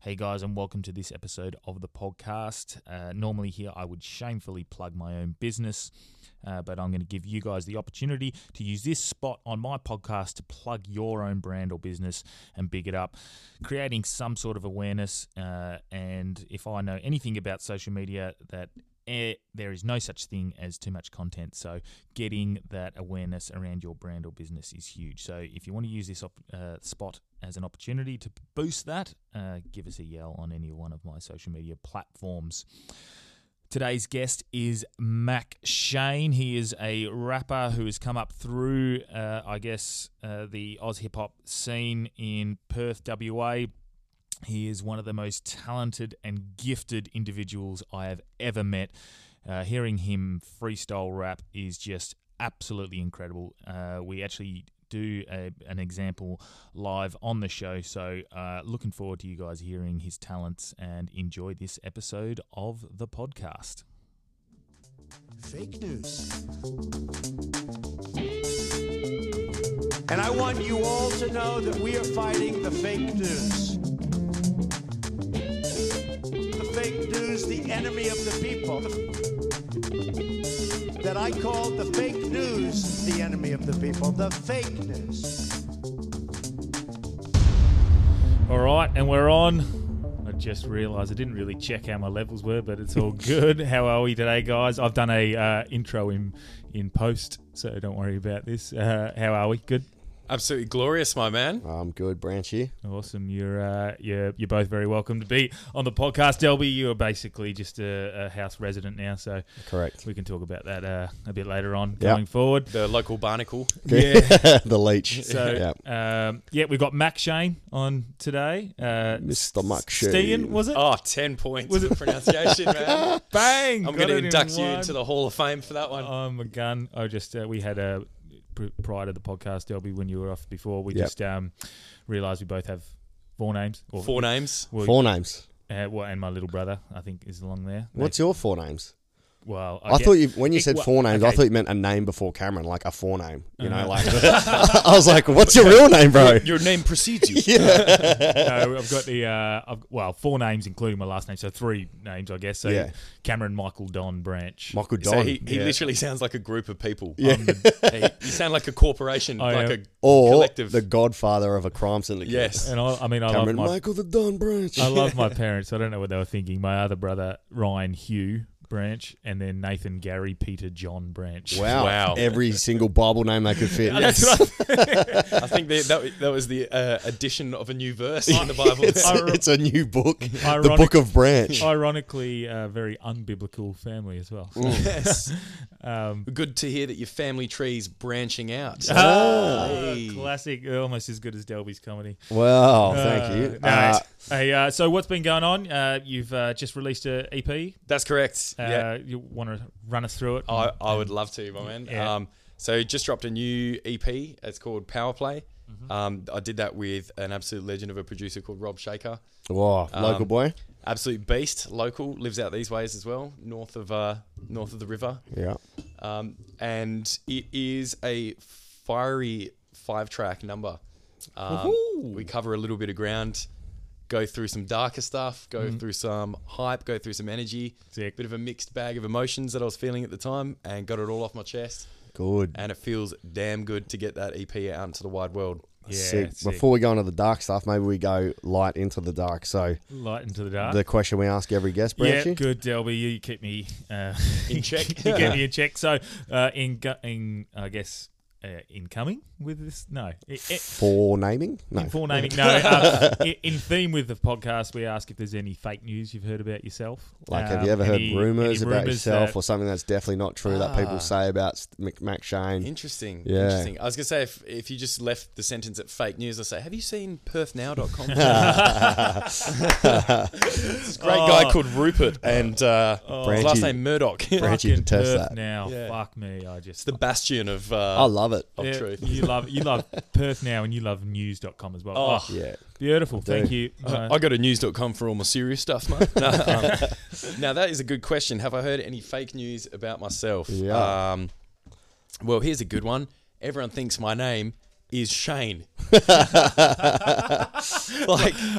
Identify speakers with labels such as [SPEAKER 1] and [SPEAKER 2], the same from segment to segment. [SPEAKER 1] Hey guys, and welcome to this episode of the podcast. Uh, normally, here I would shamefully plug my own business, uh, but I'm going to give you guys the opportunity to use this spot on my podcast to plug your own brand or business and big it up, creating some sort of awareness. Uh, and if I know anything about social media, that eh, there is no such thing as too much content. So, getting that awareness around your brand or business is huge. So, if you want to use this op- uh, spot as an opportunity to boost that, uh, give us a yell on any one of my social media platforms. Today's guest is Mac Shane. He is a rapper who has come up through, uh, I guess, uh, the Oz hip hop scene in Perth, WA. He is one of the most talented and gifted individuals I have ever met. Uh, hearing him freestyle rap is just absolutely incredible. Uh, we actually do a, an example live on the show, so uh, looking forward to you guys hearing his talents and enjoy this episode of the podcast.
[SPEAKER 2] Fake news.
[SPEAKER 3] And I want you all to know that we are fighting the fake news. The fake news, the enemy of the people. That I call the fake news the enemy of the people. The fake news.
[SPEAKER 1] All right, and we're on. I just realised I didn't really check how my levels were, but it's all good. how are we today, guys? I've done a uh, intro in in post, so don't worry about this. Uh, how are we? Good.
[SPEAKER 4] Absolutely glorious, my man.
[SPEAKER 2] I'm good, Branch here.
[SPEAKER 1] Awesome. You're uh, you're you're both very welcome to be on the podcast, Delby. You are basically just a, a house resident now, so
[SPEAKER 2] Correct.
[SPEAKER 1] we can talk about that uh, a bit later on
[SPEAKER 2] Yeah.
[SPEAKER 1] going forward.
[SPEAKER 4] The local barnacle.
[SPEAKER 2] Yeah. the leech.
[SPEAKER 1] So
[SPEAKER 2] yeah.
[SPEAKER 1] yeah, um, yeah we've got Mac Shane on today. Uh,
[SPEAKER 2] Mr. Muck
[SPEAKER 1] Steen was it?
[SPEAKER 4] Oh, 10 points. Was it pronunciation, man?
[SPEAKER 1] Bang!
[SPEAKER 4] I'm
[SPEAKER 1] Got
[SPEAKER 4] going to
[SPEAKER 1] it in
[SPEAKER 4] induct you
[SPEAKER 1] one.
[SPEAKER 4] into the Hall of Fame for that one.
[SPEAKER 1] I'm a gun. I just uh, we had a pr- prior to the podcast, Delby, when you were off before, we
[SPEAKER 2] Yep.
[SPEAKER 1] just um, realized we both have four names. Or,
[SPEAKER 4] Four names.
[SPEAKER 1] well,
[SPEAKER 2] Four names.
[SPEAKER 1] uh, well, and my little brother, I think, is along there.
[SPEAKER 2] What's your four names?
[SPEAKER 1] They- well?
[SPEAKER 2] I,
[SPEAKER 1] get-
[SPEAKER 2] thought you when you
[SPEAKER 1] it-
[SPEAKER 2] said
[SPEAKER 1] well,
[SPEAKER 2] four names,
[SPEAKER 1] okay.
[SPEAKER 2] I
[SPEAKER 1] Uh-huh.
[SPEAKER 2] thought you meant a name before Cameron, like a forename. You know, like I was like, "What's your real name, bro?"
[SPEAKER 4] Your name precedes you.
[SPEAKER 1] no, I've got the uh, I've, well four names, including my last name, so three names, I guess. So
[SPEAKER 2] Yeah.
[SPEAKER 1] Cameron, Michael, Don, Branch.
[SPEAKER 2] Michael Don.
[SPEAKER 4] So he, he
[SPEAKER 2] Yeah.
[SPEAKER 4] literally sounds like a group of people. Um, He- you sound like a corporation,
[SPEAKER 1] I am.
[SPEAKER 4] like a
[SPEAKER 2] or
[SPEAKER 4] collective.
[SPEAKER 2] the Godfather of a crime syndicate.
[SPEAKER 4] yes.
[SPEAKER 1] and I, I mean, I
[SPEAKER 2] Cameron
[SPEAKER 1] love my
[SPEAKER 2] Michael the Don Branch.
[SPEAKER 1] I love my parents. I don't know what they were thinking. My other brother, Ryan, Hugh Branch, and then Nathan, Gary, Peter, John Branch.
[SPEAKER 2] wow.
[SPEAKER 4] Wow.
[SPEAKER 2] Every single Bible name they could fit.
[SPEAKER 4] I think that, that, that was the uh, addition of a new verse in the Bible.
[SPEAKER 2] It's,
[SPEAKER 1] I re-
[SPEAKER 2] it's a new book, the
[SPEAKER 1] Ironic-
[SPEAKER 2] Book of Branch.
[SPEAKER 1] Ironically, a very unbiblical family as well. So,
[SPEAKER 4] yes.
[SPEAKER 1] um,
[SPEAKER 4] Good to hear that your family tree's branching out.
[SPEAKER 1] Ah,
[SPEAKER 4] Hey.
[SPEAKER 1] uh, Classic, uh, almost as good as Delby's comedy.
[SPEAKER 2] Wow, thank you.
[SPEAKER 1] Uh, no,
[SPEAKER 2] Uh,
[SPEAKER 1] hey, uh, so what's been going on? Uh, you've uh, just released a EP.
[SPEAKER 4] That's correct.
[SPEAKER 1] Uh,
[SPEAKER 4] yeah.
[SPEAKER 1] You want to run us through it?
[SPEAKER 4] I, I would love to, my man.
[SPEAKER 1] Yeah.
[SPEAKER 4] Um, so just dropped a new EP. It's called Power Play.
[SPEAKER 1] Mm-hmm.
[SPEAKER 4] Um, I did that with an absolute legend of a producer called Rob
[SPEAKER 2] Uh,
[SPEAKER 4] Shaker.
[SPEAKER 2] Wow, local
[SPEAKER 4] Um,
[SPEAKER 2] boy.
[SPEAKER 4] Absolute beast, local, lives out these ways as well, north of uh, north of the river.
[SPEAKER 2] Yeah.
[SPEAKER 4] Um, and it is a fiery five-track number. Um, we cover a little bit of ground, go through some darker stuff, go through some hype, go through some energy,
[SPEAKER 1] Sick.
[SPEAKER 4] bit of a mixed bag of emotions that I was feeling at the time, and got it all off my chest
[SPEAKER 2] Good.
[SPEAKER 4] and it feels damn good to get that EP out into the wide world.
[SPEAKER 1] yeah,
[SPEAKER 2] sick.
[SPEAKER 1] sick.
[SPEAKER 2] Before we go into the dark stuff, maybe we go light into the dark. So
[SPEAKER 1] light into the dark.
[SPEAKER 2] the question we ask every guest,
[SPEAKER 1] yeah,
[SPEAKER 2] Branchy.
[SPEAKER 1] good, Delby. You keep me uh,
[SPEAKER 4] In check.
[SPEAKER 1] you keep me in check. So, uh, in, gu- in I guess uh, incoming with this. No, I- I-
[SPEAKER 2] For naming? No.
[SPEAKER 1] in forenaming. No, uh, i- in theme with the podcast, we ask if there's any fake news you've heard about yourself.
[SPEAKER 2] like, have
[SPEAKER 1] Um,
[SPEAKER 2] you ever heard
[SPEAKER 1] any-
[SPEAKER 2] rumors
[SPEAKER 1] any
[SPEAKER 2] about
[SPEAKER 1] rumours
[SPEAKER 2] yourself
[SPEAKER 1] that-
[SPEAKER 2] or something that's definitely not true that people
[SPEAKER 4] Ah.
[SPEAKER 2] say about S- Mac Mac Shane?
[SPEAKER 4] Interesting.
[SPEAKER 2] Yeah.
[SPEAKER 4] Interesting. I was going to say, if, if you just left the sentence at fake news, I'd say, have you seen PerthNow.com? this great guy called Rupert and uh, his last
[SPEAKER 2] Branchy.
[SPEAKER 4] name Murdoch.
[SPEAKER 2] Bran-
[SPEAKER 4] it's
[SPEAKER 2] Branch, you
[SPEAKER 1] Fucking
[SPEAKER 2] can test
[SPEAKER 1] Perth
[SPEAKER 2] that.
[SPEAKER 1] now.
[SPEAKER 4] Yeah.
[SPEAKER 1] Fuck me. I just
[SPEAKER 4] the bastion of,
[SPEAKER 2] I
[SPEAKER 4] uh,
[SPEAKER 2] love it.
[SPEAKER 4] of
[SPEAKER 1] Yeah,
[SPEAKER 4] truth.
[SPEAKER 1] You love you love Perth now, and you love news.com as well. Oh,
[SPEAKER 4] Oh.
[SPEAKER 2] Yeah.
[SPEAKER 1] beautiful. Thank
[SPEAKER 2] do.
[SPEAKER 1] you. Uh,
[SPEAKER 4] I go to news.com for all my serious stuff, man. No, um, now, that is a good question. Have I heard any fake news about myself?
[SPEAKER 2] Yeah.
[SPEAKER 4] Um, well, here's a good one. Everyone thinks my name is Shane. like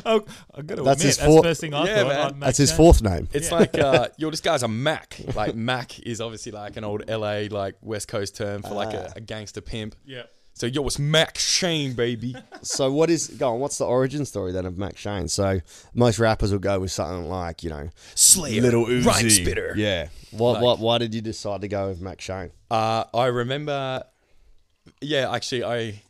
[SPEAKER 1] Oh, I've got to admit,
[SPEAKER 2] That's his
[SPEAKER 1] that's
[SPEAKER 2] four-
[SPEAKER 1] the first thing I
[SPEAKER 4] Yeah,
[SPEAKER 1] thought.
[SPEAKER 4] man.
[SPEAKER 1] I'd make
[SPEAKER 2] That's his
[SPEAKER 1] Shane.
[SPEAKER 2] fourth name.
[SPEAKER 4] it's like uh, yo, this guy's a Mac. Like Mac is obviously like an old LA like West Coast term for like a, a gangster pimp.
[SPEAKER 1] Yeah.
[SPEAKER 4] So yo, it's Mac Shane, baby.
[SPEAKER 2] So what is go on? What's the origin story then of Mac Shane? So most rappers will go with something like you know
[SPEAKER 4] Slayer,
[SPEAKER 2] Little Uzi,
[SPEAKER 4] rhyme spitter.
[SPEAKER 2] Yeah. What what why did you decide to go with Mac Shane?
[SPEAKER 4] Uh, I remember. Yeah, actually, I.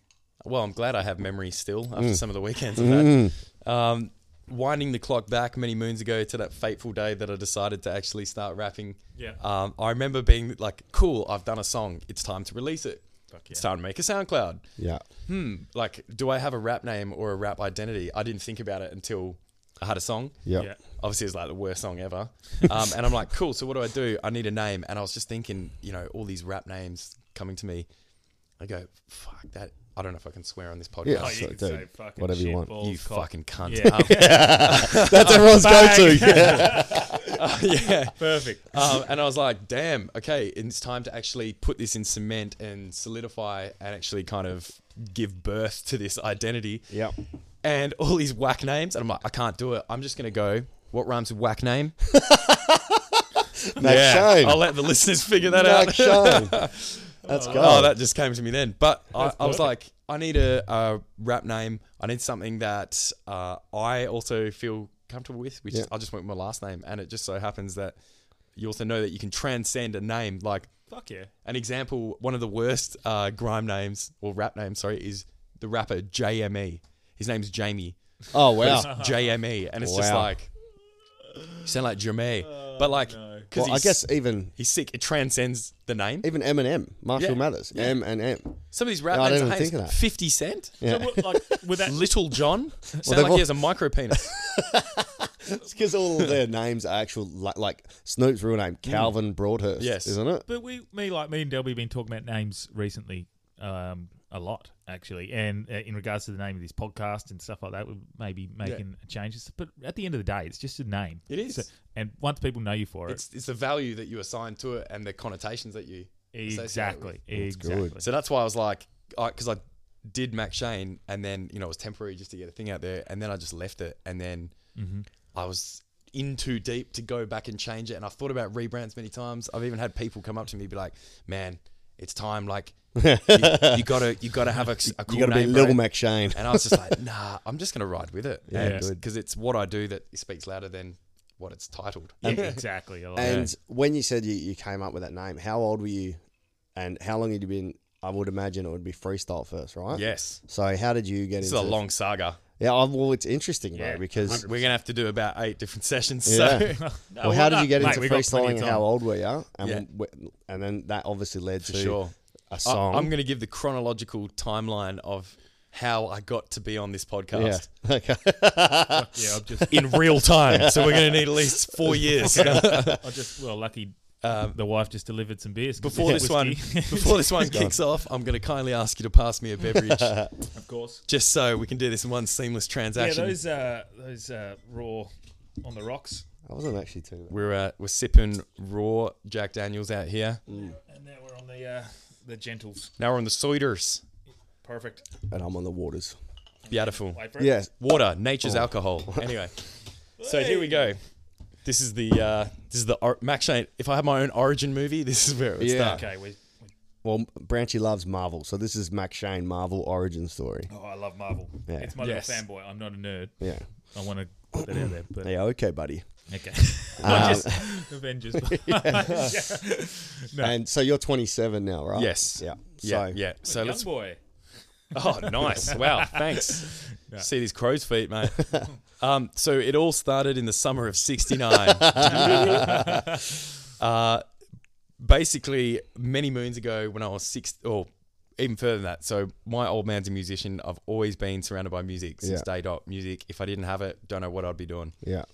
[SPEAKER 4] Well, I'm glad I have memories still after some of the weekends of that. Um, winding the clock back many moons ago to that fateful day that I decided to actually start rapping.
[SPEAKER 1] Yeah.
[SPEAKER 4] Um, I remember being like, "Cool, I've done a song. It's time to release it. It's time to make a SoundCloud."
[SPEAKER 2] Yeah.
[SPEAKER 4] Hmm. Like, do I have a rap name or a rap identity? I didn't think about it until I had a song
[SPEAKER 2] Yep.
[SPEAKER 1] Yeah.
[SPEAKER 4] obviously it's like the worst song ever. Um, and I'm like, cool. So what do I do? I need a name. And I was just thinking, you know, all these rap names coming to me. I go, fuck that. I don't know if I can swear on this podcast.
[SPEAKER 2] Yeah.
[SPEAKER 1] Oh,
[SPEAKER 2] So,
[SPEAKER 1] you can
[SPEAKER 2] dude,
[SPEAKER 1] say fucking
[SPEAKER 2] whatever you
[SPEAKER 1] shit,
[SPEAKER 2] want.
[SPEAKER 1] balls,
[SPEAKER 4] You
[SPEAKER 1] cock.
[SPEAKER 4] fucking cunt.
[SPEAKER 1] Yeah.
[SPEAKER 4] Um,
[SPEAKER 2] That's everyone's go to. Yeah.
[SPEAKER 4] yeah.
[SPEAKER 1] Perfect.
[SPEAKER 4] Um, and I was like, damn, okay, it's time to actually put this in cement and solidify and actually kind of give birth to this identity.
[SPEAKER 2] Yep.
[SPEAKER 4] And all these whack names. And I'm like, I can't do it. I'm just going to go, what rhymes with whack name?
[SPEAKER 2] Mac Shane.
[SPEAKER 4] I'll let the listeners figure that out.
[SPEAKER 2] Mac Shane. Let's go.
[SPEAKER 4] Oh, that just came to me then. But I, I was like, I need a, a rap name. I need something that uh, I also feel comfortable with, which
[SPEAKER 2] Yeah.
[SPEAKER 4] is, I just went with my last name. And it just so happens that you also know that you can transcend a name. Like,
[SPEAKER 1] Fuck yeah.
[SPEAKER 4] an example, one of the worst uh, grime names, or rap names, sorry, is the rapper JME. His name's Jamie.
[SPEAKER 2] oh
[SPEAKER 4] But it's
[SPEAKER 2] wow.
[SPEAKER 4] JME. E, And it's just
[SPEAKER 2] Wow.
[SPEAKER 4] like, you sound like Jamie. but like, because
[SPEAKER 2] Well, I guess even
[SPEAKER 4] he's sick, it transcends the name.
[SPEAKER 2] even Eminem, Marshall
[SPEAKER 4] Yeah.
[SPEAKER 2] Mathers, M and M.
[SPEAKER 4] Some of these rap
[SPEAKER 2] No, I
[SPEAKER 4] names
[SPEAKER 2] didn't
[SPEAKER 4] are
[SPEAKER 2] even
[SPEAKER 4] heinous.
[SPEAKER 2] think of that.
[SPEAKER 4] 50 Cent?
[SPEAKER 1] So what, like, with that,
[SPEAKER 4] Little John? Sound
[SPEAKER 2] they've
[SPEAKER 4] like
[SPEAKER 2] all-
[SPEAKER 4] he has a micro penis.
[SPEAKER 2] It's because all of their names are actual like, like Snoop's real name, Calvin Broadhurst.
[SPEAKER 4] Mm. Yes.
[SPEAKER 2] Isn't it?
[SPEAKER 1] but we, me, like me and Delby, been talking about names recently, um, a lot actually, and uh, in regards to the name of this podcast and stuff like that, we're maybe making changes. But at the end of the day, it's just a name.
[SPEAKER 4] It is.
[SPEAKER 1] and once people know you for it,
[SPEAKER 4] it's, it's the value that you assign to it and the connotations that you. associate it
[SPEAKER 1] exactly,
[SPEAKER 2] good.
[SPEAKER 1] exactly.
[SPEAKER 4] with. So that's why I was like, because I, did Mac Shane and then, you know, it was temporary just to get a thing out there. And then I just left it. And then
[SPEAKER 2] Mm-hmm.
[SPEAKER 4] I was in too deep to go back and change it. And I've thought about rebrands many times. I've even had people come up to me and be like, man, it's time. Like, you, you gotta, you gotta have a, a cool
[SPEAKER 2] You gotta be
[SPEAKER 4] name, bro.
[SPEAKER 2] Lil Mac Shane.
[SPEAKER 4] And I was just like, nah, I'm just going to ride with it.
[SPEAKER 1] Yeah.
[SPEAKER 4] Because it's what I do that speaks louder than what it's titled.
[SPEAKER 1] yeah, exactly. I like
[SPEAKER 2] And
[SPEAKER 1] that.
[SPEAKER 2] when you said you, you came up with that name, how old were you and how long had you been? I would imagine it would be freestyle first, right?
[SPEAKER 4] Yes.
[SPEAKER 2] So how did you get
[SPEAKER 4] This is
[SPEAKER 2] into
[SPEAKER 4] a long saga.
[SPEAKER 2] Yeah, I- well, it's interesting, bro,
[SPEAKER 1] Yeah,
[SPEAKER 2] because.
[SPEAKER 4] We're going to have to do about eight different sessions.
[SPEAKER 2] Yeah.
[SPEAKER 4] So,
[SPEAKER 1] No,
[SPEAKER 2] Well, how
[SPEAKER 1] no,
[SPEAKER 2] did you get
[SPEAKER 1] mate,
[SPEAKER 2] into
[SPEAKER 1] we got plenty
[SPEAKER 2] freestyling?
[SPEAKER 1] of
[SPEAKER 2] and
[SPEAKER 1] time.
[SPEAKER 2] How old were you? And,
[SPEAKER 4] Yeah.
[SPEAKER 2] w- and then that obviously led to
[SPEAKER 4] sure.
[SPEAKER 2] a
[SPEAKER 4] I,
[SPEAKER 2] song.
[SPEAKER 4] I'm going to give the chronological timeline of how I got to be on this
[SPEAKER 2] yeah.
[SPEAKER 4] podcast
[SPEAKER 2] Okay.
[SPEAKER 1] Yeah, I'm just,
[SPEAKER 4] in real time. so, we're going to need at least four years.
[SPEAKER 1] I just, well, lucky. the wife just delivered some beers 'cause
[SPEAKER 4] Um, Before
[SPEAKER 1] it's
[SPEAKER 4] this one,
[SPEAKER 1] whiskey.
[SPEAKER 4] before this one kicks off, I'm going to kindly ask you to pass me a beverage,
[SPEAKER 1] of course.
[SPEAKER 4] just so we can do this in one seamless
[SPEAKER 1] Yeah,
[SPEAKER 4] transaction.
[SPEAKER 1] those uh, those uh, raw on the rocks,
[SPEAKER 2] I wasn't actually too.
[SPEAKER 4] we're uh, we're sipping raw Jack Daniels out here.
[SPEAKER 1] and now we're on the uh, the gentles.
[SPEAKER 4] Now we're on the Soiders.
[SPEAKER 1] Perfect.
[SPEAKER 2] And I'm on the waters.
[SPEAKER 4] Beautiful.
[SPEAKER 1] Wait for it.
[SPEAKER 2] Yes.
[SPEAKER 4] Water,
[SPEAKER 2] Oh.
[SPEAKER 4] nature's alcohol. Anyway, so here we go. This is the uh, this is the or- Max Shane. If I had my own origin movie, this is where it would
[SPEAKER 2] Yeah.
[SPEAKER 4] start.
[SPEAKER 1] Okay. We, we-
[SPEAKER 2] Well, Branchy loves Marvel, so this is Mac Shane Marvel origin story.
[SPEAKER 1] oh, I love Marvel.
[SPEAKER 2] Yeah.
[SPEAKER 1] It's my
[SPEAKER 4] Yes.
[SPEAKER 1] little fanboy. I'm not a nerd.
[SPEAKER 2] Yeah.
[SPEAKER 1] I want to put that out there. But
[SPEAKER 2] Yeah. Okay, buddy.
[SPEAKER 1] okay.
[SPEAKER 4] Um,
[SPEAKER 1] Not just Avengers. Yeah.
[SPEAKER 2] And so you're 27 now, right?
[SPEAKER 4] Yes.
[SPEAKER 2] Yeah.
[SPEAKER 4] Yeah.
[SPEAKER 2] So
[SPEAKER 4] yeah. So
[SPEAKER 1] Young
[SPEAKER 4] let's.
[SPEAKER 1] boy.
[SPEAKER 4] Oh, nice. Wow. Thanks. See these crow's feet, mate. Um, so it all started in the summer of '69. uh, basically, many moons ago, when I was six, or even further than that. So my old man's a musician. I've always been surrounded by music since
[SPEAKER 2] Yeah.
[SPEAKER 4] day dot. Music. If I didn't have it, don't know what I'd be doing.
[SPEAKER 2] Yeah.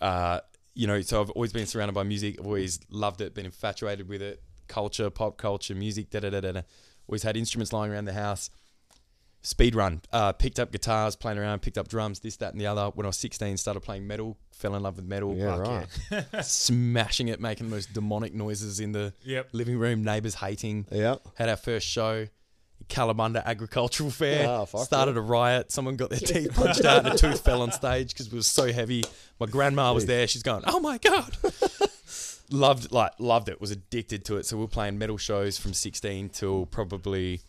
[SPEAKER 4] Uh, you know, so I've always been surrounded by music. I've always loved it, been infatuated with it. Culture, pop culture, music, da da da da. da. Always had instruments lying around the house. Speed run. Uh, picked up guitars, playing around, picked up drums, this, that, and the other. When I was 16, started playing metal, fell in love with metal.
[SPEAKER 2] Yeah.
[SPEAKER 4] Fuck
[SPEAKER 2] right.
[SPEAKER 4] yeah. Smashing it, making the most demonic noises in the
[SPEAKER 1] Yep.
[SPEAKER 4] living room, neighbors hating.
[SPEAKER 2] Yeah.
[SPEAKER 4] Had our first show, Calabunda Agricultural Fair.
[SPEAKER 2] Ah, fuck
[SPEAKER 4] started a riot. Someone got their teeth punched out and a tooth fell on stage because it was so heavy. My grandma was there. She's going, "Oh my god!" loved like loved it. Was addicted to it. So we were playing metal shows from 16 till probably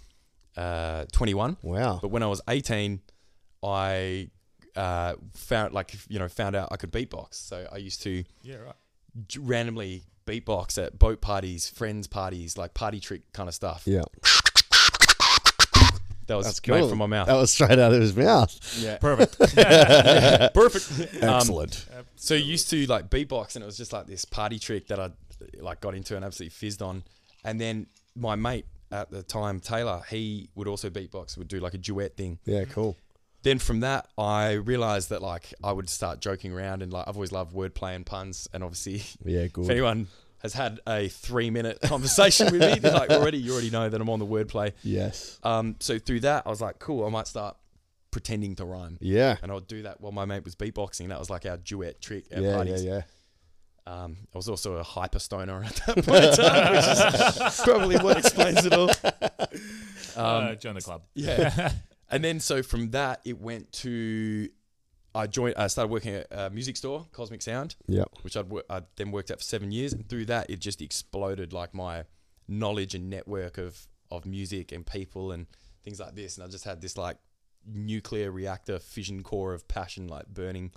[SPEAKER 4] uh, 21.
[SPEAKER 2] Wow.
[SPEAKER 4] But when I was 18, I uh, found like you know found out I could beatbox. So I used to
[SPEAKER 1] Yeah, right.
[SPEAKER 4] j- randomly beatbox at boat parties, friends parties, like party trick kind of stuff.
[SPEAKER 2] Yeah.
[SPEAKER 4] That was
[SPEAKER 2] That's
[SPEAKER 4] made
[SPEAKER 2] cool.
[SPEAKER 4] from my mouth.
[SPEAKER 2] That was straight out of his mouth.
[SPEAKER 4] yeah.
[SPEAKER 1] Perfect.
[SPEAKER 4] Perfect. Um,
[SPEAKER 2] Excellent.
[SPEAKER 4] so I used to like beatbox, and it was just like this party trick that I like got into and absolutely fizzed on. And then my mate at the time, Taylor, he would also beatbox, would do like a duet thing.
[SPEAKER 2] yeah, cool.
[SPEAKER 4] Then from that, I realized that like I would start joking around, and like I've always loved wordplay and puns, and obviously,
[SPEAKER 2] Yeah, good.
[SPEAKER 4] if anyone has had a three-minute conversation with me, they're like already you already know that I'm on the wordplay.
[SPEAKER 2] Yes.
[SPEAKER 4] Um, so through that, I was like, cool, I might start pretending to rhyme.
[SPEAKER 2] Yeah.
[SPEAKER 4] And I would do that while my mate was beatboxing. That was like our duet trick at
[SPEAKER 2] Yeah, yeah,
[SPEAKER 4] parties.
[SPEAKER 2] yeah.
[SPEAKER 4] Um, I was also a hyper stoner at that point in time, which is probably what explains it all. Um,
[SPEAKER 1] uh, join the club.
[SPEAKER 4] Yeah. and then so from that, it went to I joined. I started working at a music store, Cosmic Sound,
[SPEAKER 2] Yeah.
[SPEAKER 4] which I'd, wor- I'd then worked at for seven years. And through that, it just exploded like my knowledge and network of of music and people and things like this. And I just had this like nuclear reactor fission core of passion like burning.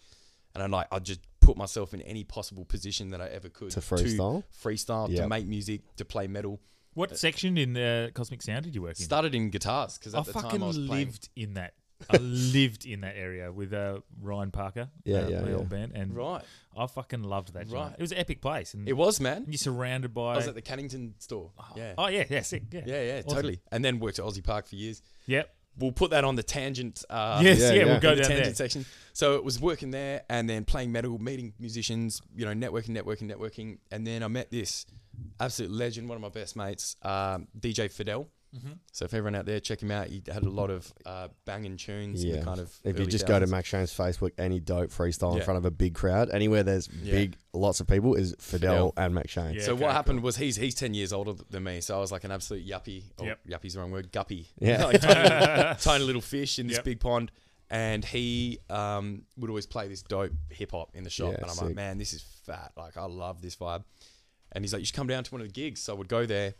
[SPEAKER 4] And I like I just put myself in any possible position that I ever could
[SPEAKER 2] To freestyle?
[SPEAKER 4] freestyle, to
[SPEAKER 2] Yep.
[SPEAKER 4] make music, to play metal.
[SPEAKER 1] What section in the Cosmic Sound did you work in?
[SPEAKER 4] Started in guitars because at
[SPEAKER 1] I
[SPEAKER 4] the
[SPEAKER 1] fucking
[SPEAKER 4] time I was playing.
[SPEAKER 1] lived in that. I lived in that area with uh, Ryan Parker,
[SPEAKER 2] Yeah,
[SPEAKER 1] uh,
[SPEAKER 2] yeah,
[SPEAKER 1] my
[SPEAKER 2] yeah.
[SPEAKER 1] old band, and
[SPEAKER 4] Right.
[SPEAKER 1] I fucking loved that. Right,
[SPEAKER 4] Right.
[SPEAKER 1] it was an epic place, and
[SPEAKER 4] It was man.
[SPEAKER 1] you're surrounded by.
[SPEAKER 4] I was at the Cannington store. yeah.
[SPEAKER 1] Oh yeah, yeah, sick, yeah,
[SPEAKER 4] yeah, yeah,
[SPEAKER 1] Awesome.
[SPEAKER 4] totally. And then worked at Aussie Park for years.
[SPEAKER 1] Yep.
[SPEAKER 4] We'll put that on the tangent. Uh,
[SPEAKER 1] yes,
[SPEAKER 2] yeah,
[SPEAKER 1] yeah,
[SPEAKER 2] yeah.
[SPEAKER 1] we'll go
[SPEAKER 4] the
[SPEAKER 1] down
[SPEAKER 4] tangent
[SPEAKER 1] there.
[SPEAKER 4] section. So it was working there and then playing metal, meeting musicians, you know, networking, networking, networking. And then I met this absolute legend, one of my best mates, um, DJ Fidel.
[SPEAKER 1] Mm-hmm.
[SPEAKER 4] So if everyone out there, check him out. He had a lot of uh, banging tunes. Yeah.
[SPEAKER 2] Yeah.
[SPEAKER 4] The kind of
[SPEAKER 2] if you
[SPEAKER 4] early
[SPEAKER 2] just go to
[SPEAKER 4] 2000s.
[SPEAKER 2] Max Shane's Facebook, any dope freestyle in
[SPEAKER 4] Yeah.
[SPEAKER 2] front of a big crowd, anywhere there's big lots of people is Fidel,
[SPEAKER 4] Fidel.
[SPEAKER 2] and Max Shane.
[SPEAKER 1] Yeah.
[SPEAKER 4] So
[SPEAKER 1] Okay,
[SPEAKER 4] what happened was he's he's ten years older th- than me, so I was like an absolute yuppie. Or
[SPEAKER 1] Yep.
[SPEAKER 4] yuppie's the wrong word, guppy.
[SPEAKER 2] Yeah.
[SPEAKER 4] Like tiny, little, tiny little fish in this
[SPEAKER 1] Yep.
[SPEAKER 4] big pond. And he um, would always play this dope hip hop in the shop,
[SPEAKER 2] Yeah,
[SPEAKER 4] and I'm
[SPEAKER 2] sick.
[SPEAKER 4] like, man, this is fat. Like I love this vibe. And he's like, you should come down to one of the gigs. So I would go there,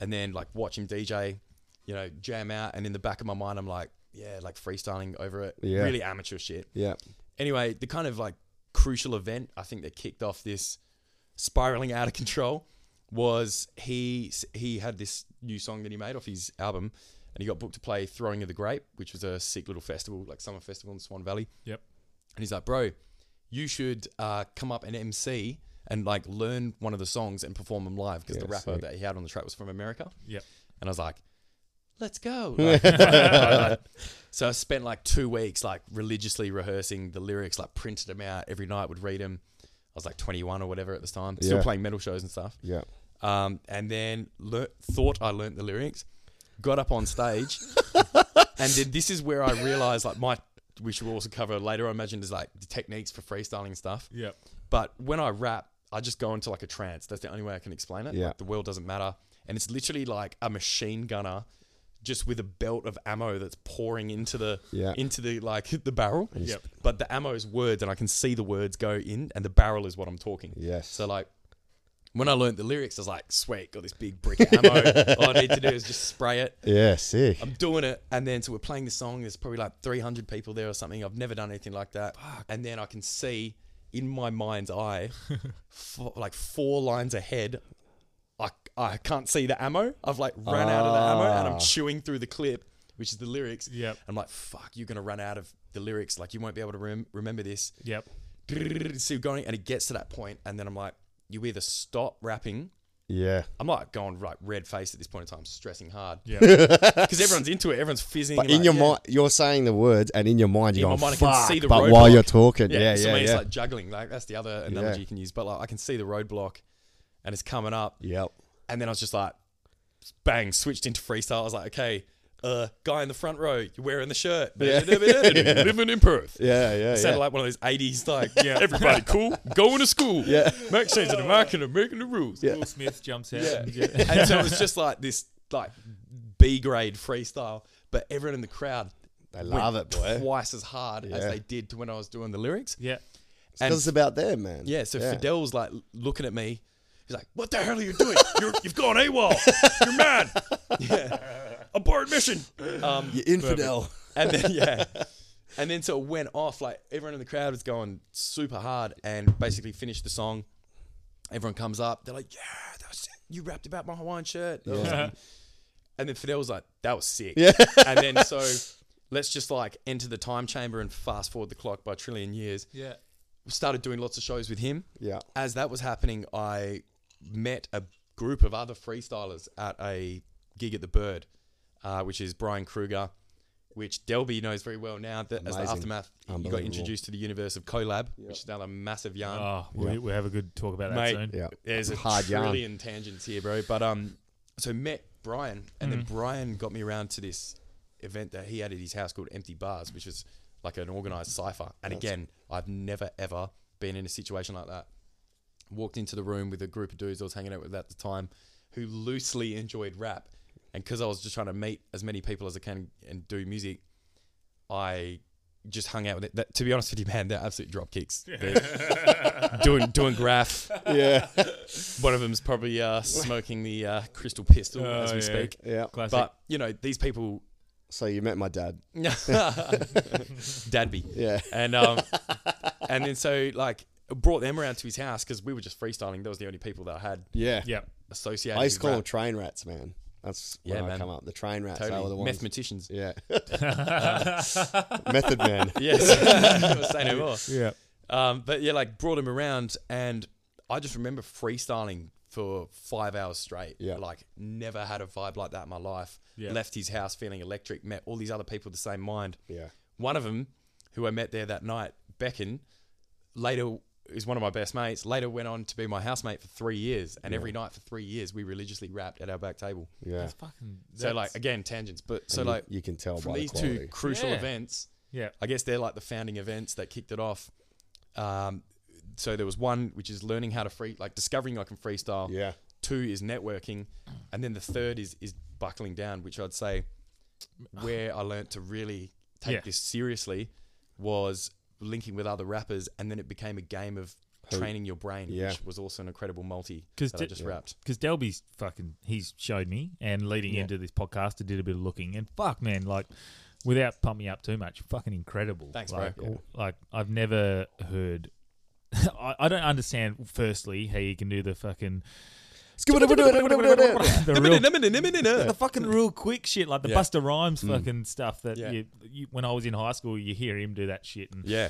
[SPEAKER 4] and then like watch him DJ, you know, jam out. And in the back of my mind, I'm like, yeah, like freestyling over it,
[SPEAKER 2] Yeah.
[SPEAKER 4] really amateur shit
[SPEAKER 2] Yeah.
[SPEAKER 4] anyway, the kind of like crucial event I think that kicked off this spiraling out of control was he he had this new song that he made off his album, and he got booked to play Throwing of the Grape, which was a sick little festival, like summer festival in Swan Valley.
[SPEAKER 1] Yep.
[SPEAKER 4] And he's like, bro, you should uh, come up and MC and like learn one of the songs and perform them live because the
[SPEAKER 2] Yeah,
[SPEAKER 4] rapper
[SPEAKER 2] sick.
[SPEAKER 4] that he had on the track was from America.
[SPEAKER 1] Yep.
[SPEAKER 4] And I was like, let's go. Like, like, so I spent like two weeks like religiously rehearsing the lyrics, like printed them out every night, would read them. I was like 21 or whatever at this time, still
[SPEAKER 2] Yeah.
[SPEAKER 4] playing metal shows and stuff.
[SPEAKER 2] Yeah.
[SPEAKER 4] Um, and then lear- thought I learnt the lyrics, got up on stage, and then this is where I realized like my, which we'll also cover later, I imagine, is like the techniques for freestyling and stuff.
[SPEAKER 1] Yep.
[SPEAKER 4] But when I rap, I just go into like a trance. That's the only way I can explain it.
[SPEAKER 2] Yeah.
[SPEAKER 4] Like, the world doesn't matter. And it's literally like a machine gunner just with a belt of ammo that's pouring into the
[SPEAKER 2] Yeah.
[SPEAKER 4] into the like the barrel.
[SPEAKER 1] Yep.
[SPEAKER 4] But the ammo is words and I can see the words go in and the barrel is what I'm talking.
[SPEAKER 2] Yes.
[SPEAKER 4] So like when I learned the lyrics, I was like, sweet, got this big brick of ammo. All I need to do is just spray it.
[SPEAKER 2] Yeah. Sick.
[SPEAKER 4] I'm doing it, and then so we're playing this song. There's probably like 300 people there or something. I've never done anything like that. And then I can see in my mind's eye, fo- like four lines ahead. I I can't see the ammo. I've like run out of the ammo, and
[SPEAKER 2] Ah.
[SPEAKER 4] I'm chewing through the clip, which is the lyrics.
[SPEAKER 1] Yep.
[SPEAKER 4] I'm like, fuck, you're gonna run out of the lyrics. Like you won't be able to rem- remember this.
[SPEAKER 1] Yep.
[SPEAKER 4] See going, and it gets to that point, and then I'm like, you either stop rapping.
[SPEAKER 2] Yeah.
[SPEAKER 4] I'm like going right red faced at this point in time, stressing hard.
[SPEAKER 1] Yep.
[SPEAKER 4] Because everyone's into it, everyone's fizzing.
[SPEAKER 2] But
[SPEAKER 4] like,
[SPEAKER 2] in your
[SPEAKER 4] yeah.
[SPEAKER 2] mind, you're saying the words, and in your mind, you're
[SPEAKER 4] In my
[SPEAKER 2] going,
[SPEAKER 4] mind, I
[SPEAKER 2] Fuck,
[SPEAKER 4] can see the
[SPEAKER 2] but while
[SPEAKER 4] roadblock.
[SPEAKER 2] you're talking, yeah,
[SPEAKER 4] so I
[SPEAKER 2] yeah,
[SPEAKER 4] mean,
[SPEAKER 2] yeah.
[SPEAKER 4] It's like juggling. Like that's the other analogy you can use. But like, I can see the roadblock, and it's coming up.
[SPEAKER 2] yep.
[SPEAKER 4] And then I was just like, bang, switched into freestyle. I was like, okay, uh, guy in the front row, you're wearing the shirt, living in Perth.
[SPEAKER 2] Yeah, yeah, yeah.
[SPEAKER 4] Sounded like one of those 80s, like, everybody cool, going to school.
[SPEAKER 2] Yeah.
[SPEAKER 4] Max Shane's an American, American the rules.
[SPEAKER 1] Will Smith jumps out. and-
[SPEAKER 4] and so it was just like this, like, B grade freestyle, but everyone in the crowd
[SPEAKER 2] They love it,
[SPEAKER 4] went
[SPEAKER 2] boy.
[SPEAKER 4] twice as hard as
[SPEAKER 2] Yeah.
[SPEAKER 4] they did to when I was doing the lyrics.
[SPEAKER 1] Yeah.
[SPEAKER 4] And
[SPEAKER 2] Because it's about them, man.
[SPEAKER 4] yeah, so Fidel was like looking at me. He's like, "What the hell are you doing? You're, you've gone AWOL. You're mad. Yeah, abort mission." Um,
[SPEAKER 2] You're infidel.
[SPEAKER 4] and then yeah, and then so it went off. Like everyone in the crowd was going super hard, and basically finished the song. Everyone comes up. They're like, "Yeah, that was sick. you rapped about my Hawaiian shirt." That was-
[SPEAKER 1] Uh-huh.
[SPEAKER 4] and then Fidel was like, "That was sick." Yeah. and then so let's just like enter the time chamber and fast forward the clock by a trillion years.
[SPEAKER 1] Yeah.
[SPEAKER 4] We started doing lots of shows with him.
[SPEAKER 2] Yeah.
[SPEAKER 4] As that was happening, I met a group of other freestylers at a gig at the Bird, uh, which is Brian Kruger, which Delby knows very well now. That as the
[SPEAKER 2] Amazing.
[SPEAKER 4] aftermath, you got
[SPEAKER 2] Unbelievable.
[SPEAKER 4] introduced to the universe of Colab, which is another massive yarn.
[SPEAKER 1] Oh, we, we have a good talk about that
[SPEAKER 4] Mate,
[SPEAKER 1] soon.
[SPEAKER 2] Yeah.
[SPEAKER 4] There's a
[SPEAKER 2] Hard yarn.
[SPEAKER 4] trillion tangents here, bro. But um, so met Brian, and then Brian got me around to this event that he had at his house called Empty Bars, which is like an organized cipher. And again, I've never ever been in a situation like that. Walked into the room with a group of dudes I was hanging out with at the time, who loosely enjoyed rap, and because I was just trying to meet as many people as I can and do music, I just hung out with it. That, to be honest with you, man, they're absolute drop kicks. They're doing doing graph,
[SPEAKER 2] Yeah.
[SPEAKER 4] one of them's probably uh, smoking the uh, crystal pistol as
[SPEAKER 1] Oh,
[SPEAKER 4] we
[SPEAKER 1] yeah.
[SPEAKER 4] speak.
[SPEAKER 2] yeah.
[SPEAKER 1] Classic.
[SPEAKER 4] But you know these people,
[SPEAKER 2] So you met my dad.
[SPEAKER 4] Dadby,
[SPEAKER 2] Yeah.
[SPEAKER 4] and um, and then so like brought them around to his house because we were just freestyling. That was the only people that I had
[SPEAKER 2] Yeah.
[SPEAKER 1] yeah.
[SPEAKER 4] associated.
[SPEAKER 2] I used to
[SPEAKER 4] with
[SPEAKER 2] call
[SPEAKER 4] rap.
[SPEAKER 2] them train rats, man. That's
[SPEAKER 4] Yeah,
[SPEAKER 2] when I
[SPEAKER 4] man.
[SPEAKER 2] come up. The train rats. They were the
[SPEAKER 4] totally
[SPEAKER 2] ones.
[SPEAKER 4] mathematicians.
[SPEAKER 2] yeah. Method man.
[SPEAKER 4] Yes, say no more.
[SPEAKER 1] Yeah.
[SPEAKER 4] Um, but yeah, like brought him around, and I just remember freestyling for five hours straight.
[SPEAKER 2] Yeah.
[SPEAKER 4] like never had a vibe like that in my life.
[SPEAKER 1] Yeah.
[SPEAKER 4] Left his house feeling electric. Met all these other people with the same mind.
[SPEAKER 2] Yeah.
[SPEAKER 4] One of them, who I met there that night, Beckon, later is one of my best mates. Later went on to be my housemate for three years, and every night for three years we religiously rapped at our back table.
[SPEAKER 2] Yeah.
[SPEAKER 1] Fucking.
[SPEAKER 4] So like again tangents, but so
[SPEAKER 2] You-
[SPEAKER 4] like
[SPEAKER 2] you, can tell
[SPEAKER 4] from
[SPEAKER 2] by
[SPEAKER 4] these
[SPEAKER 2] the quality.
[SPEAKER 4] two crucial
[SPEAKER 1] Yeah.
[SPEAKER 4] events,
[SPEAKER 1] Yeah.
[SPEAKER 4] I guess they're like the founding events that kicked it off. Um, so there was one which is learning how to free, like discovering I can freestyle.
[SPEAKER 2] Yeah.
[SPEAKER 4] Two is networking, and then the third is is buckling down, which I'd say where I learnt to really take
[SPEAKER 1] Yeah.
[SPEAKER 4] this seriously was linking with other rappers, and then it became a game of training your brain,
[SPEAKER 2] Yeah.
[SPEAKER 4] which was also an incredible multi
[SPEAKER 1] 'Cause
[SPEAKER 4] that I
[SPEAKER 1] di-
[SPEAKER 4] just
[SPEAKER 1] Yeah.
[SPEAKER 4] wrapped.
[SPEAKER 1] Because Delby's fucking, he's showed me, and leading
[SPEAKER 4] Yeah.
[SPEAKER 1] into this podcast, I did a bit of looking, and fuck, man, like, without pumping up too much, fucking incredible.
[SPEAKER 4] Thanks, bro.
[SPEAKER 1] like, al- Like, I've never heard. I, I don't understand. Firstly, how you can do the fucking
[SPEAKER 2] Yeah.
[SPEAKER 1] the real the fucking real quick shit, like the
[SPEAKER 4] Yeah. Mm.
[SPEAKER 1] Buster Rhymes fucking stuff that
[SPEAKER 4] Yeah.
[SPEAKER 1] you, you, when I was in high school, you hear him do that shit, and
[SPEAKER 4] Yeah,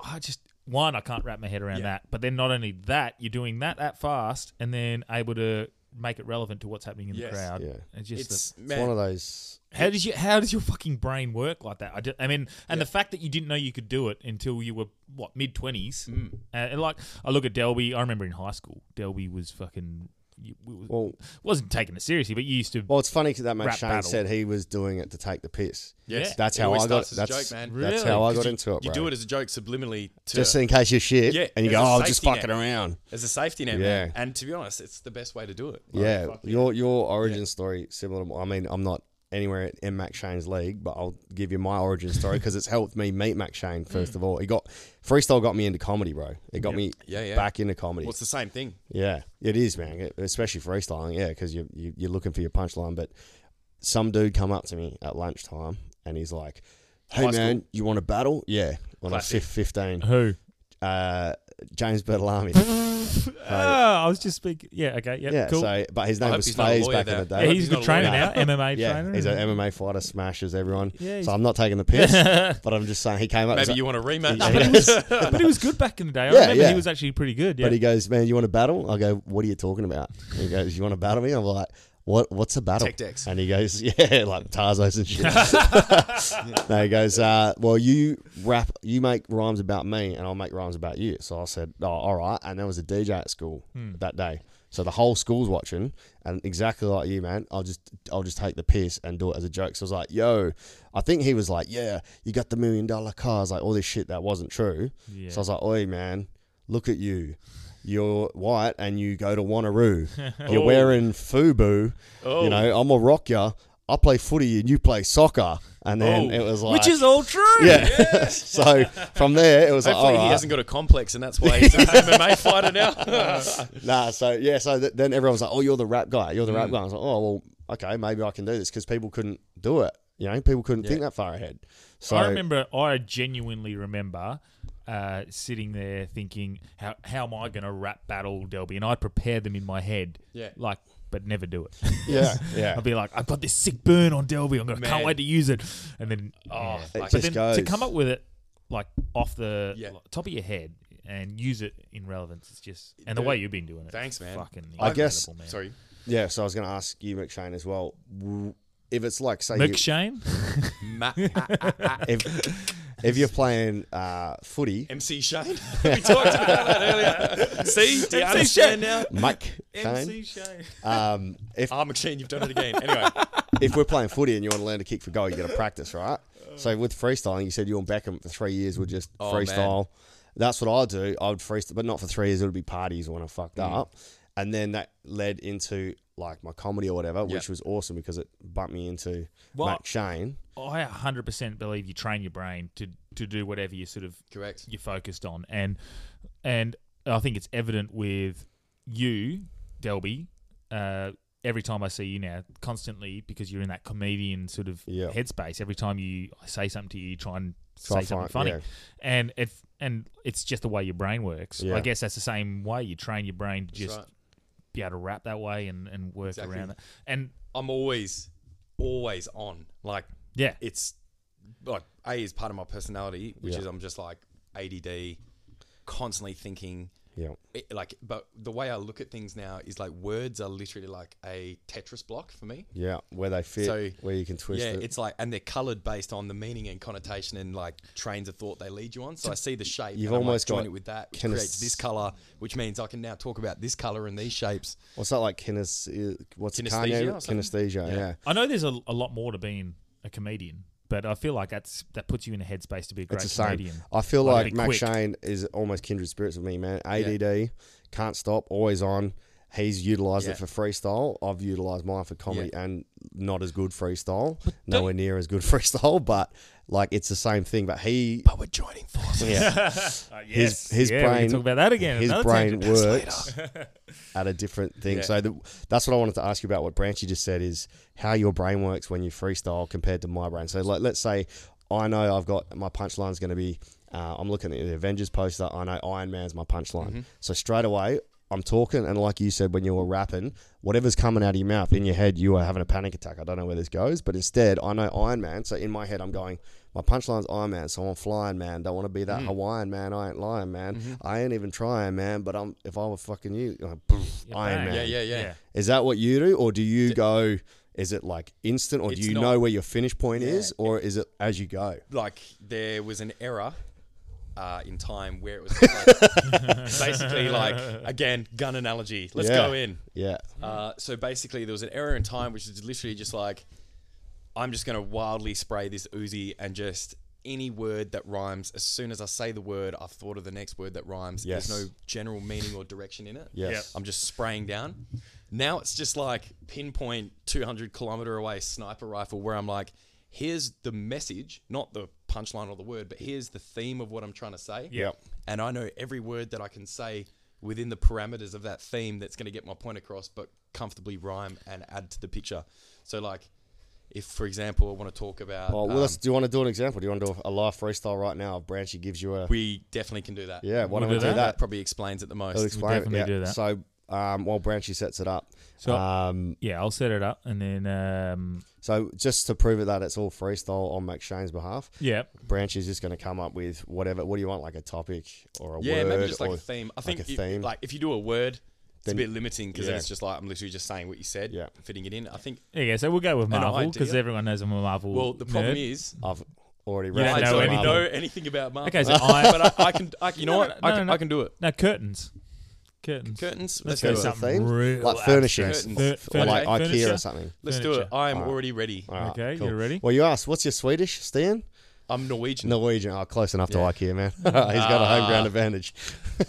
[SPEAKER 1] I just one, I can't wrap my head around
[SPEAKER 4] Yeah.
[SPEAKER 1] that. But then not only that, you're doing that that fast, and then able to make it relevant to what's happening in
[SPEAKER 4] Yes.
[SPEAKER 1] the crowd.
[SPEAKER 2] Yeah.
[SPEAKER 1] It's just
[SPEAKER 4] it's
[SPEAKER 2] It's
[SPEAKER 4] man,
[SPEAKER 2] one of those.
[SPEAKER 1] the- how does you how does your fucking brain work like that? I, ju- I mean, and the fact that you didn't know you could do it until you were what mid twenties,
[SPEAKER 4] Mm.
[SPEAKER 1] and like I look at Delby. I remember in high school, Delby was fucking. You, we-
[SPEAKER 2] Well,
[SPEAKER 1] wasn't taking it seriously, but you used to
[SPEAKER 2] well, it's funny 'cause that mate
[SPEAKER 1] Rap
[SPEAKER 2] Shane
[SPEAKER 1] battle.
[SPEAKER 2] said he was doing it to take the piss.
[SPEAKER 4] Yes. Yeah.
[SPEAKER 2] That's
[SPEAKER 4] It
[SPEAKER 2] how
[SPEAKER 4] always
[SPEAKER 2] I got.
[SPEAKER 4] starts as a
[SPEAKER 2] That's,
[SPEAKER 4] joke, man.
[SPEAKER 2] that's
[SPEAKER 1] Really?
[SPEAKER 2] how I
[SPEAKER 4] 'Cause
[SPEAKER 2] got
[SPEAKER 4] you-
[SPEAKER 2] into it,
[SPEAKER 4] You
[SPEAKER 2] bro.
[SPEAKER 4] do it as a joke subliminally to
[SPEAKER 2] just in case you're shit,
[SPEAKER 4] Yeah,
[SPEAKER 2] and you go,
[SPEAKER 4] as a
[SPEAKER 2] "Oh, I'm just
[SPEAKER 4] safety
[SPEAKER 2] fucking
[SPEAKER 4] net."
[SPEAKER 2] around."
[SPEAKER 4] as a safety net, man.
[SPEAKER 2] Yeah.
[SPEAKER 4] And to be honest, it's the best way to do it.
[SPEAKER 2] yeah, your your origin story similar. to mine. I mean, I'm not anywhere in Mac Shane's league, but I'll give you my origin story because it's helped me meet Mac Shane. First of all, it got freestyle got me into comedy, bro. It got me
[SPEAKER 4] Yeah, yeah.
[SPEAKER 2] back into comedy.
[SPEAKER 4] Well, it's the same thing.
[SPEAKER 2] Yeah, it is, man. It- Especially freestyling, yeah, because you, you you're looking for your punchline. But some dude come up to me at lunchtime and he's like, "Hey,
[SPEAKER 4] High
[SPEAKER 2] man, you want a battle? Yeah, when I was
[SPEAKER 4] Classic.
[SPEAKER 2] fif- fifteen,
[SPEAKER 1] who
[SPEAKER 2] uh, James Bertolami.
[SPEAKER 1] Ah, I was just speaking. Yeah, okay, yep,
[SPEAKER 2] yeah,
[SPEAKER 1] cool.
[SPEAKER 2] so but his
[SPEAKER 4] I
[SPEAKER 2] name
[SPEAKER 4] hope
[SPEAKER 2] was
[SPEAKER 4] he's not a
[SPEAKER 2] Spaze
[SPEAKER 4] lawyer
[SPEAKER 2] back
[SPEAKER 4] there.
[SPEAKER 2] in the
[SPEAKER 1] yeah,
[SPEAKER 2] day.
[SPEAKER 1] he's a good
[SPEAKER 4] he's not a
[SPEAKER 1] trainer now, MMA
[SPEAKER 2] yeah,
[SPEAKER 1] trainer.
[SPEAKER 2] he's an MMA fighter, smashes everyone.
[SPEAKER 1] Yeah, he's-
[SPEAKER 2] so I'm not taking the piss, but I'm just saying he came up.
[SPEAKER 4] Maybe
[SPEAKER 2] so-
[SPEAKER 4] you want a rematch.
[SPEAKER 2] Yeah, he was-
[SPEAKER 1] but he was good back in the day. I
[SPEAKER 2] Yeah,
[SPEAKER 1] remember
[SPEAKER 2] yeah.
[SPEAKER 1] he was actually pretty good. Yeah,
[SPEAKER 2] But he goes, man, you want to battle? I go, what are you talking about? And he goes, you want to battle me? I'm like, what? What's a battle?
[SPEAKER 4] Tech decks.
[SPEAKER 2] And he goes, yeah, like Tarzos and shit. no, he goes, uh, well, you rap, you make rhymes about me, and I'll make rhymes about you. So I said, oh, all right. And there was a DJ at school
[SPEAKER 1] Hmm.
[SPEAKER 2] that day, so the whole school's watching, and exactly like you, man. I'll just, I'll just take the piss and do it as a joke. So I was like, yo, I think he was like, yeah, you got the million dollar cars, like all this shit that wasn't true.
[SPEAKER 1] Yeah.
[SPEAKER 2] So I was like, oi, man, look at you. You're
[SPEAKER 1] Oh.
[SPEAKER 2] white and you go to Wanneroo. You're wearing FUBU. You know, I'm a rocker. I play footy and you play soccer. And then it was like,
[SPEAKER 1] Oh. which is all true.
[SPEAKER 2] yeah. so from there, it was like,
[SPEAKER 4] Hopefully,
[SPEAKER 2] all
[SPEAKER 4] he
[SPEAKER 2] Oh, right.
[SPEAKER 4] hasn't got a complex, and that's why he's an MMA fighter now.
[SPEAKER 2] Nah, so yeah, so th- then everyone's like, "Oh, you're the rap guy. You're the
[SPEAKER 1] Mm.
[SPEAKER 2] rap guy." I was like, "Oh, well, okay, maybe I can do this because people couldn't do it. You know, people couldn't think that far ahead." So
[SPEAKER 1] I remember, I genuinely remember uh, sitting there thinking, how, how am I going to rap battle Delby? And I'd prepare them in my head.
[SPEAKER 4] Yeah.
[SPEAKER 1] Like, but never do it.
[SPEAKER 2] yeah, yeah,
[SPEAKER 1] I'd be like, I've got this sick burn on Delby. I'm gonna can't
[SPEAKER 4] Man.
[SPEAKER 1] wait to use it. And then,
[SPEAKER 4] Oh,
[SPEAKER 1] yeah.
[SPEAKER 4] It
[SPEAKER 1] but
[SPEAKER 2] just
[SPEAKER 1] then
[SPEAKER 2] goes.
[SPEAKER 1] to come up with it like off the
[SPEAKER 4] Yeah.
[SPEAKER 1] like, top of your head and use it in relevance, it's just and the way you've been doing it.
[SPEAKER 4] Thanks,
[SPEAKER 1] it's
[SPEAKER 4] man.
[SPEAKER 1] Fucking
[SPEAKER 2] I guess-
[SPEAKER 1] incredible, man.
[SPEAKER 4] Sorry.
[SPEAKER 2] yeah. So I was going to ask you, McShane, as well. w- If it's like, say, you,
[SPEAKER 1] McShane.
[SPEAKER 4] Ma-
[SPEAKER 2] if, if you're playing uh, footy,
[SPEAKER 4] MC Shane. we talked about that earlier. See, do you understand now?
[SPEAKER 2] Mike, Shane,
[SPEAKER 1] Shane.
[SPEAKER 2] um, if
[SPEAKER 4] Ah, McShane, you've done it again. Anyway,
[SPEAKER 2] if we're playing footy and you want to learn to kick for goal, you got to practice, right? So with freestyling, you said you and Beckham for three years would just
[SPEAKER 4] Oh,
[SPEAKER 2] freestyle. That's what I do. I would freestyle, but not for three years. It would be parties when I fucked
[SPEAKER 4] Mm.
[SPEAKER 2] up, and then that led into like my comedy or whatever, which was awesome because it bumped me into
[SPEAKER 1] Well-
[SPEAKER 2] Mac Shane.
[SPEAKER 1] I 100% believe you train your brain to to do whatever you sort of
[SPEAKER 4] correct.
[SPEAKER 1] you're focused on, and and I think it's evident with you, Delby. Uh, every time I see you now, constantly because you're in that comedian sort of
[SPEAKER 2] Yeah.
[SPEAKER 1] headspace. Every time you I say something to you, you try and
[SPEAKER 2] Try
[SPEAKER 1] say something
[SPEAKER 2] find-
[SPEAKER 1] funny,
[SPEAKER 2] yeah.
[SPEAKER 1] and if and it's just the way your brain works.
[SPEAKER 2] Yeah.
[SPEAKER 1] I guess that's the same way you train your brain to just
[SPEAKER 4] right.
[SPEAKER 1] be able to rap that way and and work
[SPEAKER 4] Exactly.
[SPEAKER 1] around it. And
[SPEAKER 4] I'm always, always on. Like,
[SPEAKER 1] yeah,
[SPEAKER 4] it's like A is part of my personality, which
[SPEAKER 2] Yeah.
[SPEAKER 4] is I'm just like ADD, constantly thinking.
[SPEAKER 2] Yeah,
[SPEAKER 4] It, like, but the way I look at things now is like words are literally like a Tetris block for me.
[SPEAKER 2] yeah, where they fit,
[SPEAKER 4] So,
[SPEAKER 2] where you can twist
[SPEAKER 4] yeah,
[SPEAKER 2] it.
[SPEAKER 4] it's like, and they're coloured based on the meaning and connotation and like trains of thought they lead you on. So I see the shape.
[SPEAKER 2] You've
[SPEAKER 4] and I'm like,
[SPEAKER 2] almost
[SPEAKER 4] join
[SPEAKER 2] got
[SPEAKER 4] it with that, which
[SPEAKER 2] kinda
[SPEAKER 4] creates this
[SPEAKER 2] s-
[SPEAKER 4] colour, which means I can now talk about this colour and these shapes.
[SPEAKER 2] What's that like? Kines- what's it,
[SPEAKER 4] Kinesthesia or
[SPEAKER 2] Kanye?
[SPEAKER 4] something?
[SPEAKER 2] Kinesthesia. Yeah.
[SPEAKER 1] I know there's a, a lot more to being a comedian, but I feel like that's that puts you in a headspace to be a great
[SPEAKER 2] It's the same.
[SPEAKER 1] comedian.
[SPEAKER 2] I feel
[SPEAKER 1] Like,
[SPEAKER 2] like,
[SPEAKER 1] be
[SPEAKER 2] Mac
[SPEAKER 1] quick.
[SPEAKER 2] Shane is almost kindred spirits with me, man. ADD, can't stop, always on. He's utilized it
[SPEAKER 4] Yeah.
[SPEAKER 2] for freestyle. I've utilized mine for comedy and not as good freestyle, nowhere near as good freestyle, but like it's the same thing. But he,
[SPEAKER 4] But we're joining forces.
[SPEAKER 2] yeah,
[SPEAKER 1] Uh,
[SPEAKER 2] his, his
[SPEAKER 1] yeah, we
[SPEAKER 2] brain,
[SPEAKER 1] can talk about that again.
[SPEAKER 2] his
[SPEAKER 1] another
[SPEAKER 2] brain
[SPEAKER 1] tangent.
[SPEAKER 2] works at a different thing.
[SPEAKER 4] Yeah.
[SPEAKER 2] So the, that's what I wanted to ask you about. What Branchy just said is how your brain works when you freestyle compared to my brain. So like, let's say I know I've got my punchline's going to be. Uh, I'm looking at the Avengers poster. I know Iron Man's my punchline.
[SPEAKER 1] Mm-hmm.
[SPEAKER 2] So straight away. I'm talking, and like you said when you were rapping, whatever's coming out of your mouth in your head, you are having a panic attack. I don't know where this goes, but instead, I know Iron Man. So in my head, I'm going, my punchline's Iron Man, so I'm flying man. Don't want to be that
[SPEAKER 4] Mm.
[SPEAKER 2] Hawaiian man. I ain't lying, man.
[SPEAKER 4] Mm-hmm.
[SPEAKER 2] I ain't even trying, man. But I'm if I were fucking you, like, Iron
[SPEAKER 1] bang.
[SPEAKER 2] Man.
[SPEAKER 4] Yeah, yeah, yeah.
[SPEAKER 1] Yeah.
[SPEAKER 2] Is that what you do, or do you go? Is it like instant, or do
[SPEAKER 4] It's
[SPEAKER 2] you
[SPEAKER 4] not-
[SPEAKER 2] know where your finish point is, or is it as you go?
[SPEAKER 4] Like, there was an error. Uh, in time where it was just like, basically like again gun analogy let's
[SPEAKER 2] Yeah.
[SPEAKER 4] go in
[SPEAKER 2] Yeah,
[SPEAKER 4] Uh, so basically, there was an error in time, which is literally just like, I'm just going to wildly spray this Uzi and just any word that rhymes. As soon as I say the word, I've thought of the next word that rhymes.
[SPEAKER 2] Yes.
[SPEAKER 4] There's no general meaning or direction in it.
[SPEAKER 2] yes,
[SPEAKER 4] I'm just spraying down. Now it's just like pinpoint 200 kilometer away sniper rifle, where I'm like, here's the message, not the punchline or the word, but here's the theme of what I'm trying to say.
[SPEAKER 1] Yeah.
[SPEAKER 2] Yep.
[SPEAKER 4] And I know every word that I can say within the parameters of that theme that's going to get my point across, but comfortably rhyme and add to the picture. So, like, if, for example, I want to talk about.
[SPEAKER 2] Oh, well,
[SPEAKER 4] um,
[SPEAKER 2] let's, do you want to do an example? Do you want to do a live freestyle right now? If Branchy gives you a
[SPEAKER 4] we definitely can do that.
[SPEAKER 2] yeah, why
[SPEAKER 1] We'll
[SPEAKER 2] don't we
[SPEAKER 1] do
[SPEAKER 2] do
[SPEAKER 1] that.
[SPEAKER 2] that?
[SPEAKER 4] That probably explains it the
[SPEAKER 2] It'll
[SPEAKER 4] most.
[SPEAKER 2] explain it,
[SPEAKER 1] definitely
[SPEAKER 2] yeah.
[SPEAKER 1] do that.
[SPEAKER 2] So um, while Branchy sets it up,
[SPEAKER 1] So-
[SPEAKER 2] um,
[SPEAKER 1] Yeah, I'll set it up and then um,
[SPEAKER 2] so just to prove it that it's all freestyle on Max Shane's behalf,
[SPEAKER 1] yeah,
[SPEAKER 2] Branch is just going to come up with whatever. What do you want, like a topic or a
[SPEAKER 4] Yeah,
[SPEAKER 2] word?
[SPEAKER 4] maybe just like
[SPEAKER 2] or-
[SPEAKER 4] a theme. I
[SPEAKER 2] like
[SPEAKER 4] think
[SPEAKER 2] a
[SPEAKER 4] if-
[SPEAKER 2] theme.
[SPEAKER 4] like if you do a word, it's
[SPEAKER 2] Then-
[SPEAKER 4] a bit limiting because
[SPEAKER 2] yeah.
[SPEAKER 4] it's just like I'm literally just saying what you said,
[SPEAKER 2] Yeah.
[SPEAKER 4] fitting it in. I think.
[SPEAKER 1] there you go. So we'll go with
[SPEAKER 4] An
[SPEAKER 1] Marvel because
[SPEAKER 4] idea?
[SPEAKER 1] everyone knows I'm a Marvel.
[SPEAKER 4] Well, the problem
[SPEAKER 1] nerd.
[SPEAKER 4] is
[SPEAKER 2] I've already
[SPEAKER 1] don't
[SPEAKER 4] I
[SPEAKER 2] read. um,
[SPEAKER 1] know
[SPEAKER 4] don't
[SPEAKER 1] any-
[SPEAKER 4] know anything about Marvel.
[SPEAKER 1] Okay, so I-
[SPEAKER 4] but I, I can. I, you know
[SPEAKER 1] No,
[SPEAKER 4] what?
[SPEAKER 1] no,
[SPEAKER 4] I,
[SPEAKER 1] no,
[SPEAKER 4] can,
[SPEAKER 1] no.
[SPEAKER 4] I can do it.
[SPEAKER 1] no curtains, curtains.
[SPEAKER 4] Curtains.
[SPEAKER 1] Let's
[SPEAKER 4] Let's,
[SPEAKER 1] go
[SPEAKER 4] do it.
[SPEAKER 1] something
[SPEAKER 2] Themes?
[SPEAKER 1] real
[SPEAKER 2] like furnishings,
[SPEAKER 4] abstract.
[SPEAKER 1] Fur-
[SPEAKER 2] or like
[SPEAKER 1] furniture,
[SPEAKER 2] IKEA
[SPEAKER 1] furniture.
[SPEAKER 2] or something.
[SPEAKER 4] Let's do
[SPEAKER 1] Furniture.
[SPEAKER 4] it. I am already ready.
[SPEAKER 2] All right,
[SPEAKER 1] Okay, you ready?
[SPEAKER 2] Well, you asked, what's your Swedish, Stan?
[SPEAKER 4] I'm Norwegian.
[SPEAKER 2] Norwegian. Oh, close enough to IKEA, man. He's got a home ground advantage.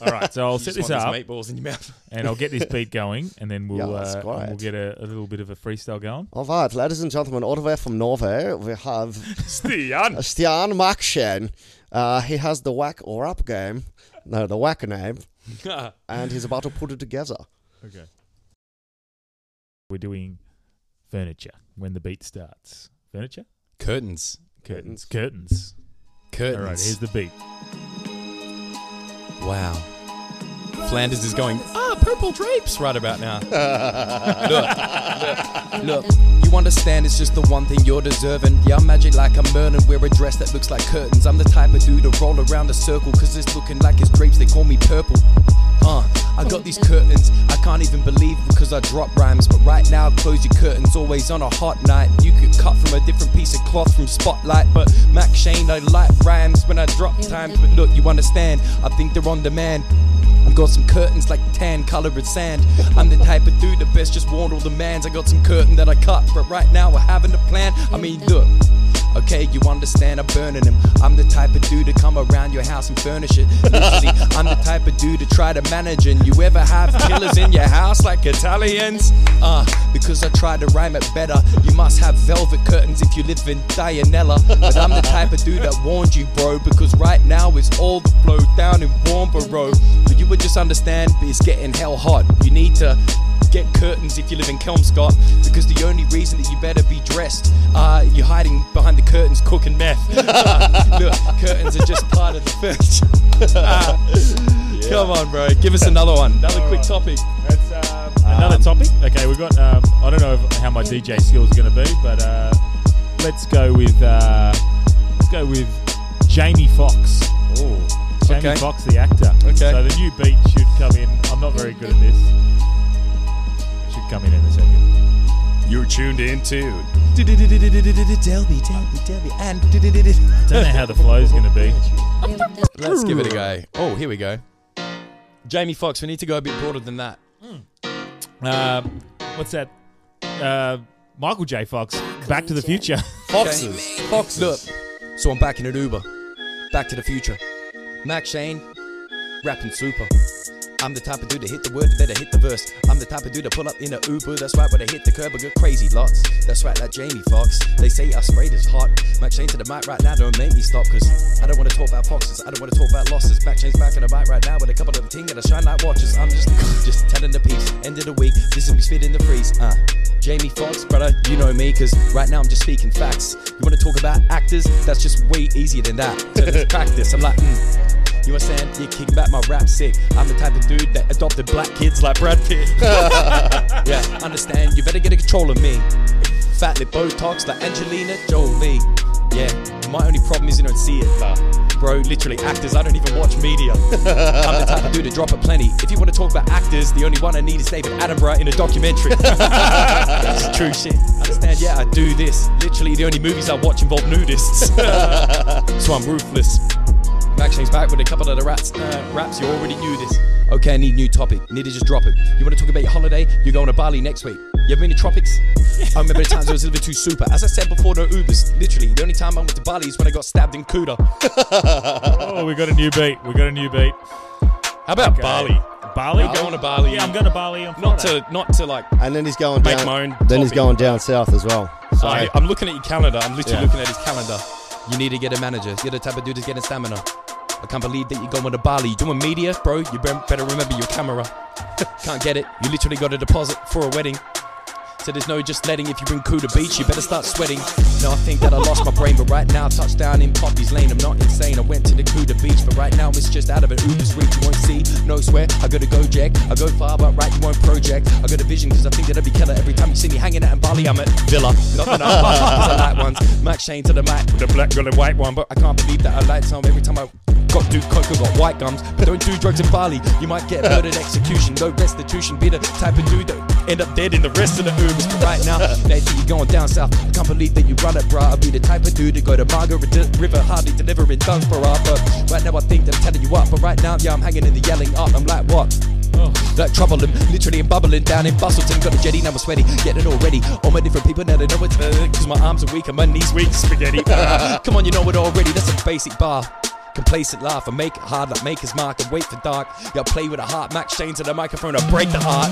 [SPEAKER 1] All right, so I'll
[SPEAKER 4] You
[SPEAKER 1] set this
[SPEAKER 4] just want
[SPEAKER 1] up
[SPEAKER 4] these meatballs in your mouth.
[SPEAKER 1] and I'll get this beat going, and then we'll
[SPEAKER 2] Yeah,
[SPEAKER 1] uh,
[SPEAKER 2] that's
[SPEAKER 1] and we'll
[SPEAKER 2] great.
[SPEAKER 1] get a, a little bit of a freestyle going.
[SPEAKER 2] Alright, ladies and gentlemen, all the way from Norway, we have
[SPEAKER 1] Stian.
[SPEAKER 2] Stian Makshen. Uh, he has the whack or up game. No, the whack name. And he's about to put it together.
[SPEAKER 1] Okay. We're doing furniture when the beat starts. Furniture,
[SPEAKER 4] Curtains.
[SPEAKER 1] curtains,
[SPEAKER 2] Curtains.
[SPEAKER 1] curtains.
[SPEAKER 4] Curtains.
[SPEAKER 1] All right, here's the beat.
[SPEAKER 4] Wow. Flanders is going, ah, purple drapes right about now.
[SPEAKER 5] Look, you understand it's just the one thing you're deserving. Yeah, I'm magic like I'm Merlin. Wear a dress that looks like curtains. I'm the type of dude to roll around a circle, cause it's looking like it's drapes, they call me purple. Uh, I got these curtains, I can't even believe because I drop rhymes. But right now, close your curtains, always on a hot night. You could cut from a different piece of cloth from Spotlight. But Mac Shane, I like rhymes when I drop times. But look, you understand, I think they're on demand. I got some curtains like tan colored sand. I'm the type of dude that best just warn all demands. I got some curtain that I cut, but right now we're having a plan. I mean, look, okay, you understand I'm burning him. I'm the type of dude to come around your house and furnish it. Literally, I'm the type of dude to try to manage. And you ever have killers in your house like Italians? Uh, because I tried to rhyme it better. You must have velvet curtains if you live in Dianella. But I'm the type of dude that warned you, bro, because right now it's all the flow down in Warmborough. But you would just understand it's getting hell hot. You need to get curtains if you live in Kelmscott, because the only reason that you better be dressed, uh, you're hiding behind the curtains cooking meth. Uh, look, curtains are just part of the furniture. Uh, Come on, bro, give us another one, another quick topic.
[SPEAKER 1] That's um, another topic. Okay, we've got. Um, I don't know if, how my DJ skills are going to be, but uh, let's go with uh, let's go with Jamie Fox. Oh, Jamie
[SPEAKER 5] Okay.
[SPEAKER 1] Fox, the actor.
[SPEAKER 5] Okay.
[SPEAKER 1] So the new beat should come in. I'm not very good at this. It should come in in a second.
[SPEAKER 6] You're tuned in to
[SPEAKER 5] Tell me, tell me, tell me, and.
[SPEAKER 1] Don't know how the flow is going to be.
[SPEAKER 4] Let's give it a go. Oh, here we go. Jamie Foxx, we need to go a bit broader than that.
[SPEAKER 1] Um, what's that? Uh, Michael J. Fox, Back to the Future.
[SPEAKER 5] Foxes. Foxes. Look, so I'm back in an Uber. Back to the future. Mac Shane, rapping super. I'm the type of dude to hit the word, better hit the verse. I'm the type of dude to pull up in a Uber. That's right, when I hit the curb, I get crazy lots. That's right, like Jamie Fox. They say I sprayed as hot. Mac Shane to the mic right now, don't make me stop, cause I don't wanna talk about foxes. I don't wanna talk about losses. Mac Shane's back in the mic right now with a couple of them ting and a shine like watches. I'm just just telling the peeps. End of the week, this will be spit in the freeze. Uh, Jamie Fox, brother, you know me, cause right now I'm just speaking facts. You wanna talk about actors? That's just way easier than that. So let's practice. I'm like, mm. You understand? You're kicking back my rap sick. I'm the type of dude that adopted black kids like Brad Pitt. yeah, understand? You better get a control of me. Fat lip Botox like Angelina Jolie. Yeah, my only problem is you don't see it. Bro, literally, actors, I don't even watch media. I'm the type of dude to drop it plenty. If you want to talk about actors, the only one I need is David Attenborough in a documentary. That's true shit. Understand? Yeah, I do this. Literally, the only movies I watch involve nudists. so I'm ruthless. Mac Shane's back with a couple of the rats, uh, raps. You already knew this. Okay, I need new topic. Need to just drop it. You want to talk about your holiday? You're going to Bali next week. You ever been to tropics? I remember the times I was a little bit too super. As I said before, no Ubers. Literally, the only time I went to Bali is when I got stabbed in Kuta.
[SPEAKER 1] Oh, we got a new beat. We got a new beat.
[SPEAKER 4] How about
[SPEAKER 1] Okay.
[SPEAKER 4] Bali?
[SPEAKER 1] Bali.
[SPEAKER 4] I'm going to Bali.
[SPEAKER 1] Yeah, I'm going to Bali. On
[SPEAKER 4] Not
[SPEAKER 1] Friday.
[SPEAKER 4] to, not to like.
[SPEAKER 2] And then he's going
[SPEAKER 4] Make
[SPEAKER 2] down.
[SPEAKER 4] my own
[SPEAKER 2] then he's
[SPEAKER 4] topic.
[SPEAKER 2] going down south as well. So
[SPEAKER 4] I, I'm looking at your calendar. I'm literally
[SPEAKER 2] Yeah.
[SPEAKER 4] looking at his calendar.
[SPEAKER 5] You need to get a manager. You're the type of dude that's getting stamina. I can't believe that you're going to Bali. You doing media, bro? You be- better remember your camera. can't get it. You literally got a deposit for a wedding. So there's no just letting if you bring Kuda Beach, you better start sweating. No, I think that I lost my brain, but right now, touchdown in Poppy's Lane. I'm not insane. I went to the Kuda Beach, but right now it's just out of an Uber's reach. You won't see, no swear. I gotta go, Jack. I go far, but right, you won't project. I got a vision, cause I think that I'd be killer every time you see me hanging out in Bali. I'm at Villa. Not that I'm the light ones. Max Shane to the mic with a black girl and white one, but I can't believe that I light some every time I Got do coke, I got white gums. But don't do drugs in Bali. You might get murdered, execution, no restitution. Be the type of dude that end up dead in the rest of the Ubers. But right now, they think you're going down south. I can't believe that you run it, bruh. I'll be the type of dude to go to Margaret D- River, hardly delivering Dunsborough. But right now, I think they're telling you up. But right now, yeah, I'm hanging in the yelling up. I'm like, what?
[SPEAKER 4] Oh.
[SPEAKER 5] Like trouble him, literally I'm bubbling down in Bustleton. Got a jetty, now I'm sweaty, getting already. All my different people now they know it's because my arms are weak and my knees weak. Spaghetti. Come on, you know it already. That's a basic bar. Complacent laugh and make it hard like maker's mark and wait for dark. Yeah, I play with a heart, Max Shane's at the microphone, I break the heart.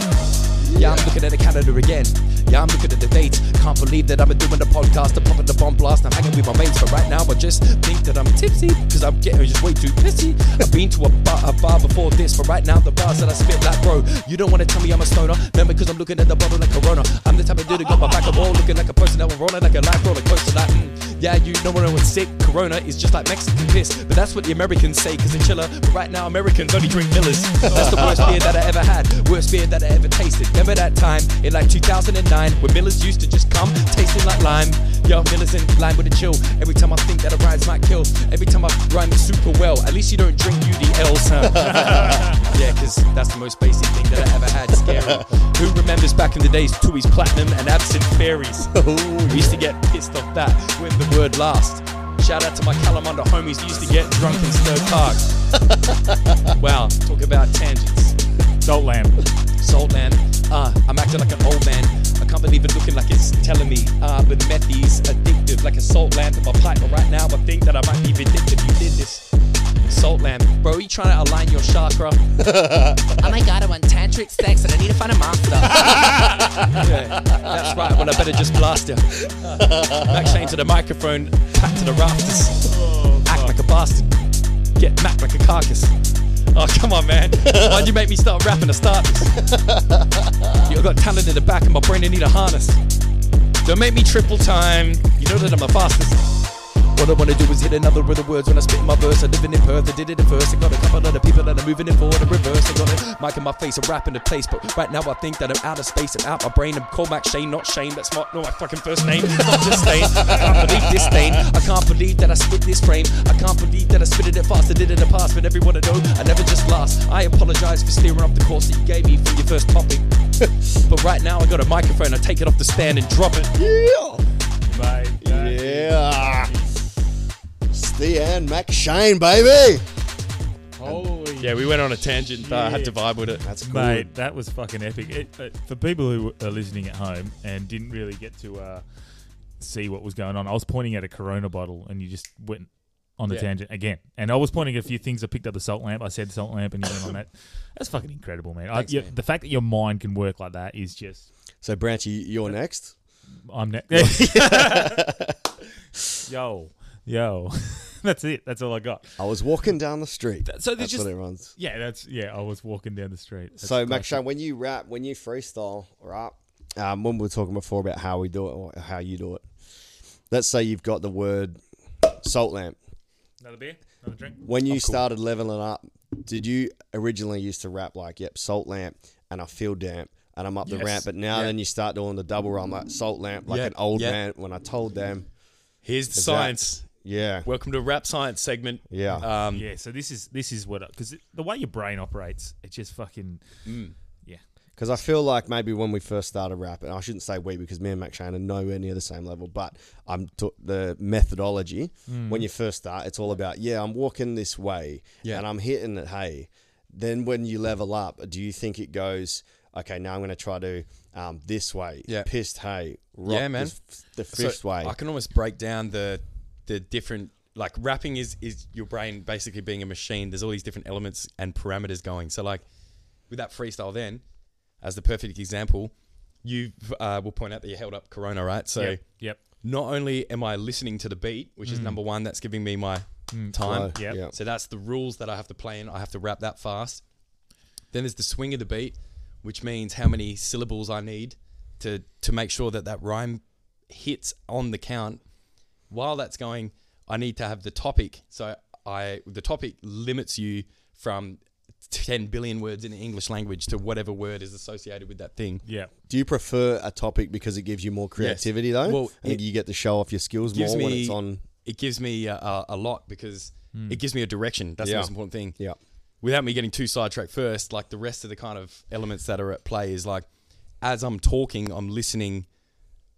[SPEAKER 5] Yeah, I'm looking at the calendar again. Yeah, I'm looking at the dates. Can't believe that I've been doing the podcast, the popping the bomb blast. I'm hanging with my mates, but right now I just think that I'm tipsy because I'm getting just way too pissy. I've been to a bar, a bar before this, but right now the bars that I spit like, bro, you don't want to tell me I'm a stoner. Remember, because I'm looking at the bottle like Corona. I'm the type of dude that got my back a wall, looking like a person that was rolling like a life roller coaster. Like, mm, yeah, you know when I was sick, Corona is just like Mexican piss, but that's what the Americans say because they're chiller. But right now, Americans only drink Millers. That's the worst beer that I ever had, worst beer that I ever tasted. Remember that time in like 2009 when Millers used to just come tasting like lime. Yo, Millers in lime with a chill. Every time I think that a rhymes might kill, every time I rhyme it super well. At least you don't drink UDLs, huh? yeah, because that's the most basic thing that I ever had. Scary. Who remembers back in the days, Tui's Platinum and Absinthe Fairies? we used to get pissed off that with the word last. Shout out to my Calamunda homies who used to get drunk in Stowe Park. wow, talk about tangents.
[SPEAKER 1] Salt lamb.
[SPEAKER 5] Salt man, uh, I'm acting like an old man. I can't believe it looking like it's telling me. Uh, but methy's addictive, like a salt lamp in my pipe. But right now, I think that I might be vindictive. You did this. Salt lamp. Bro, you trying to align your chakra?
[SPEAKER 7] Oh my god, I want tantric sex and I need to find a master.
[SPEAKER 5] Yeah, that's right. Well, I better just blast you. Back chain to the microphone, packed to the rafters. Act like a bastard. Get macked like a carcass. Oh, come on, man. Why'd you make me start rapping to start this? you got talent in the back of my brain, I need a harness. Don't make me triple time. You know that I'm the fastest. What I wanna do is hit another with the words when I spit my verse. I'm living in Perth, I did it at first. I got a couple other people that are moving it forward and reverse. I got a mic in my face, I'm rapping the place. But right now I think that I'm out of space, I'm out my brain. I'm Cormac Shane, not Shane. That's not no my fucking first name. Not just Stain. I can't believe this stain. I can't believe that I spit this frame. I can't believe that I spit it fast. I did it in the past, but everyone I know, I never just last. I apologize for steering up the course that you gave me from your first topic. but right now I got a microphone, I take it off the stand and drop it.
[SPEAKER 1] Bye.
[SPEAKER 2] Yeah. Stian McShane, baby.
[SPEAKER 1] Holy
[SPEAKER 4] Yeah, we went on a tangent, but I had to vibe with it.
[SPEAKER 2] That's cool.
[SPEAKER 1] Mate, that was fucking epic. It, it, for people who are listening at home and didn't really get to uh, see what was going on, I was pointing at a Corona bottle and you just went on the
[SPEAKER 4] Yeah.
[SPEAKER 1] tangent again. And I was pointing at a few things. I picked up the salt lamp. I said salt lamp and you went on that. That's fucking incredible, man. I,
[SPEAKER 4] Thanks,
[SPEAKER 1] you,
[SPEAKER 4] man.
[SPEAKER 1] The fact that your mind can work like that is just.
[SPEAKER 2] So, Branchy, you're next.
[SPEAKER 1] I'm ne- Yo, yo. That's it. That's all I got.
[SPEAKER 2] I was walking down the street.
[SPEAKER 1] That- so there's
[SPEAKER 2] That's
[SPEAKER 1] just-
[SPEAKER 2] what everyone's.
[SPEAKER 1] Yeah, that's. Yeah, I was walking down the street. That's
[SPEAKER 2] So,
[SPEAKER 1] classic.
[SPEAKER 2] McShane, when you rap, when you freestyle, right? Um, when we were talking before about how we do it or how you do it, let's say you've got the word salt lamp.
[SPEAKER 1] Another beer? Another drink?
[SPEAKER 2] When you started leveling up, did you originally used to rap like, yep, salt lamp and I feel damp and I'm up the
[SPEAKER 4] Yes.
[SPEAKER 2] ramp? But now
[SPEAKER 4] Yeah.
[SPEAKER 2] then you start doing the double rhyme like salt lamp, like
[SPEAKER 4] Yeah.
[SPEAKER 2] an old
[SPEAKER 4] Yeah.
[SPEAKER 2] man when I told them.
[SPEAKER 4] Here's the
[SPEAKER 2] Is that-
[SPEAKER 4] science.
[SPEAKER 2] Yeah.
[SPEAKER 4] Welcome to Rap Science segment.
[SPEAKER 2] Yeah.
[SPEAKER 4] Um,
[SPEAKER 1] Yeah, so this is this is what because the way your brain operates, it just fucking
[SPEAKER 4] Mm.
[SPEAKER 1] yeah.
[SPEAKER 2] Because I feel like maybe when we first started rapping, I shouldn't say we because me and McShane are nowhere near the same level, but I'm t- the methodology.
[SPEAKER 4] Hmm.
[SPEAKER 2] When you first start, it's all about, yeah, I'm walking this way
[SPEAKER 4] Yeah.
[SPEAKER 2] and I'm hitting it, hey. Then when you level up, do you think it goes, okay, now I'm going to try to um, this way,
[SPEAKER 4] Yeah.
[SPEAKER 2] pissed, hey, rock
[SPEAKER 4] Yeah, man.
[SPEAKER 2] this f- the
[SPEAKER 4] so
[SPEAKER 2] fifth way?
[SPEAKER 4] I can almost break down the the different like rapping is is your brain basically being a machine. There's all these different elements and parameters going. So like with that freestyle, then as the perfect example, you uh, will point out that you held up Corona, right? So
[SPEAKER 1] Yep. Yep.
[SPEAKER 4] not only am I listening to the beat, which is number one, that's giving me my time.
[SPEAKER 2] Flow,
[SPEAKER 1] Yep.
[SPEAKER 2] yeah.
[SPEAKER 4] So that's the rules that I have to play in. I have to rap that fast. Then there's the swing of the beat, which means how many syllables I need to to make sure that that rhyme hits on the count. While that's going, I need to have the topic. So I the topic limits you from 10 billion words in the English language to whatever word is associated with that thing.
[SPEAKER 1] Yeah.
[SPEAKER 2] Do you prefer a topic because it gives you more creativity, though?
[SPEAKER 4] Well,
[SPEAKER 2] I think
[SPEAKER 4] it
[SPEAKER 2] you get to show off your skills
[SPEAKER 4] gives
[SPEAKER 2] more when
[SPEAKER 4] me-
[SPEAKER 2] it's on. Hmm.
[SPEAKER 4] It gives me uh, a, a lot because it gives me a direction. That's
[SPEAKER 2] Yeah.
[SPEAKER 4] the most important thing.
[SPEAKER 2] Yeah.
[SPEAKER 4] without me getting too sidetracked first, like the rest of the kind of elements that are at play is like as I'm talking, I'm listening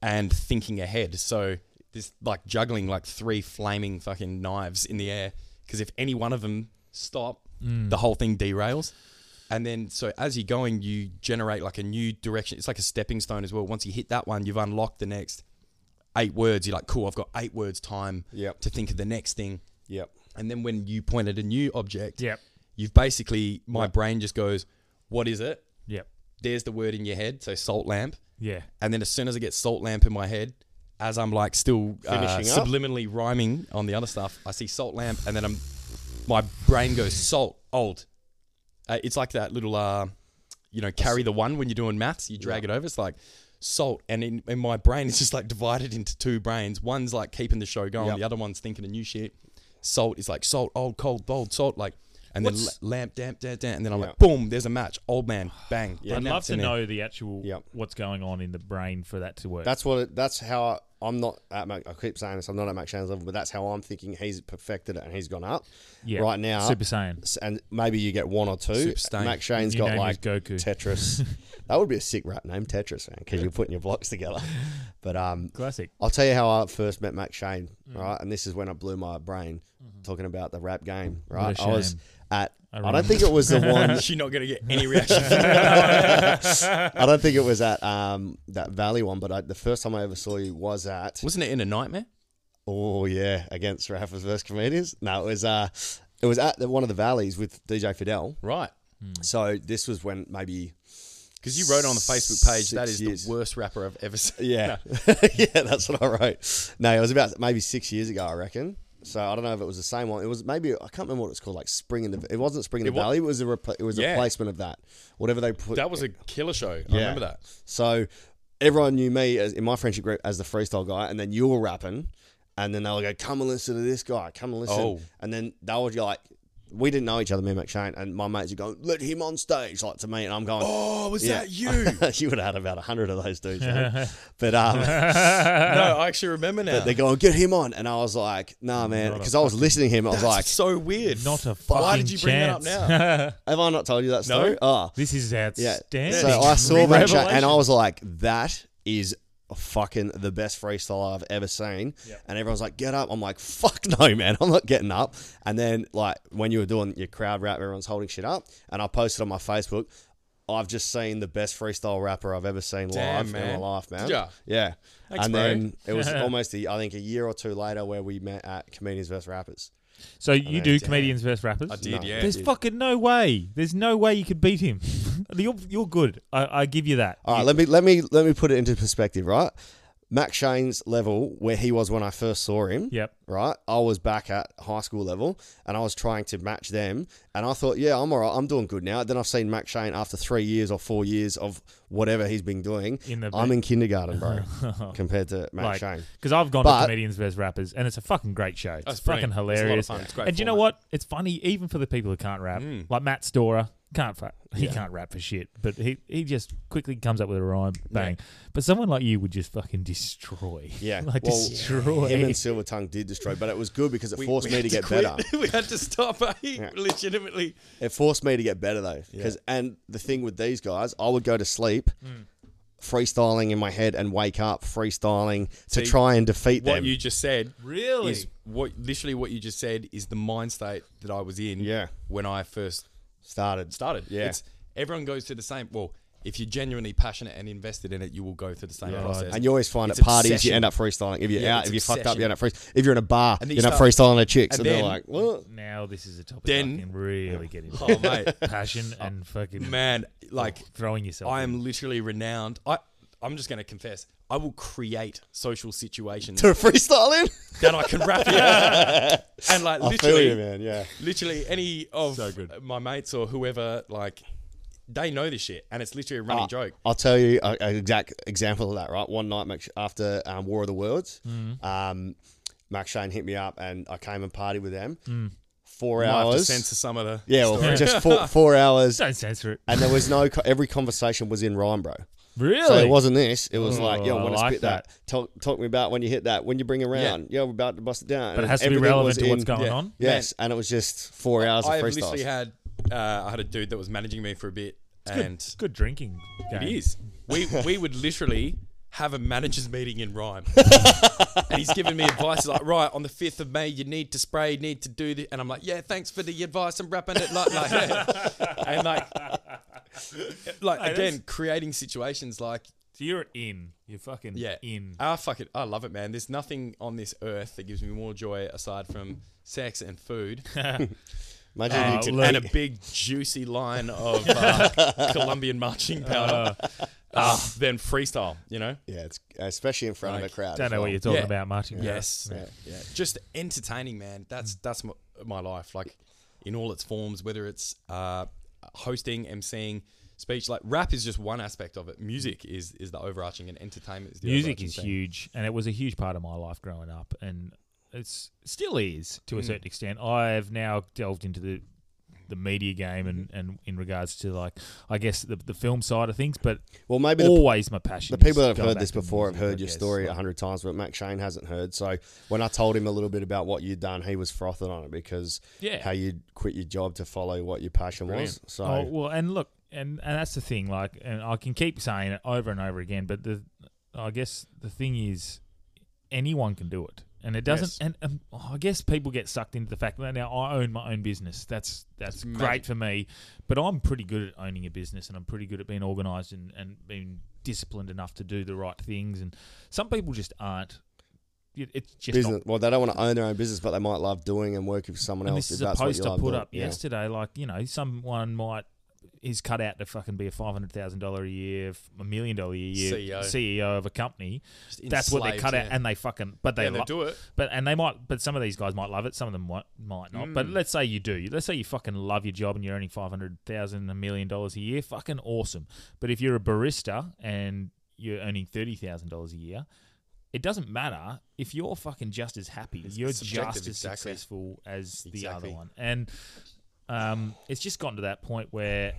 [SPEAKER 4] and thinking ahead. So this like juggling like three flaming
[SPEAKER 2] Hmm.
[SPEAKER 4] fucking knives in the air because if any one of them stop, the whole thing derails. And then, so as you're going, you generate like a new direction. It's like a stepping stone as well. Once you hit that one, you've unlocked the next eight words. You're like, cool, I've got eight words time
[SPEAKER 2] Yep.
[SPEAKER 4] to think of the next thing.
[SPEAKER 2] Yep.
[SPEAKER 4] And then when you point at a new object,
[SPEAKER 1] Yep.
[SPEAKER 4] you've basically, my brain just goes, what is it?
[SPEAKER 1] Yep.
[SPEAKER 4] There's the word in your head. So salt lamp.
[SPEAKER 1] Yeah.
[SPEAKER 4] And then as soon as I get salt lamp in my head, as I'm like still uh,
[SPEAKER 2] Finishing up.
[SPEAKER 4] subliminally rhyming on the other stuff, I see salt lamp, and then I'm my brain goes salt old. Uh, it's like that little uh, you know carry the one when you're doing maths, you drag it over. It's like salt, and in, in my brain it's just like divided into two brains. One's like keeping the show going,
[SPEAKER 2] Yep.
[SPEAKER 4] the other one's thinking of new shit. Salt is like salt old, cold, bold, salt like. And then la- lamp, damp, damp, damp, and then I'm like, boom! There's a match. Old man, bang.
[SPEAKER 1] I'd
[SPEAKER 4] Now
[SPEAKER 1] love
[SPEAKER 4] it's
[SPEAKER 1] to
[SPEAKER 4] in there.
[SPEAKER 1] know the actual
[SPEAKER 2] Yep.
[SPEAKER 1] what's going on in the brain for that to work.
[SPEAKER 2] That's what. It, that's how I, I'm not at. Mac, I keep saying this. I'm not at Mac Shane's level, but that's how I'm thinking. He's perfected it and he's gone up.
[SPEAKER 1] Yeah.
[SPEAKER 2] Right now,
[SPEAKER 1] Super Saiyan.
[SPEAKER 2] s- and maybe you get one or two.
[SPEAKER 4] Super Saiyan.
[SPEAKER 2] Mac Shane's
[SPEAKER 1] Your
[SPEAKER 2] got
[SPEAKER 1] name is
[SPEAKER 2] like
[SPEAKER 1] Goku.
[SPEAKER 2] Tetris. that would be a sick rap name, Tetris, man, because you're putting your blocks together. But um,
[SPEAKER 1] classic. Mm.
[SPEAKER 2] I'll tell you how I first met Mac Shane, right? And this is when I blew my brain talking about the rap game, right? I was
[SPEAKER 1] Mm-hmm. shame.
[SPEAKER 2] at. I, don't
[SPEAKER 1] remember.
[SPEAKER 2] think it was the one.
[SPEAKER 4] You're not going to get any reaction. from that.
[SPEAKER 2] I don't think it was at um, that Valley one, but I, the first time I ever saw you was at.
[SPEAKER 4] Wasn't it in a nightmare?
[SPEAKER 2] Oh yeah, against rappers versus comedians. No, it was uh, it was at the, one of the valleys with DJ Fidel.
[SPEAKER 4] Right.
[SPEAKER 2] So this was when maybe
[SPEAKER 4] Because you wrote on the Facebook page,
[SPEAKER 2] Six
[SPEAKER 4] that is
[SPEAKER 2] years.
[SPEAKER 4] the worst rapper I've ever seen.
[SPEAKER 2] yeah, yeah, that's what I wrote. No, it was about maybe six years ago, I reckon. So I don't know if it was the same one. It was maybe I can't remember what it's called. Like spring in the. It wasn't spring in the
[SPEAKER 4] wa-
[SPEAKER 2] valley. It was a repl- it was a
[SPEAKER 4] Yeah.
[SPEAKER 2] replacement of that. Whatever they put.
[SPEAKER 4] That was a killer show. I remember that.
[SPEAKER 2] So everyone knew me as in my friendship group as the freestyle guy, and then you were rapping, and then they would go, "Come and listen to this guy. Come and listen."
[SPEAKER 4] Oh.
[SPEAKER 2] And then they would go like, we didn't know each other, me and McShane, and my mates would go, "Let him on stage," like to me, and I'm going,
[SPEAKER 4] Oh, was
[SPEAKER 2] Yeah.
[SPEAKER 4] that you?
[SPEAKER 2] you would have had about a hundred of those dudes, mate." but um.
[SPEAKER 4] no, I actually remember now.
[SPEAKER 2] They're going, get him on. And I was like, nah, man. Because I was listening to him. I was like,
[SPEAKER 4] That's so weird.
[SPEAKER 1] Not a fucking
[SPEAKER 4] Why did you bring
[SPEAKER 1] chance.
[SPEAKER 4] that up now?
[SPEAKER 2] have I not told you that story? Oh,
[SPEAKER 1] This is
[SPEAKER 2] yeah.
[SPEAKER 1] outstanding.
[SPEAKER 2] So I saw that chat and
[SPEAKER 1] Revelation.
[SPEAKER 2] I was like, that is fucking the best freestyle I've ever seen. And everyone's like, get up. I'm like, fuck no, man. I'm not getting up. And then, like, when you were doing your crowd rap, everyone's holding shit up. And I posted on my Facebook, I've just seen the best freestyle rapper I've ever seen
[SPEAKER 4] Damn,
[SPEAKER 2] live in
[SPEAKER 4] man.
[SPEAKER 2] my life, man.
[SPEAKER 4] ya?
[SPEAKER 2] Yeah.
[SPEAKER 4] Thanks,
[SPEAKER 2] and
[SPEAKER 4] bro.
[SPEAKER 2] then it was almost, the, I think, a year or two later where we met at Comedians vs. Rappers.
[SPEAKER 1] So you do comedians versus rappers?
[SPEAKER 4] I
[SPEAKER 2] No.
[SPEAKER 4] did, yeah.
[SPEAKER 1] There's fucking no way. There's no way you could beat him. you're, you're good. I, I give you that.
[SPEAKER 2] All right, let me let me let me put it into perspective, right? Mac Shane's level where he was when I first saw him.
[SPEAKER 1] Yep.
[SPEAKER 2] Right? I was back at high school level and I was trying to match them and I thought, yeah, I'm all right, I'm doing good now. Then I've seen Mac Shane after three years or four years of whatever he's been doing.
[SPEAKER 1] In the
[SPEAKER 2] I'm
[SPEAKER 1] ba-
[SPEAKER 2] in kindergarten, bro, compared to Mac
[SPEAKER 1] Like,
[SPEAKER 2] Shane.
[SPEAKER 1] because I've gone
[SPEAKER 2] But-
[SPEAKER 1] to comedians versus rappers, and it's a fucking great show. It's
[SPEAKER 4] That's
[SPEAKER 1] fucking
[SPEAKER 4] brilliant. It's a lot of
[SPEAKER 1] hilarious.
[SPEAKER 4] fun. It's great
[SPEAKER 1] and do you know
[SPEAKER 4] format. Mm.
[SPEAKER 1] what? It's funny even for the people who can't rap, like Matt Storer. Can't fa- he can't rap for shit, but he he just quickly comes up with a rhyme, bang. But someone like you would just fucking destroy.
[SPEAKER 2] Yeah.
[SPEAKER 1] like
[SPEAKER 2] Well,
[SPEAKER 1] destroy.
[SPEAKER 2] Him and Silver Tongue did destroy, but it was good because it forced me to get better.
[SPEAKER 4] we had to stop, eh? legitimately.
[SPEAKER 2] It forced me to get better though, because and the thing with these guys, I would go to sleep,
[SPEAKER 4] Mm.
[SPEAKER 2] freestyling in my head, and wake up freestyling to try and defeat
[SPEAKER 4] What
[SPEAKER 2] them.
[SPEAKER 4] you just said
[SPEAKER 1] Really?
[SPEAKER 4] is what literally what you just said is the mind state that I was in
[SPEAKER 2] Yeah.
[SPEAKER 4] when I first
[SPEAKER 2] started,
[SPEAKER 4] started.
[SPEAKER 2] Yeah,
[SPEAKER 4] It's, everyone goes to the same. Well, if you're genuinely passionate and invested in it, you will go through the same process.
[SPEAKER 2] and you always find
[SPEAKER 4] It's
[SPEAKER 2] at parties
[SPEAKER 4] obsession.
[SPEAKER 2] you end up freestyling. If you're
[SPEAKER 4] Yeah,
[SPEAKER 2] out,
[SPEAKER 4] it's
[SPEAKER 2] if you're fucked up,
[SPEAKER 4] obsession.
[SPEAKER 2] you end up freestyling. If you're in a bar,
[SPEAKER 4] And
[SPEAKER 2] you
[SPEAKER 4] then
[SPEAKER 2] end
[SPEAKER 4] you
[SPEAKER 2] up
[SPEAKER 4] start-
[SPEAKER 2] freestyling at chicks, and,
[SPEAKER 4] and
[SPEAKER 2] they're
[SPEAKER 4] then-
[SPEAKER 2] like, "What?"
[SPEAKER 1] now this is a topic
[SPEAKER 4] Then-
[SPEAKER 1] I can really get into.
[SPEAKER 4] Oh, mate.
[SPEAKER 1] passion and fucking
[SPEAKER 4] Man, like
[SPEAKER 1] throwing yourself.
[SPEAKER 4] I
[SPEAKER 1] in.
[SPEAKER 4] am literally renowned. I I'm just going to confess. I will create social situations
[SPEAKER 2] They're freestyling.
[SPEAKER 4] that I can rap in. and like
[SPEAKER 2] I feel you,
[SPEAKER 4] literally,
[SPEAKER 2] man. Yeah,
[SPEAKER 4] literally any of
[SPEAKER 1] good.
[SPEAKER 4] my mates or whoever, like they know this shit, and it's literally a running
[SPEAKER 2] I-
[SPEAKER 4] joke.
[SPEAKER 2] I'll tell you a- an exact example of that. Right, one night Mac- after um, War of the Worlds,
[SPEAKER 1] Mm.
[SPEAKER 2] um, Mac Shane hit me up, and I came and partied with them.
[SPEAKER 1] Mm.
[SPEAKER 2] Four
[SPEAKER 4] I have to
[SPEAKER 2] hours.
[SPEAKER 4] censor some of the.
[SPEAKER 2] yeah, well, just four, four hours,
[SPEAKER 1] Don't censor it.
[SPEAKER 2] and there was no. co- Every conversation was in rhyme, bro.
[SPEAKER 1] Really? Oh,
[SPEAKER 2] So it wasn't this. It was like, yo,
[SPEAKER 1] I
[SPEAKER 2] I want to
[SPEAKER 1] like
[SPEAKER 2] spit that. Talk, talk me about when you hit that. When you bring around, yo, we're about to bust it down.
[SPEAKER 1] but it
[SPEAKER 2] And
[SPEAKER 1] has to be
[SPEAKER 2] everything
[SPEAKER 1] relevant
[SPEAKER 2] was
[SPEAKER 1] to what's
[SPEAKER 2] in-
[SPEAKER 1] going
[SPEAKER 4] yeah.
[SPEAKER 1] on.
[SPEAKER 2] Yes, and it was just four hours
[SPEAKER 4] I
[SPEAKER 2] of
[SPEAKER 4] have
[SPEAKER 2] freestyles.
[SPEAKER 4] literally had uh, I had a dude that was managing me for a bit, and
[SPEAKER 1] It's good drinking. Game.
[SPEAKER 4] It is. We we would literally have a managers meeting in rhyme, and he's giving me advice he's like, right on the fifth of May, you need to spray, you need to do this, and I'm like, yeah, thanks for the advice. I'm wrapping it like, like and like like
[SPEAKER 1] Hey,
[SPEAKER 4] again,
[SPEAKER 1] that's-
[SPEAKER 4] creating situations like
[SPEAKER 1] So you're in. You're fucking
[SPEAKER 4] yeah,
[SPEAKER 1] in.
[SPEAKER 4] Ah, fuck it, I love it, man. There's nothing on this earth that gives me more joy aside from sex and food,
[SPEAKER 2] Imagine
[SPEAKER 1] Uh,
[SPEAKER 2] you could
[SPEAKER 1] look-
[SPEAKER 4] and a big juicy line of uh, Colombian marching powder, uh,
[SPEAKER 1] ah.
[SPEAKER 4] then freestyle. You know,
[SPEAKER 2] Yeah, it's especially in front of a
[SPEAKER 4] Like,
[SPEAKER 2] crowd.
[SPEAKER 1] Don't
[SPEAKER 2] as
[SPEAKER 1] know Mm. what
[SPEAKER 2] well.
[SPEAKER 1] you're talking
[SPEAKER 4] Yeah.
[SPEAKER 1] about, Martin.
[SPEAKER 4] yes, just entertaining, man. That's that's my, my life, like in all its forms, whether it's uh, hosting, emceeing, speech. Like rap is just one aspect of it. Music is is the overarching, and entertainment is the
[SPEAKER 1] Music
[SPEAKER 4] overarching
[SPEAKER 1] is
[SPEAKER 4] thing.
[SPEAKER 1] huge, and it was a huge part of my life growing up, and it's still is to a certain extent. I've now delved into the the media game and, and in regards to like I guess the, the film side of things, but
[SPEAKER 2] Well, maybe the
[SPEAKER 1] always my passion.
[SPEAKER 2] The people
[SPEAKER 1] is
[SPEAKER 2] that have
[SPEAKER 1] going
[SPEAKER 2] heard
[SPEAKER 1] back
[SPEAKER 2] this
[SPEAKER 1] to
[SPEAKER 2] before have
[SPEAKER 1] music,
[SPEAKER 2] heard
[SPEAKER 1] I
[SPEAKER 2] your
[SPEAKER 1] guess.
[SPEAKER 2] story a
[SPEAKER 1] Like,
[SPEAKER 2] hundred times, but Mac Shane hasn't heard. So when I told him a little bit about what you'd done, he was frothing on it because
[SPEAKER 1] Yeah.
[SPEAKER 2] how you'd quit your job to follow what your passion was. So
[SPEAKER 1] Oh, well, and look, and, and that's the thing. Like, and I can keep saying it over and over again, but the I guess the thing is, anyone can do it, and it doesn't. And um, I guess people get sucked into the fact that now I own my own business. That's that's great for me, but I'm pretty good at owning a business, and I'm pretty good at being organised and and being disciplined enough to do the right things. And some people just aren't. It- It's just not
[SPEAKER 2] business. Well, they don't want to own their own business, but they might love doing and working for someone
[SPEAKER 1] and
[SPEAKER 2] else.
[SPEAKER 1] this is
[SPEAKER 2] if
[SPEAKER 1] a
[SPEAKER 2] that's
[SPEAKER 1] post
[SPEAKER 2] what you
[SPEAKER 1] I
[SPEAKER 2] love
[SPEAKER 1] put
[SPEAKER 2] doing.
[SPEAKER 1] up
[SPEAKER 2] Yeah.
[SPEAKER 1] yesterday. Like, you know, someone might is cut out to fucking be a five hundred thousand dollar a year, f- a million dollar a year E
[SPEAKER 4] CEO.
[SPEAKER 1] of a company. That's what they
[SPEAKER 4] E enslaved,
[SPEAKER 1] cut out,
[SPEAKER 4] yeah.
[SPEAKER 1] and they fucking but they,
[SPEAKER 4] Yeah, they
[SPEAKER 1] lo-
[SPEAKER 4] do it.
[SPEAKER 1] But and they might, but some of these guys might love it. Some of them might might not.
[SPEAKER 4] Mm.
[SPEAKER 1] But let's say you do. Let's say you fucking love your job and you're earning five hundred thousand, a million dollars a year. Fucking awesome. But if you're a barista and you're earning thirty thousand dollars a year, it doesn't matter if you're fucking just as happy. you're
[SPEAKER 4] subjective,
[SPEAKER 1] just as
[SPEAKER 4] exactly.
[SPEAKER 1] successful as the other
[SPEAKER 4] Exactly.
[SPEAKER 1] one, and um, it's just gotten to that point where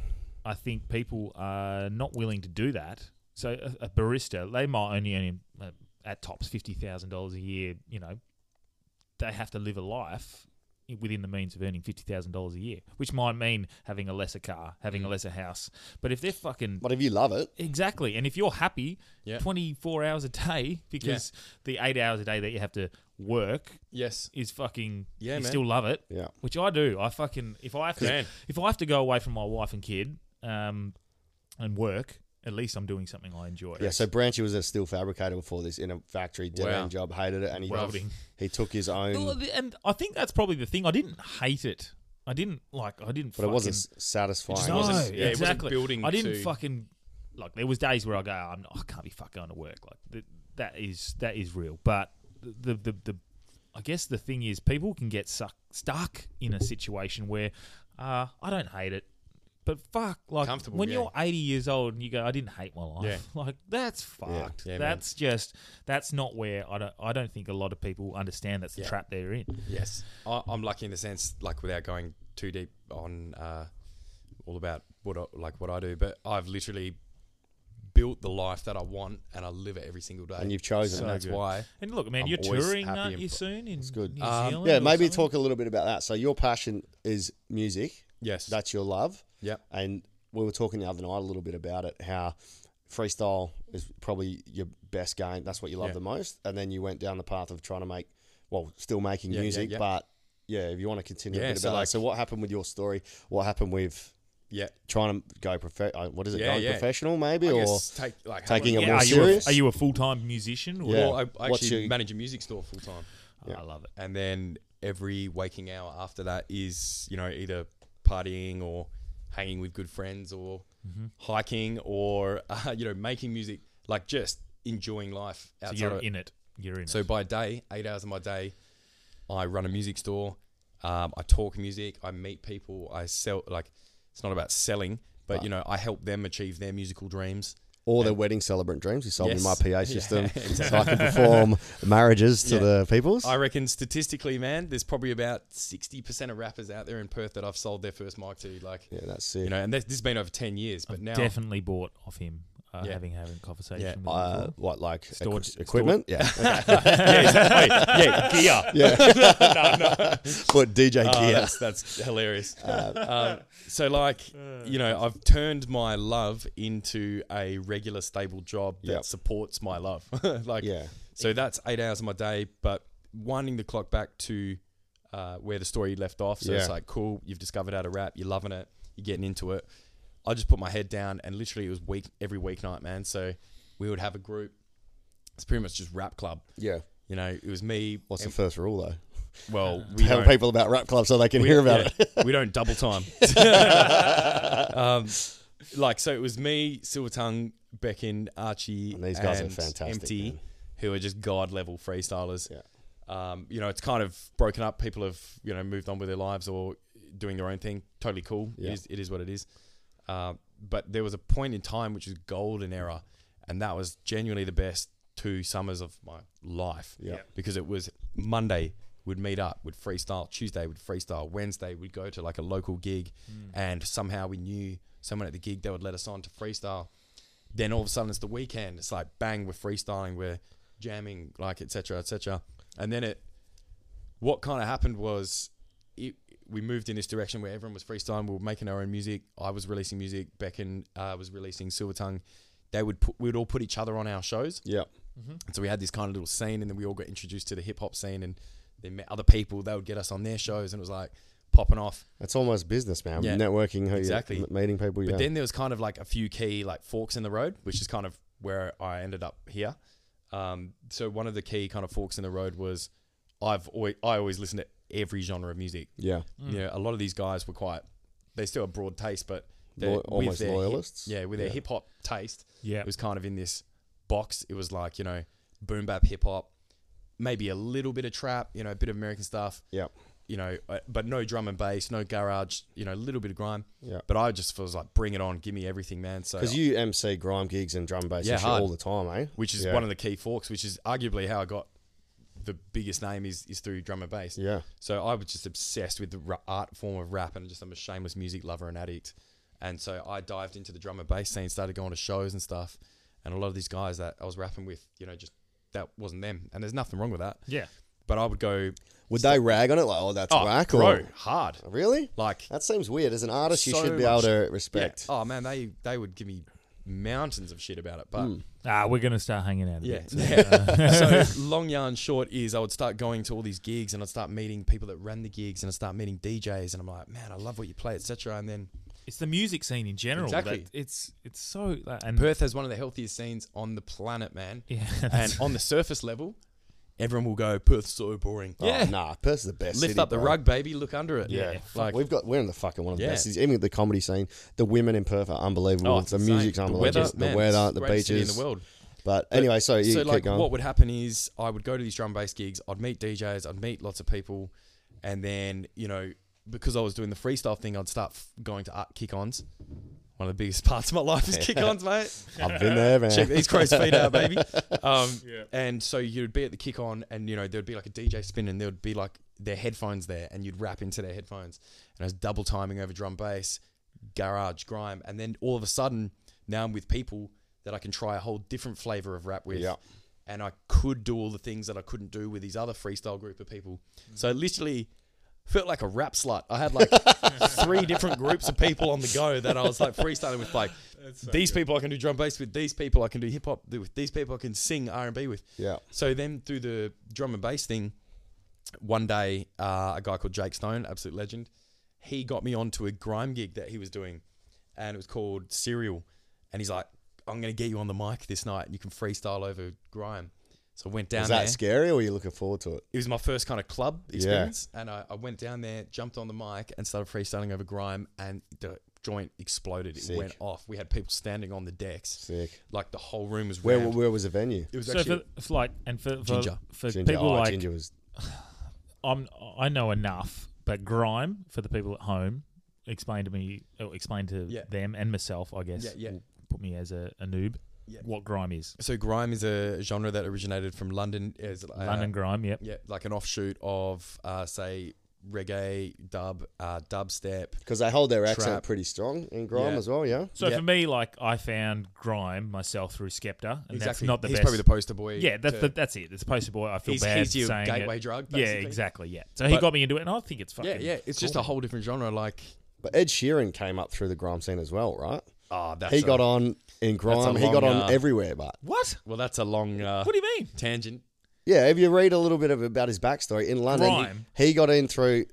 [SPEAKER 1] I think people are not willing to do that. So a, a barista, they might only earn uh, at tops fifty thousand dollars a year. You know, they have to live a life within the means of earning fifty thousand dollars a year, which might mean having a lesser car, having a lesser house. But if they're fucking
[SPEAKER 2] But if you love it,
[SPEAKER 1] Exactly. And if you're happy
[SPEAKER 4] Yeah.
[SPEAKER 1] 24 hours a day, because the eight hours a day that you have to work
[SPEAKER 4] Yes,
[SPEAKER 1] is fucking,
[SPEAKER 4] Yeah,
[SPEAKER 1] you
[SPEAKER 4] man.
[SPEAKER 1] still love it.
[SPEAKER 2] Yeah.
[SPEAKER 1] Which I do. I fucking, if I have to,
[SPEAKER 4] Man.
[SPEAKER 1] if I have to go away from my wife and kid um, and work, at least I'm doing something I enjoy.
[SPEAKER 2] yeah. So Branchy was a steel fabricator before this in a factory, dead
[SPEAKER 4] Wow.
[SPEAKER 2] end job, hated it, and he
[SPEAKER 1] Welding.
[SPEAKER 2] he took his own.
[SPEAKER 1] And I think that's probably the thing. I didn't hate it. I didn't like, I didn't
[SPEAKER 2] But it
[SPEAKER 1] fucking,
[SPEAKER 2] wasn't s- satisfying.
[SPEAKER 4] It
[SPEAKER 1] No,
[SPEAKER 2] was it?
[SPEAKER 4] wasn't- yeah, it wasn't
[SPEAKER 1] exactly.
[SPEAKER 4] building
[SPEAKER 1] I didn't
[SPEAKER 4] to-
[SPEAKER 1] fucking like. There was days where I go, "Oh, I'm not, I can't be fucking going to work. Like th- that is that is real. But the the, the the I guess the thing is, people can get suck, stuck in a situation where uh, I don't hate it, but fuck, like
[SPEAKER 4] Comfortable,
[SPEAKER 1] when
[SPEAKER 4] yeah.
[SPEAKER 1] you're 80 years old and you go, I didn't hate my life.
[SPEAKER 4] Yeah.
[SPEAKER 1] Like that's fucked.
[SPEAKER 4] Yeah, man.
[SPEAKER 1] that's just that's not where I don't I don't think a lot of people understand that's the trap they're in.
[SPEAKER 4] yes. I, I'm lucky in the sense, like, without going too deep on uh, all about what I, like what I do, but I've literally built the life that I want, and I live it every single day.
[SPEAKER 2] And you've chosen.
[SPEAKER 4] So
[SPEAKER 2] it.
[SPEAKER 4] that's why.
[SPEAKER 1] And look, man,
[SPEAKER 4] I'm
[SPEAKER 1] you're
[SPEAKER 4] always
[SPEAKER 1] touring,
[SPEAKER 4] happy
[SPEAKER 1] aren't
[SPEAKER 4] and
[SPEAKER 1] you,
[SPEAKER 4] pr-
[SPEAKER 1] soon? In That's
[SPEAKER 2] good.
[SPEAKER 1] New
[SPEAKER 4] Um,
[SPEAKER 1] Zealand
[SPEAKER 2] Yeah,
[SPEAKER 1] or
[SPEAKER 2] maybe
[SPEAKER 1] something?
[SPEAKER 2] talk a little bit about that. So your passion is music.
[SPEAKER 4] Yes.
[SPEAKER 2] That's your love.
[SPEAKER 4] Yep.
[SPEAKER 2] And we were talking the other night a little bit about it, how freestyle is probably your best game. That's what you love
[SPEAKER 4] Yeah.
[SPEAKER 2] the most. And then you went down the path of trying to make well, still making
[SPEAKER 4] Yeah, yeah,
[SPEAKER 2] music,
[SPEAKER 4] yeah.
[SPEAKER 2] but yeah, if you want to continue a
[SPEAKER 4] Yeah,
[SPEAKER 2] bit
[SPEAKER 4] so
[SPEAKER 2] about
[SPEAKER 4] like-
[SPEAKER 2] that. So what happened with your story? What happened with
[SPEAKER 4] yeah.
[SPEAKER 2] trying to go prof- what is it,
[SPEAKER 4] Yeah,
[SPEAKER 2] going
[SPEAKER 4] yeah.
[SPEAKER 2] professional maybe
[SPEAKER 4] I
[SPEAKER 2] or
[SPEAKER 4] guess take like
[SPEAKER 2] taking a
[SPEAKER 4] how long-
[SPEAKER 1] Yeah,
[SPEAKER 2] more
[SPEAKER 1] are
[SPEAKER 2] serious?
[SPEAKER 1] you a, are you a full time musician? Or,
[SPEAKER 2] Yeah.
[SPEAKER 4] Well, I, I
[SPEAKER 2] What's
[SPEAKER 4] actually
[SPEAKER 2] your-
[SPEAKER 4] manage a music store full time,
[SPEAKER 1] I love it.
[SPEAKER 4] and then every waking hour after that is you know either partying or hanging with good friends or
[SPEAKER 1] Mm-hmm.
[SPEAKER 4] hiking or uh, you know making music, like just enjoying life
[SPEAKER 1] So
[SPEAKER 4] outside.
[SPEAKER 1] you're
[SPEAKER 4] of,
[SPEAKER 1] in it. You're in
[SPEAKER 4] so
[SPEAKER 1] it.
[SPEAKER 4] by day, eight hours of my day, I run a music store. Um, I talk music. I meet people. I sell. Like it's not about selling, but you know I help them achieve their musical dreams.
[SPEAKER 2] or their wedding celebrant dreams? You sold
[SPEAKER 4] Yes.
[SPEAKER 2] me my PA
[SPEAKER 4] Yeah,
[SPEAKER 2] system so I can perform marriages to
[SPEAKER 4] Yeah.
[SPEAKER 2] the peoples.
[SPEAKER 4] I reckon statistically, man, there's probably about 60% of rappers out there in Perth that I've sold their first mic to. Like,
[SPEAKER 2] yeah, that's it.
[SPEAKER 4] you know, and this, this has been over 10 years, but now.
[SPEAKER 1] Definitely bought off him. Uh,
[SPEAKER 4] Yeah.
[SPEAKER 1] Having having conversation
[SPEAKER 4] Yeah.
[SPEAKER 1] with him.
[SPEAKER 2] uh,
[SPEAKER 1] before.
[SPEAKER 2] what like equi-
[SPEAKER 1] Storage- storage-
[SPEAKER 2] equipment? Yeah.
[SPEAKER 1] yeah, gear.
[SPEAKER 2] But DJ
[SPEAKER 4] Oh,
[SPEAKER 2] gear.
[SPEAKER 4] that's, that's hilarious.
[SPEAKER 2] Uh,
[SPEAKER 4] Um, so, like, you know, I've turned my love into a regular, stable job that
[SPEAKER 2] Yep.
[SPEAKER 4] supports my love. like,
[SPEAKER 2] Yeah.
[SPEAKER 4] So that's eight hours of my day, but winding the clock back to uh, where the story left off. So it's
[SPEAKER 2] Yeah.
[SPEAKER 4] like, cool, you've discovered how to rap, you're loving it, you're getting into it. I just put my head down and literally it was week every weeknight, man. So we would have a group. It's pretty much just rap club.
[SPEAKER 2] Yeah.
[SPEAKER 4] You know, it was me.
[SPEAKER 2] What's the
[SPEAKER 4] and-
[SPEAKER 2] first rule though?
[SPEAKER 4] well, we
[SPEAKER 2] Tell
[SPEAKER 4] don't-
[SPEAKER 2] people about rap club so they can hear about
[SPEAKER 4] yeah,
[SPEAKER 2] it.
[SPEAKER 4] we don't double time. um, like so, it was me, Silver Tongue, Beckin, Archie,
[SPEAKER 2] And these guys are
[SPEAKER 4] and
[SPEAKER 2] fantastic,
[SPEAKER 4] Empty,
[SPEAKER 2] man.
[SPEAKER 4] who are just god level freestylers.
[SPEAKER 2] Yeah.
[SPEAKER 4] Um, you know, it's kind of broken up. People have you know moved on with their lives or doing their own thing. Totally cool.
[SPEAKER 2] Yeah.
[SPEAKER 4] It, is, it is what it is. Uh, but there was a point in time which was golden era, and that was genuinely the best two summers of my life.
[SPEAKER 2] Yeah.
[SPEAKER 4] Because it was Monday would meet up, would freestyle. Tuesday would freestyle. Wednesday would go to like a local gig, and somehow we knew someone at the gig that would let us on to freestyle. Then all of a sudden it's the weekend. It's like bang, we're freestyling, we're jamming, like etc. etc. And then it, what kind of happened was, it, we moved in this direction where everyone was freestyling. We were making our own music. I was releasing music. Beckon uh, was releasing Silver Tongue. They would put, we'd all put each other on our shows.
[SPEAKER 2] Yeah.
[SPEAKER 4] And so we had this kind of little scene, and then we all got introduced to the hip hop scene, and then met other people. They would get us on their shows, and it was like popping off.
[SPEAKER 2] That's almost business, man.
[SPEAKER 4] Yeah.
[SPEAKER 2] Networking, how
[SPEAKER 4] Exactly.
[SPEAKER 2] you meeting people. You
[SPEAKER 4] But
[SPEAKER 2] know.
[SPEAKER 4] then there was kind of like a few key like forks in the road, which is kind of where I ended up here. Um, so one of the key kind of forks in the road was I've always, I always listened to every genre of music.
[SPEAKER 2] yeah,
[SPEAKER 4] You know, a lot of these guys were quite they still have broad taste, but they're-
[SPEAKER 2] Lo-
[SPEAKER 4] with
[SPEAKER 2] almost
[SPEAKER 4] their hip-
[SPEAKER 2] loyalists.
[SPEAKER 4] yeah, with their hip hop taste,
[SPEAKER 1] Yeah.
[SPEAKER 4] it was kind of in this box. It was like you know, boom bap hip hop, maybe a little bit of trap, you know, a bit of American stuff,
[SPEAKER 2] yeah,
[SPEAKER 4] you know, uh, but no drum and bass, no garage, you know, a little bit of grime.
[SPEAKER 2] Yeah.
[SPEAKER 4] But I just was like, bring it on, give me everything, man. So
[SPEAKER 2] because you MC grime gigs and drum and bass
[SPEAKER 4] Yeah,
[SPEAKER 2] and shit
[SPEAKER 4] hard.
[SPEAKER 2] all the time, eh?
[SPEAKER 4] which is
[SPEAKER 2] Yeah.
[SPEAKER 4] one of the key forks, which is arguably how I got the biggest name is is through drum and bass.
[SPEAKER 2] Yeah.
[SPEAKER 4] So I was just obsessed with the ra- art form of rap, and just I'm a shameless music lover and addict. And so I dived into the drum and bass scene, started going to shows and stuff, and a lot of these guys that I was rapping with, you know, just that wasn't them, and there's nothing wrong with that.
[SPEAKER 1] Yeah.
[SPEAKER 4] But I would go
[SPEAKER 2] Would they rag on it like, oh, that's
[SPEAKER 4] oh,
[SPEAKER 2] whack
[SPEAKER 4] bro,
[SPEAKER 2] or
[SPEAKER 4] hard,
[SPEAKER 2] really?
[SPEAKER 4] like
[SPEAKER 2] That seems weird. As an artist, you
[SPEAKER 4] so
[SPEAKER 2] should be
[SPEAKER 4] much-
[SPEAKER 2] able to
[SPEAKER 4] yeah.
[SPEAKER 2] respect.
[SPEAKER 4] Oh man, they they would give me mountains of shit about it, but.
[SPEAKER 2] Mm.
[SPEAKER 1] Ah, we're gonna start hanging out. A
[SPEAKER 4] Yeah.
[SPEAKER 1] Bit.
[SPEAKER 2] uh,
[SPEAKER 4] so long yarn short is I would start going to all these gigs and I'd start meeting people that ran the gigs and I'd start meeting DJs and I'm like, man, I love what you play, etc. And then
[SPEAKER 1] It's the music scene in general.
[SPEAKER 4] Exactly.
[SPEAKER 1] That it's it's so like, and
[SPEAKER 4] Perth has one of the healthiest scenes on the planet, man.
[SPEAKER 1] Yeah,
[SPEAKER 4] And
[SPEAKER 1] that's-
[SPEAKER 4] on the surface level, everyone will go, Perth's so boring.
[SPEAKER 2] Oh, nah, Perth's the best.
[SPEAKER 4] Lift
[SPEAKER 2] city,
[SPEAKER 4] up the
[SPEAKER 2] bro.
[SPEAKER 4] rug, baby, look under it.
[SPEAKER 2] Yeah,
[SPEAKER 4] Like
[SPEAKER 2] we've got we're in the fucking one of the
[SPEAKER 4] Yeah.
[SPEAKER 2] best. cities. Even the comedy scene, the women in Perth are unbelievable.
[SPEAKER 4] oh, it's
[SPEAKER 2] the
[SPEAKER 4] insane.
[SPEAKER 2] music's unbelievable.
[SPEAKER 4] The weather,
[SPEAKER 2] the,
[SPEAKER 4] man,
[SPEAKER 2] weather,
[SPEAKER 4] it's
[SPEAKER 2] the
[SPEAKER 4] greatest city
[SPEAKER 2] beaches.
[SPEAKER 4] in the world.
[SPEAKER 2] But anyway, so you
[SPEAKER 4] so
[SPEAKER 2] keep
[SPEAKER 4] like
[SPEAKER 2] going.
[SPEAKER 4] what would happen is I would go to these drum bass gigs, I'd meet DJs, I'd meet lots of people, and then you know because I was doing the freestyle thing, I'd start f- going to art kick-ons. One of the biggest parts of my life is kick-ons, mate.
[SPEAKER 2] I've been there, man.
[SPEAKER 4] Check these crow's feet out, baby. Um, And so you'd be at the kick on, and you know there'd be like a DJ spin, and there'd be like their headphones there, and you'd rap into their headphones, and I was double timing over drum bass, garage grime, and then all of a sudden now I'm with people that I can try a whole different flavor of rap with.
[SPEAKER 2] Yeah.
[SPEAKER 4] And I could do all the things that I couldn't do with these other freestyle group of people. So I literally felt like a rap slut. I had like three different groups of people on the go that I was like freestyling with. Like these people I can do drum bass with, these people I can do hip hop with, these people I can sing R and B with.
[SPEAKER 2] Yeah.
[SPEAKER 4] So then through the drum and bass thing, one day uh, a guy called Jake Stone, absolute legend, he got me onto a grime gig that he was doing, and it was called Serial, and he's like, "I'm gonna get you on the mic this night, and you can freestyle over grime." So I went down
[SPEAKER 2] Is
[SPEAKER 4] there
[SPEAKER 2] that scary, or are you looking forward to it?
[SPEAKER 4] it was my first kind of club experience, and I, I went down there, jumped on the mic, and started freestyling over grime, and the joint exploded. It
[SPEAKER 2] Sick.
[SPEAKER 4] went off. We had people standing on the decks,
[SPEAKER 2] Sick.
[SPEAKER 4] like the whole room was
[SPEAKER 2] Where
[SPEAKER 4] rammed.
[SPEAKER 2] where was the venue?
[SPEAKER 4] it was
[SPEAKER 1] so
[SPEAKER 4] actually
[SPEAKER 1] for, for like and for for,
[SPEAKER 4] Ginger.
[SPEAKER 1] for
[SPEAKER 2] Ginger.
[SPEAKER 1] people
[SPEAKER 2] oh,
[SPEAKER 1] like
[SPEAKER 2] Ginger was
[SPEAKER 1] I'm I know enough, but grime for the people at home. Explain to me, or explain to
[SPEAKER 4] Yeah.
[SPEAKER 1] them and myself, I guess.
[SPEAKER 4] Yeah, yeah.
[SPEAKER 1] Put me as a, a noob.
[SPEAKER 4] Yeah.
[SPEAKER 1] What grime is?
[SPEAKER 4] so grime is a genre that originated from London. Is uh,
[SPEAKER 1] London grime. Yep.
[SPEAKER 4] yeah, like an offshoot of uh, say reggae, dub, uh, dubstep.
[SPEAKER 2] because they hold their accent
[SPEAKER 4] Trap.
[SPEAKER 2] pretty strong in grime
[SPEAKER 4] Yeah.
[SPEAKER 2] as well. Yeah.
[SPEAKER 1] So
[SPEAKER 4] Yeah.
[SPEAKER 1] for me, like I found grime myself through Skepta, and that's
[SPEAKER 4] Exactly,
[SPEAKER 1] not the
[SPEAKER 4] he's
[SPEAKER 1] best.
[SPEAKER 4] probably the poster boy.
[SPEAKER 1] yeah, that's
[SPEAKER 4] to-
[SPEAKER 1] the, that's it. It's poster boy. I feel
[SPEAKER 4] He's-
[SPEAKER 1] bad
[SPEAKER 4] he's your
[SPEAKER 1] saying
[SPEAKER 4] gateway
[SPEAKER 1] it.
[SPEAKER 4] drug,
[SPEAKER 1] Yeah,
[SPEAKER 4] basically.
[SPEAKER 1] exactly. Yeah. So he
[SPEAKER 4] But-
[SPEAKER 1] got me into it, and I think it's fucking.
[SPEAKER 4] yeah, yeah. It's just a
[SPEAKER 1] cool.
[SPEAKER 4] whole different genre. Like
[SPEAKER 2] But Ed Sheeran came up through the grime scene as well, right?
[SPEAKER 4] ah, that's
[SPEAKER 2] He
[SPEAKER 4] a-
[SPEAKER 2] got on in grime. He got
[SPEAKER 4] long,
[SPEAKER 2] on
[SPEAKER 4] uh,
[SPEAKER 2] everywhere, but
[SPEAKER 1] What?
[SPEAKER 4] Well, that's a long uh,
[SPEAKER 1] What do you mean?
[SPEAKER 4] tangent.
[SPEAKER 2] Yeah, if you read a little bit of about his backstory in London,
[SPEAKER 1] Grime.
[SPEAKER 2] he got in through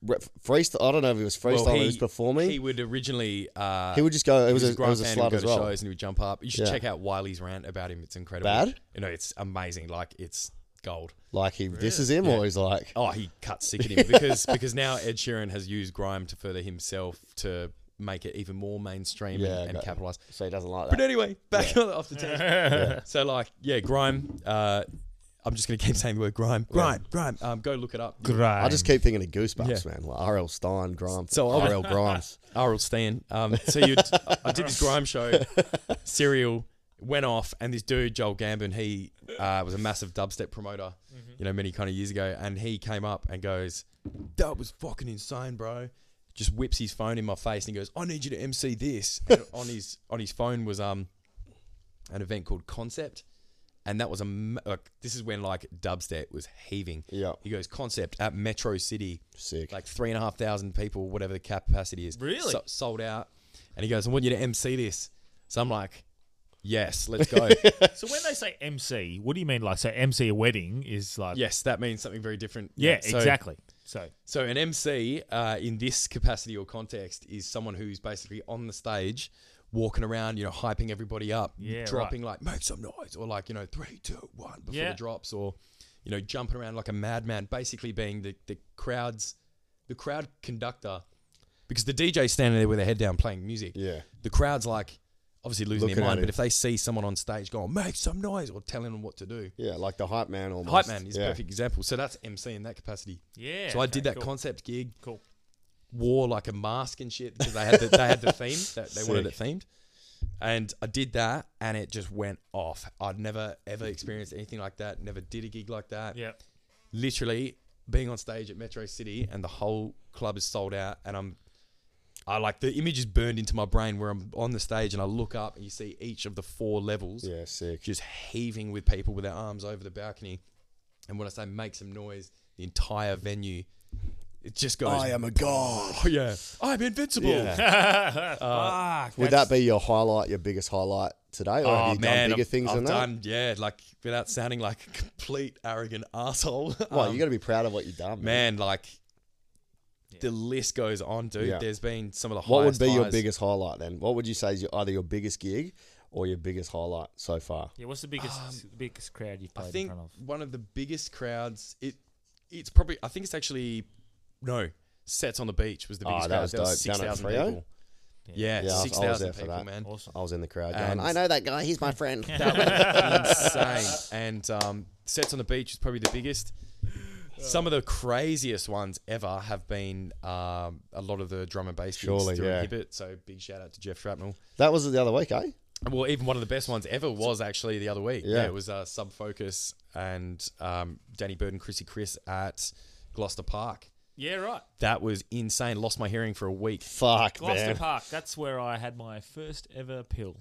[SPEAKER 2] rep- freestyle. I don't know if it was freestyle. or he, was performing.
[SPEAKER 4] He
[SPEAKER 2] He,
[SPEAKER 4] would originally. Uh,
[SPEAKER 2] would just go. It was,
[SPEAKER 4] he
[SPEAKER 2] a, it was a
[SPEAKER 4] fan who
[SPEAKER 2] slut
[SPEAKER 4] would go
[SPEAKER 2] as
[SPEAKER 4] to
[SPEAKER 2] well.
[SPEAKER 4] shows and he would jump up. You should
[SPEAKER 2] Yeah.
[SPEAKER 4] check out Wiley's rant about him. It's incredible.
[SPEAKER 2] Bad?
[SPEAKER 4] You know, it's amazing. Like it's gold.
[SPEAKER 2] Like he this is him, or he's like,
[SPEAKER 4] Oh, he cut sick at him because because now Ed Sheeran has used grime to further himself to make it even more mainstream
[SPEAKER 2] Yeah,
[SPEAKER 4] and, and
[SPEAKER 2] okay.
[SPEAKER 4] capitalize.
[SPEAKER 2] so he doesn't like
[SPEAKER 4] But
[SPEAKER 2] that.
[SPEAKER 4] anyway, back on off the tangent. So like, yeah, grime. Uh, I'm just gonna keep saying the word grime. Grime, grime. Um, go look it up.
[SPEAKER 2] I just keep thinking of Goosebumps, man. Like R.L. Stein, Grimes.
[SPEAKER 4] So I-
[SPEAKER 2] R.L. Grimes.
[SPEAKER 4] Arl Stan. Um, so you, I did this grime show, Serial went off, and this dude Joel Gambon, he uh, was a massive dubstep promoter, you know, many kind of years ago, and he came up and goes, "That was fucking insane, bro." Just whips his phone in my face and he goes, "I need you to MC this." And on his on his phone was um an event called Concept. And that was a m- like, this is when like dubstep was heaving.
[SPEAKER 2] Yeah.
[SPEAKER 4] he goes concept at Metro City
[SPEAKER 2] Sick.
[SPEAKER 4] like three and a half thousand people, whatever the capacity is.
[SPEAKER 1] Really?
[SPEAKER 4] So- sold out. And he goes, I want you to MC this. So I'm like, yes, let's go.
[SPEAKER 1] So when they say MC, what do you mean? Like, so MC a wedding is like,
[SPEAKER 4] yes, that means something very different.
[SPEAKER 1] yeah,
[SPEAKER 4] So-
[SPEAKER 1] exactly. So
[SPEAKER 4] So an MC uh, in this capacity or context is someone who's basically on the stage, walking around, you know, hyping everybody up,
[SPEAKER 1] Yeah,
[SPEAKER 4] dropping like make some noise or like you know three, two, one before
[SPEAKER 1] Yeah.
[SPEAKER 4] the drops, or you know jumping around like a madman, basically being the the crowd's the crowd conductor, because the DJ's standing there with their head down playing music.
[SPEAKER 2] Yeah.
[SPEAKER 4] the crowd's like obviously losing
[SPEAKER 2] Looking
[SPEAKER 4] their mind,
[SPEAKER 2] at
[SPEAKER 4] but
[SPEAKER 2] it.
[SPEAKER 4] if they see someone on stage going make some noise or telling them what to do,
[SPEAKER 2] Yeah, like the hype man almost.
[SPEAKER 4] hype man is a
[SPEAKER 2] yeah.
[SPEAKER 4] perfect example. So that's MC in that capacity.
[SPEAKER 1] yeah.
[SPEAKER 4] So I did
[SPEAKER 1] okay,
[SPEAKER 4] that
[SPEAKER 1] cool.
[SPEAKER 4] concept gig.
[SPEAKER 1] Cool.
[SPEAKER 4] Wore like a mask and shit because they had the, they had the theme that they wanted it themed, and I did that and it just went off. I'd never ever experienced anything like that. Never did a gig like that.
[SPEAKER 1] Yeah.
[SPEAKER 4] Literally being on stage at Metro City and the whole club is sold out and I'm. I like the image is burned into my brain where I'm on the stage and I look up and you see each of the four levels
[SPEAKER 2] Yeah, sick.
[SPEAKER 4] just heaving with people with their arms over the balcony. And when I say make some noise, the entire venue, it just goes. I am a god. Oh, yeah. I'm invincible.
[SPEAKER 2] Uh, Would that be your highlight, your biggest highlight today, or have you done bigger
[SPEAKER 4] Oh, I've,
[SPEAKER 2] things
[SPEAKER 4] I've
[SPEAKER 2] than
[SPEAKER 4] done, Yeah, like without sounding like a complete arrogant asshole.
[SPEAKER 2] that? Well, you got to be proud of what you've done,
[SPEAKER 4] man, like the list goes on, dude.
[SPEAKER 2] Yeah.
[SPEAKER 4] There's been some of the highest.
[SPEAKER 2] What would be your
[SPEAKER 4] highs.
[SPEAKER 2] biggest highlight then? What would you say is your, either your biggest gig or your biggest highlight so far?
[SPEAKER 1] Yeah. What's the biggest biggest crowd you've
[SPEAKER 4] Um, I
[SPEAKER 1] played
[SPEAKER 4] think
[SPEAKER 1] in front of?
[SPEAKER 4] one of the biggest crowds. It it's probably I think it's actually no sets on the beach was the
[SPEAKER 2] Oh,
[SPEAKER 4] biggest
[SPEAKER 2] that
[SPEAKER 4] crowd.
[SPEAKER 2] was
[SPEAKER 4] There was
[SPEAKER 2] dope.
[SPEAKER 4] six
[SPEAKER 2] Down at
[SPEAKER 4] thousand
[SPEAKER 2] Freo?
[SPEAKER 4] people.
[SPEAKER 2] Yeah,
[SPEAKER 4] Yeah,
[SPEAKER 2] I was-
[SPEAKER 4] six
[SPEAKER 2] I was there
[SPEAKER 4] thousand
[SPEAKER 2] for
[SPEAKER 4] people,
[SPEAKER 2] that.
[SPEAKER 4] man.
[SPEAKER 1] Awesome.
[SPEAKER 2] I was in the crowd.
[SPEAKER 4] And-
[SPEAKER 2] Going, I know that guy. He's my friend.
[SPEAKER 4] Insane. And um, sets on the beach was probably the biggest. Some of the craziest ones ever have been um, a lot of the drum and bass gigs
[SPEAKER 2] Surely,
[SPEAKER 4] through
[SPEAKER 2] yeah.
[SPEAKER 4] Hibbert. So big shout out to Jeff Shrapnel.
[SPEAKER 2] that was the other week, eh?
[SPEAKER 4] Well, even one of the best ones ever was actually the other week. Yeah,
[SPEAKER 2] Yeah.
[SPEAKER 4] it was uh, Sub Focus and um, Danny Bird and Chrissy Chris at Gloucester Park.
[SPEAKER 1] Yeah. Right.
[SPEAKER 4] That was insane. Lost my hearing for a week.
[SPEAKER 2] Fuck,
[SPEAKER 1] Gloucester
[SPEAKER 2] man.
[SPEAKER 1] Park. That's where I had my first ever pill.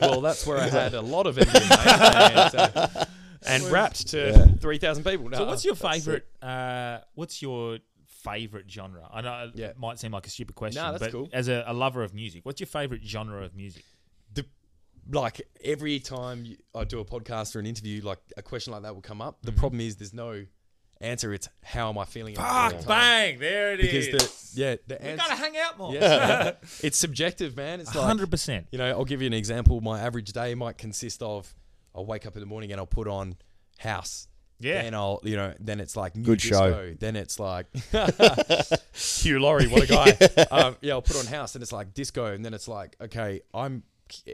[SPEAKER 4] well, that's where I had a lot of MDMA and, uh, and wrapped to three thousand people.
[SPEAKER 1] So
[SPEAKER 4] No,
[SPEAKER 1] what's your favorite? Uh, what's your favorite genre? I know it
[SPEAKER 4] Yeah.
[SPEAKER 1] might seem like a stupid question,
[SPEAKER 4] Nah, that's
[SPEAKER 1] but
[SPEAKER 4] cool.
[SPEAKER 1] as a, a lover of music, what's your favorite genre of music?
[SPEAKER 4] the like every time you- I do a podcast or an interview, like a question like that will come up.
[SPEAKER 1] Mm-hmm.
[SPEAKER 4] The problem is there's no answer. It's how am I feeling? at the
[SPEAKER 1] Fuck,
[SPEAKER 4] time.
[SPEAKER 1] Ah, bang! There it
[SPEAKER 4] Because the yeah the
[SPEAKER 1] we
[SPEAKER 4] answer.
[SPEAKER 1] gotta hang out more.
[SPEAKER 4] yeah, it's subjective, man. It's like
[SPEAKER 1] hundred percent.
[SPEAKER 4] You know, I'll give you an example. My average day might consist of I'll wake up in the morning and I'll put on house.
[SPEAKER 1] Yeah.
[SPEAKER 4] Then I'll, you know, then it's like new
[SPEAKER 2] Good
[SPEAKER 4] disco.
[SPEAKER 2] show.
[SPEAKER 4] Then it's like Hugh Laurie, what a guy. yeah. Um, yeah, I'll put on house and it's like disco, and then it's like okay, I'm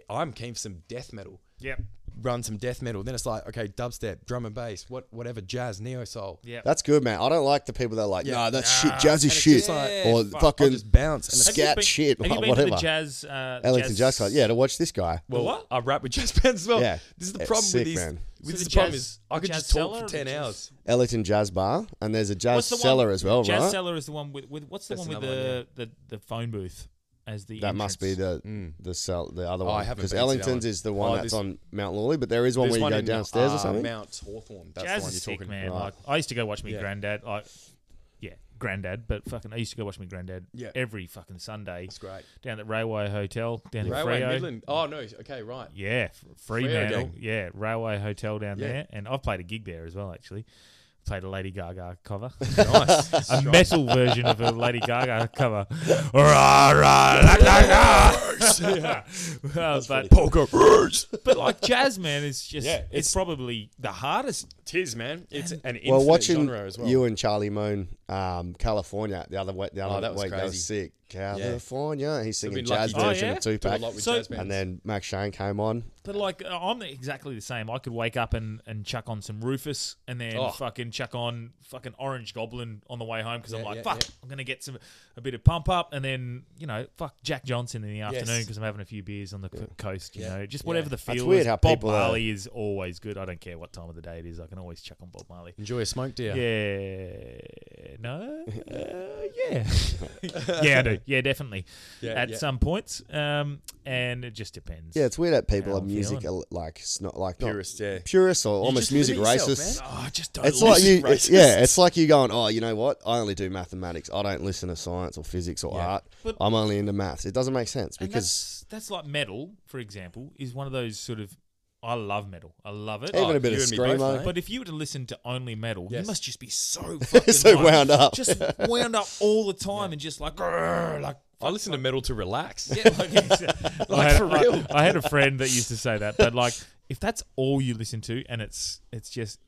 [SPEAKER 4] I'm keen for some death metal.
[SPEAKER 1] Yep.
[SPEAKER 4] Run some death metal. Then it's like okay, dubstep, drum and bass, what whatever, jazz, neo soul.
[SPEAKER 1] Yep.
[SPEAKER 2] That's good, man. I don't like the people that are like,
[SPEAKER 4] Yeah.
[SPEAKER 2] nah, that's shit, jazzy
[SPEAKER 4] it's
[SPEAKER 2] shit,
[SPEAKER 4] just like,
[SPEAKER 1] fuck,
[SPEAKER 2] or
[SPEAKER 1] I'll
[SPEAKER 4] I'll
[SPEAKER 2] fucking
[SPEAKER 4] just bounce. And it's,
[SPEAKER 2] scat shit,
[SPEAKER 1] Have you been
[SPEAKER 2] whatever.
[SPEAKER 1] to the jazz? Uh,
[SPEAKER 2] Alex and Jazz Club. Yeah, to watch this guy.
[SPEAKER 4] well,
[SPEAKER 1] what?
[SPEAKER 4] I rap with jazz bands as well.
[SPEAKER 2] Yeah.
[SPEAKER 4] This is the
[SPEAKER 2] It's
[SPEAKER 4] problem
[SPEAKER 2] sick,
[SPEAKER 4] with these.
[SPEAKER 2] man.
[SPEAKER 4] With
[SPEAKER 1] So
[SPEAKER 4] this
[SPEAKER 1] the
[SPEAKER 4] problem
[SPEAKER 1] jazz-
[SPEAKER 4] is I
[SPEAKER 1] the
[SPEAKER 4] could
[SPEAKER 1] jazz
[SPEAKER 4] just talk
[SPEAKER 1] cellar
[SPEAKER 4] for
[SPEAKER 1] or the
[SPEAKER 4] ten
[SPEAKER 1] jazz-
[SPEAKER 4] hours.
[SPEAKER 2] Ellington Jazz Bar, and there's a jazz
[SPEAKER 1] What's the
[SPEAKER 2] cellar
[SPEAKER 1] one,
[SPEAKER 2] as well,
[SPEAKER 1] Jazz
[SPEAKER 2] right?
[SPEAKER 1] cellar is the one with, with what's the
[SPEAKER 4] That's
[SPEAKER 1] one with
[SPEAKER 4] another
[SPEAKER 1] the, the the phone booth as the
[SPEAKER 2] That must be
[SPEAKER 1] entrance?
[SPEAKER 2] the the cell, the other
[SPEAKER 4] Hmm. Oh, I
[SPEAKER 2] one.
[SPEAKER 4] haven't
[SPEAKER 2] because
[SPEAKER 4] been to that
[SPEAKER 2] Ellington's
[SPEAKER 4] one.
[SPEAKER 2] is the one
[SPEAKER 4] Oh,
[SPEAKER 2] that's
[SPEAKER 4] this-
[SPEAKER 2] on Mount Lawley, but there is one
[SPEAKER 4] There's
[SPEAKER 2] where you
[SPEAKER 4] one
[SPEAKER 2] go
[SPEAKER 4] in,
[SPEAKER 2] downstairs
[SPEAKER 4] uh,
[SPEAKER 2] or something.
[SPEAKER 4] Mount Hawthorne. That's the
[SPEAKER 1] Jazz
[SPEAKER 4] one
[SPEAKER 1] is
[SPEAKER 4] you're
[SPEAKER 1] sick,
[SPEAKER 4] talking
[SPEAKER 1] man.
[SPEAKER 4] about.
[SPEAKER 1] Like I used to go watch my
[SPEAKER 4] Yeah.
[SPEAKER 1] granddad. Like, yeah, granddad. But fucking, I used to go watch my granddad
[SPEAKER 4] Yeah.
[SPEAKER 1] every fucking Sunday
[SPEAKER 4] It's great.
[SPEAKER 1] down at Railway Hotel down in
[SPEAKER 4] Railway
[SPEAKER 1] Freo.
[SPEAKER 4] Midland. Oh no. Okay, right.
[SPEAKER 1] Yeah, F- Fremantle.
[SPEAKER 4] gang.
[SPEAKER 1] Yeah, Railway Hotel down
[SPEAKER 4] Yeah.
[SPEAKER 1] there, and I've played a gig there as well. Actually, played a Lady Gaga cover. Nice. a metal version of a Lady Gaga cover. rah, rah, la, la, la. yeah. Well, but,
[SPEAKER 4] Poker Roots.
[SPEAKER 1] but like jazz, man, is just,
[SPEAKER 4] Yeah,
[SPEAKER 1] it's,
[SPEAKER 4] it's-
[SPEAKER 1] probably the hardest.
[SPEAKER 4] Tis, man. It's an infinite
[SPEAKER 2] well, watching
[SPEAKER 4] genre as well.
[SPEAKER 2] you and Charlie Moon, um, California, the other way, the other
[SPEAKER 4] Oh, that was
[SPEAKER 2] week, that was sick. California, he's singing
[SPEAKER 4] been
[SPEAKER 2] jazz
[SPEAKER 4] lucky to
[SPEAKER 2] version
[SPEAKER 1] Oh, yeah?
[SPEAKER 2] of
[SPEAKER 1] do a
[SPEAKER 2] Tupac,
[SPEAKER 4] lot with
[SPEAKER 1] So-
[SPEAKER 4] jazz bands.
[SPEAKER 2] and then Max Shane came on.
[SPEAKER 1] But like, uh, I'm exactly the same. I could wake up and, and chuck on some Rufus and then
[SPEAKER 4] Oh.
[SPEAKER 1] fucking chuck on fucking Orange Goblin on the way home because I'm
[SPEAKER 4] Yeah,
[SPEAKER 1] like,
[SPEAKER 4] yeah,
[SPEAKER 1] fuck,
[SPEAKER 4] yeah.
[SPEAKER 1] I'm going to get some a bit of pump up and then, you know, fuck Jack Johnson in the afternoon because I'm having a few beers on the co- coast, you know, just whatever the feel
[SPEAKER 2] weird
[SPEAKER 1] is.
[SPEAKER 2] how
[SPEAKER 1] Bob
[SPEAKER 4] uh,
[SPEAKER 2] people are-
[SPEAKER 1] Marley is always good. I don't care what time of the day it is. I can always chuck on Bob Marley.
[SPEAKER 4] Enjoy a smoke, dear.
[SPEAKER 1] Yeah. No. Uh, yeah. yeah, I do. Yeah, definitely.
[SPEAKER 4] Yeah,
[SPEAKER 1] At
[SPEAKER 4] yeah.
[SPEAKER 1] some points, um, and it just depends.
[SPEAKER 2] Yeah, it's weird that people
[SPEAKER 1] How
[SPEAKER 2] are
[SPEAKER 1] I'm
[SPEAKER 2] music
[SPEAKER 1] feeling.
[SPEAKER 2] al- like it's not like not
[SPEAKER 4] Purists, yeah.
[SPEAKER 2] purists or almost
[SPEAKER 4] just limit
[SPEAKER 2] music
[SPEAKER 4] yourself,
[SPEAKER 2] racists.
[SPEAKER 4] man.
[SPEAKER 1] Oh, I just don't.
[SPEAKER 2] It's
[SPEAKER 1] like
[SPEAKER 2] like you,
[SPEAKER 4] racist.
[SPEAKER 2] yeah. It's like you going, oh, you know what? I only do mathematics. I don't listen to science or physics or art.
[SPEAKER 1] But-
[SPEAKER 2] I'm only into maths. It doesn't make sense
[SPEAKER 1] And
[SPEAKER 2] because
[SPEAKER 1] that's, that's like metal, for example, is one of those sort of. I love metal. I love it.
[SPEAKER 2] even a bit
[SPEAKER 4] Oh, you
[SPEAKER 2] of
[SPEAKER 4] and me both,
[SPEAKER 2] screamo.
[SPEAKER 4] mate.
[SPEAKER 1] But if you were to listen to only metal, you
[SPEAKER 4] Yes.
[SPEAKER 1] must just be so fucking
[SPEAKER 2] So
[SPEAKER 1] like-
[SPEAKER 2] wound up.
[SPEAKER 1] just wound up all the time, and just like, "Grrr," like
[SPEAKER 4] I listen to metal to relax.
[SPEAKER 1] Yeah, like, it's- I had,
[SPEAKER 4] for
[SPEAKER 1] I-
[SPEAKER 4] real.
[SPEAKER 1] I, had a friend that used to say that, but like, if that's all you listen to, and it's it's just,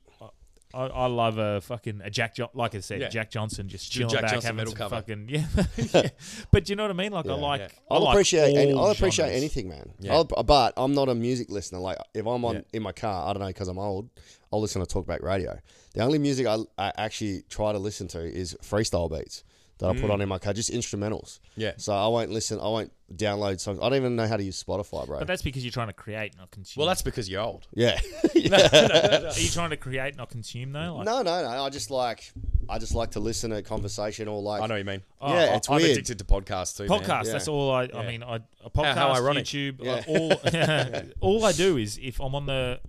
[SPEAKER 1] I, I love a fucking a Jack, jo- like I said,
[SPEAKER 4] Yeah.
[SPEAKER 1] Jack Johnson just chilling
[SPEAKER 4] Jack
[SPEAKER 1] back, having
[SPEAKER 4] Johnson metal
[SPEAKER 1] some
[SPEAKER 4] cover.
[SPEAKER 1] fucking yeah, yeah. But do you know what I mean? Like, I like,
[SPEAKER 4] yeah.
[SPEAKER 1] I
[SPEAKER 2] I'll
[SPEAKER 1] like
[SPEAKER 2] appreciate any,
[SPEAKER 1] all
[SPEAKER 2] I'll appreciate
[SPEAKER 1] genres.
[SPEAKER 2] anything, man.
[SPEAKER 4] Yeah.
[SPEAKER 2] I'll, but I'm not a music listener. Like if I'm on
[SPEAKER 4] Yeah.
[SPEAKER 2] in my car, I don't know because I'm old. I'll listen to talkback radio. The only music I, I actually try to listen to is freestyle beats that I
[SPEAKER 1] Mm.
[SPEAKER 2] put on in my car, just instrumentals.
[SPEAKER 4] Yeah.
[SPEAKER 2] So I won't listen. I won't download songs. I don't even know how to use Spotify, bro.
[SPEAKER 1] But that's because you're trying to create, not consume.
[SPEAKER 4] Well, that's because you're old.
[SPEAKER 2] yeah.
[SPEAKER 1] are you trying to create, not consume though? Like,
[SPEAKER 2] no, no, no. I just like I just like to listen to conversation or like.
[SPEAKER 4] Oh, I know what you mean.
[SPEAKER 2] Yeah, it's
[SPEAKER 4] I'm
[SPEAKER 2] weird.
[SPEAKER 4] addicted to podcasts too. man.
[SPEAKER 1] Podcasts. That's all I. I mean, I a podcast,
[SPEAKER 4] how ironic.
[SPEAKER 1] YouTube. like, all all I do is if I'm on the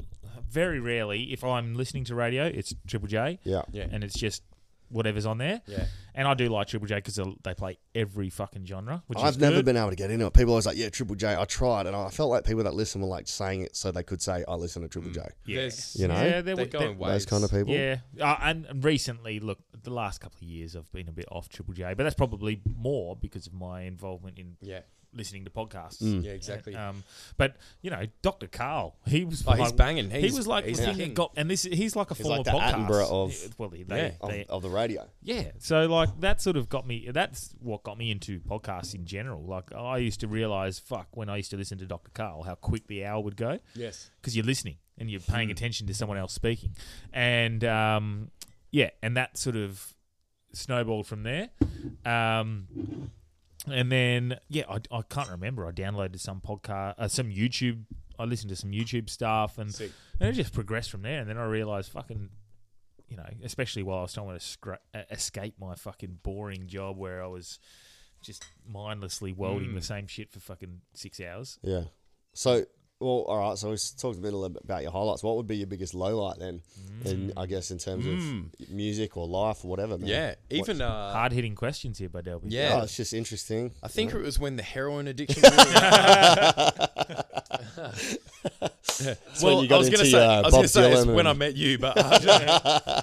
[SPEAKER 1] very rarely if I'm listening to radio, it's Triple J.
[SPEAKER 2] Yeah.
[SPEAKER 4] Yeah.
[SPEAKER 1] And it's just whatever's on there.
[SPEAKER 4] Yeah.
[SPEAKER 1] And I do like Triple J because they play every fucking genre, which is
[SPEAKER 2] I've never
[SPEAKER 1] good.
[SPEAKER 2] been able to get into it. People always like, yeah, Triple J. I tried, and I felt like people that listen were like saying it so they could say, I listen to Triple J.
[SPEAKER 1] Mm. Yeah.
[SPEAKER 4] There's-
[SPEAKER 2] You know?
[SPEAKER 1] yeah, they're,
[SPEAKER 4] They're
[SPEAKER 1] they're-
[SPEAKER 4] going waves.
[SPEAKER 2] Those kind of people.
[SPEAKER 1] Yeah, uh, and and recently, look, the last couple of years I've been a bit off Triple J, but that's probably more because of my involvement in
[SPEAKER 4] Yeah.
[SPEAKER 1] listening to podcasts.
[SPEAKER 4] Yeah, exactly.
[SPEAKER 1] Um, but you know, Dr. Carl, he was
[SPEAKER 4] Oh,
[SPEAKER 1] like,
[SPEAKER 4] he's banging.
[SPEAKER 1] he
[SPEAKER 4] He's-
[SPEAKER 1] was like
[SPEAKER 4] he's
[SPEAKER 1] the
[SPEAKER 4] the
[SPEAKER 1] thing that
[SPEAKER 4] king.
[SPEAKER 1] got, and this he's like a former
[SPEAKER 2] like the
[SPEAKER 1] podcast.
[SPEAKER 2] Attenborough of-
[SPEAKER 1] Yeah, well, they, they-
[SPEAKER 2] of, of the radio.
[SPEAKER 1] yeah. So like that sort of got me. That's what got me into podcasts in general. Like I used to realize, fuck, when I used to listen to Dr. Carl, how quick the hour would go.
[SPEAKER 4] Yes.
[SPEAKER 1] because you're listening and you're paying attention to someone else speaking, and um, yeah, and that sort of snowballed from there. Um, and then yeah, I, I can't remember. I downloaded some podcast, uh, some YouTube. I listened to some YouTube stuff, and
[SPEAKER 4] Sick.
[SPEAKER 1] and it just progressed from there. And then I realized, fucking, you know, especially while I was trying to scra- uh, escape my fucking boring job where I was just mindlessly welding the same shit for fucking six hours.
[SPEAKER 2] Yeah. So, well, all right. So we talked a little bit about your highlights. What would be your biggest lowlight then?
[SPEAKER 4] Mm.
[SPEAKER 2] In I guess in terms of music or life or whatever. Man.
[SPEAKER 4] Yeah.
[SPEAKER 2] What-
[SPEAKER 4] Even uh,
[SPEAKER 1] Hard hitting questions here by Delby.
[SPEAKER 4] yeah.
[SPEAKER 2] Oh, it's just interesting.
[SPEAKER 4] I think it was when the heroin addiction. really-
[SPEAKER 2] when
[SPEAKER 4] well,
[SPEAKER 2] you got
[SPEAKER 4] I was gonna
[SPEAKER 2] into,
[SPEAKER 4] say,
[SPEAKER 2] uh,
[SPEAKER 4] I was
[SPEAKER 2] Bob
[SPEAKER 4] gonna say it's
[SPEAKER 2] Dylan
[SPEAKER 4] when I
[SPEAKER 2] and-
[SPEAKER 4] met you, but uh,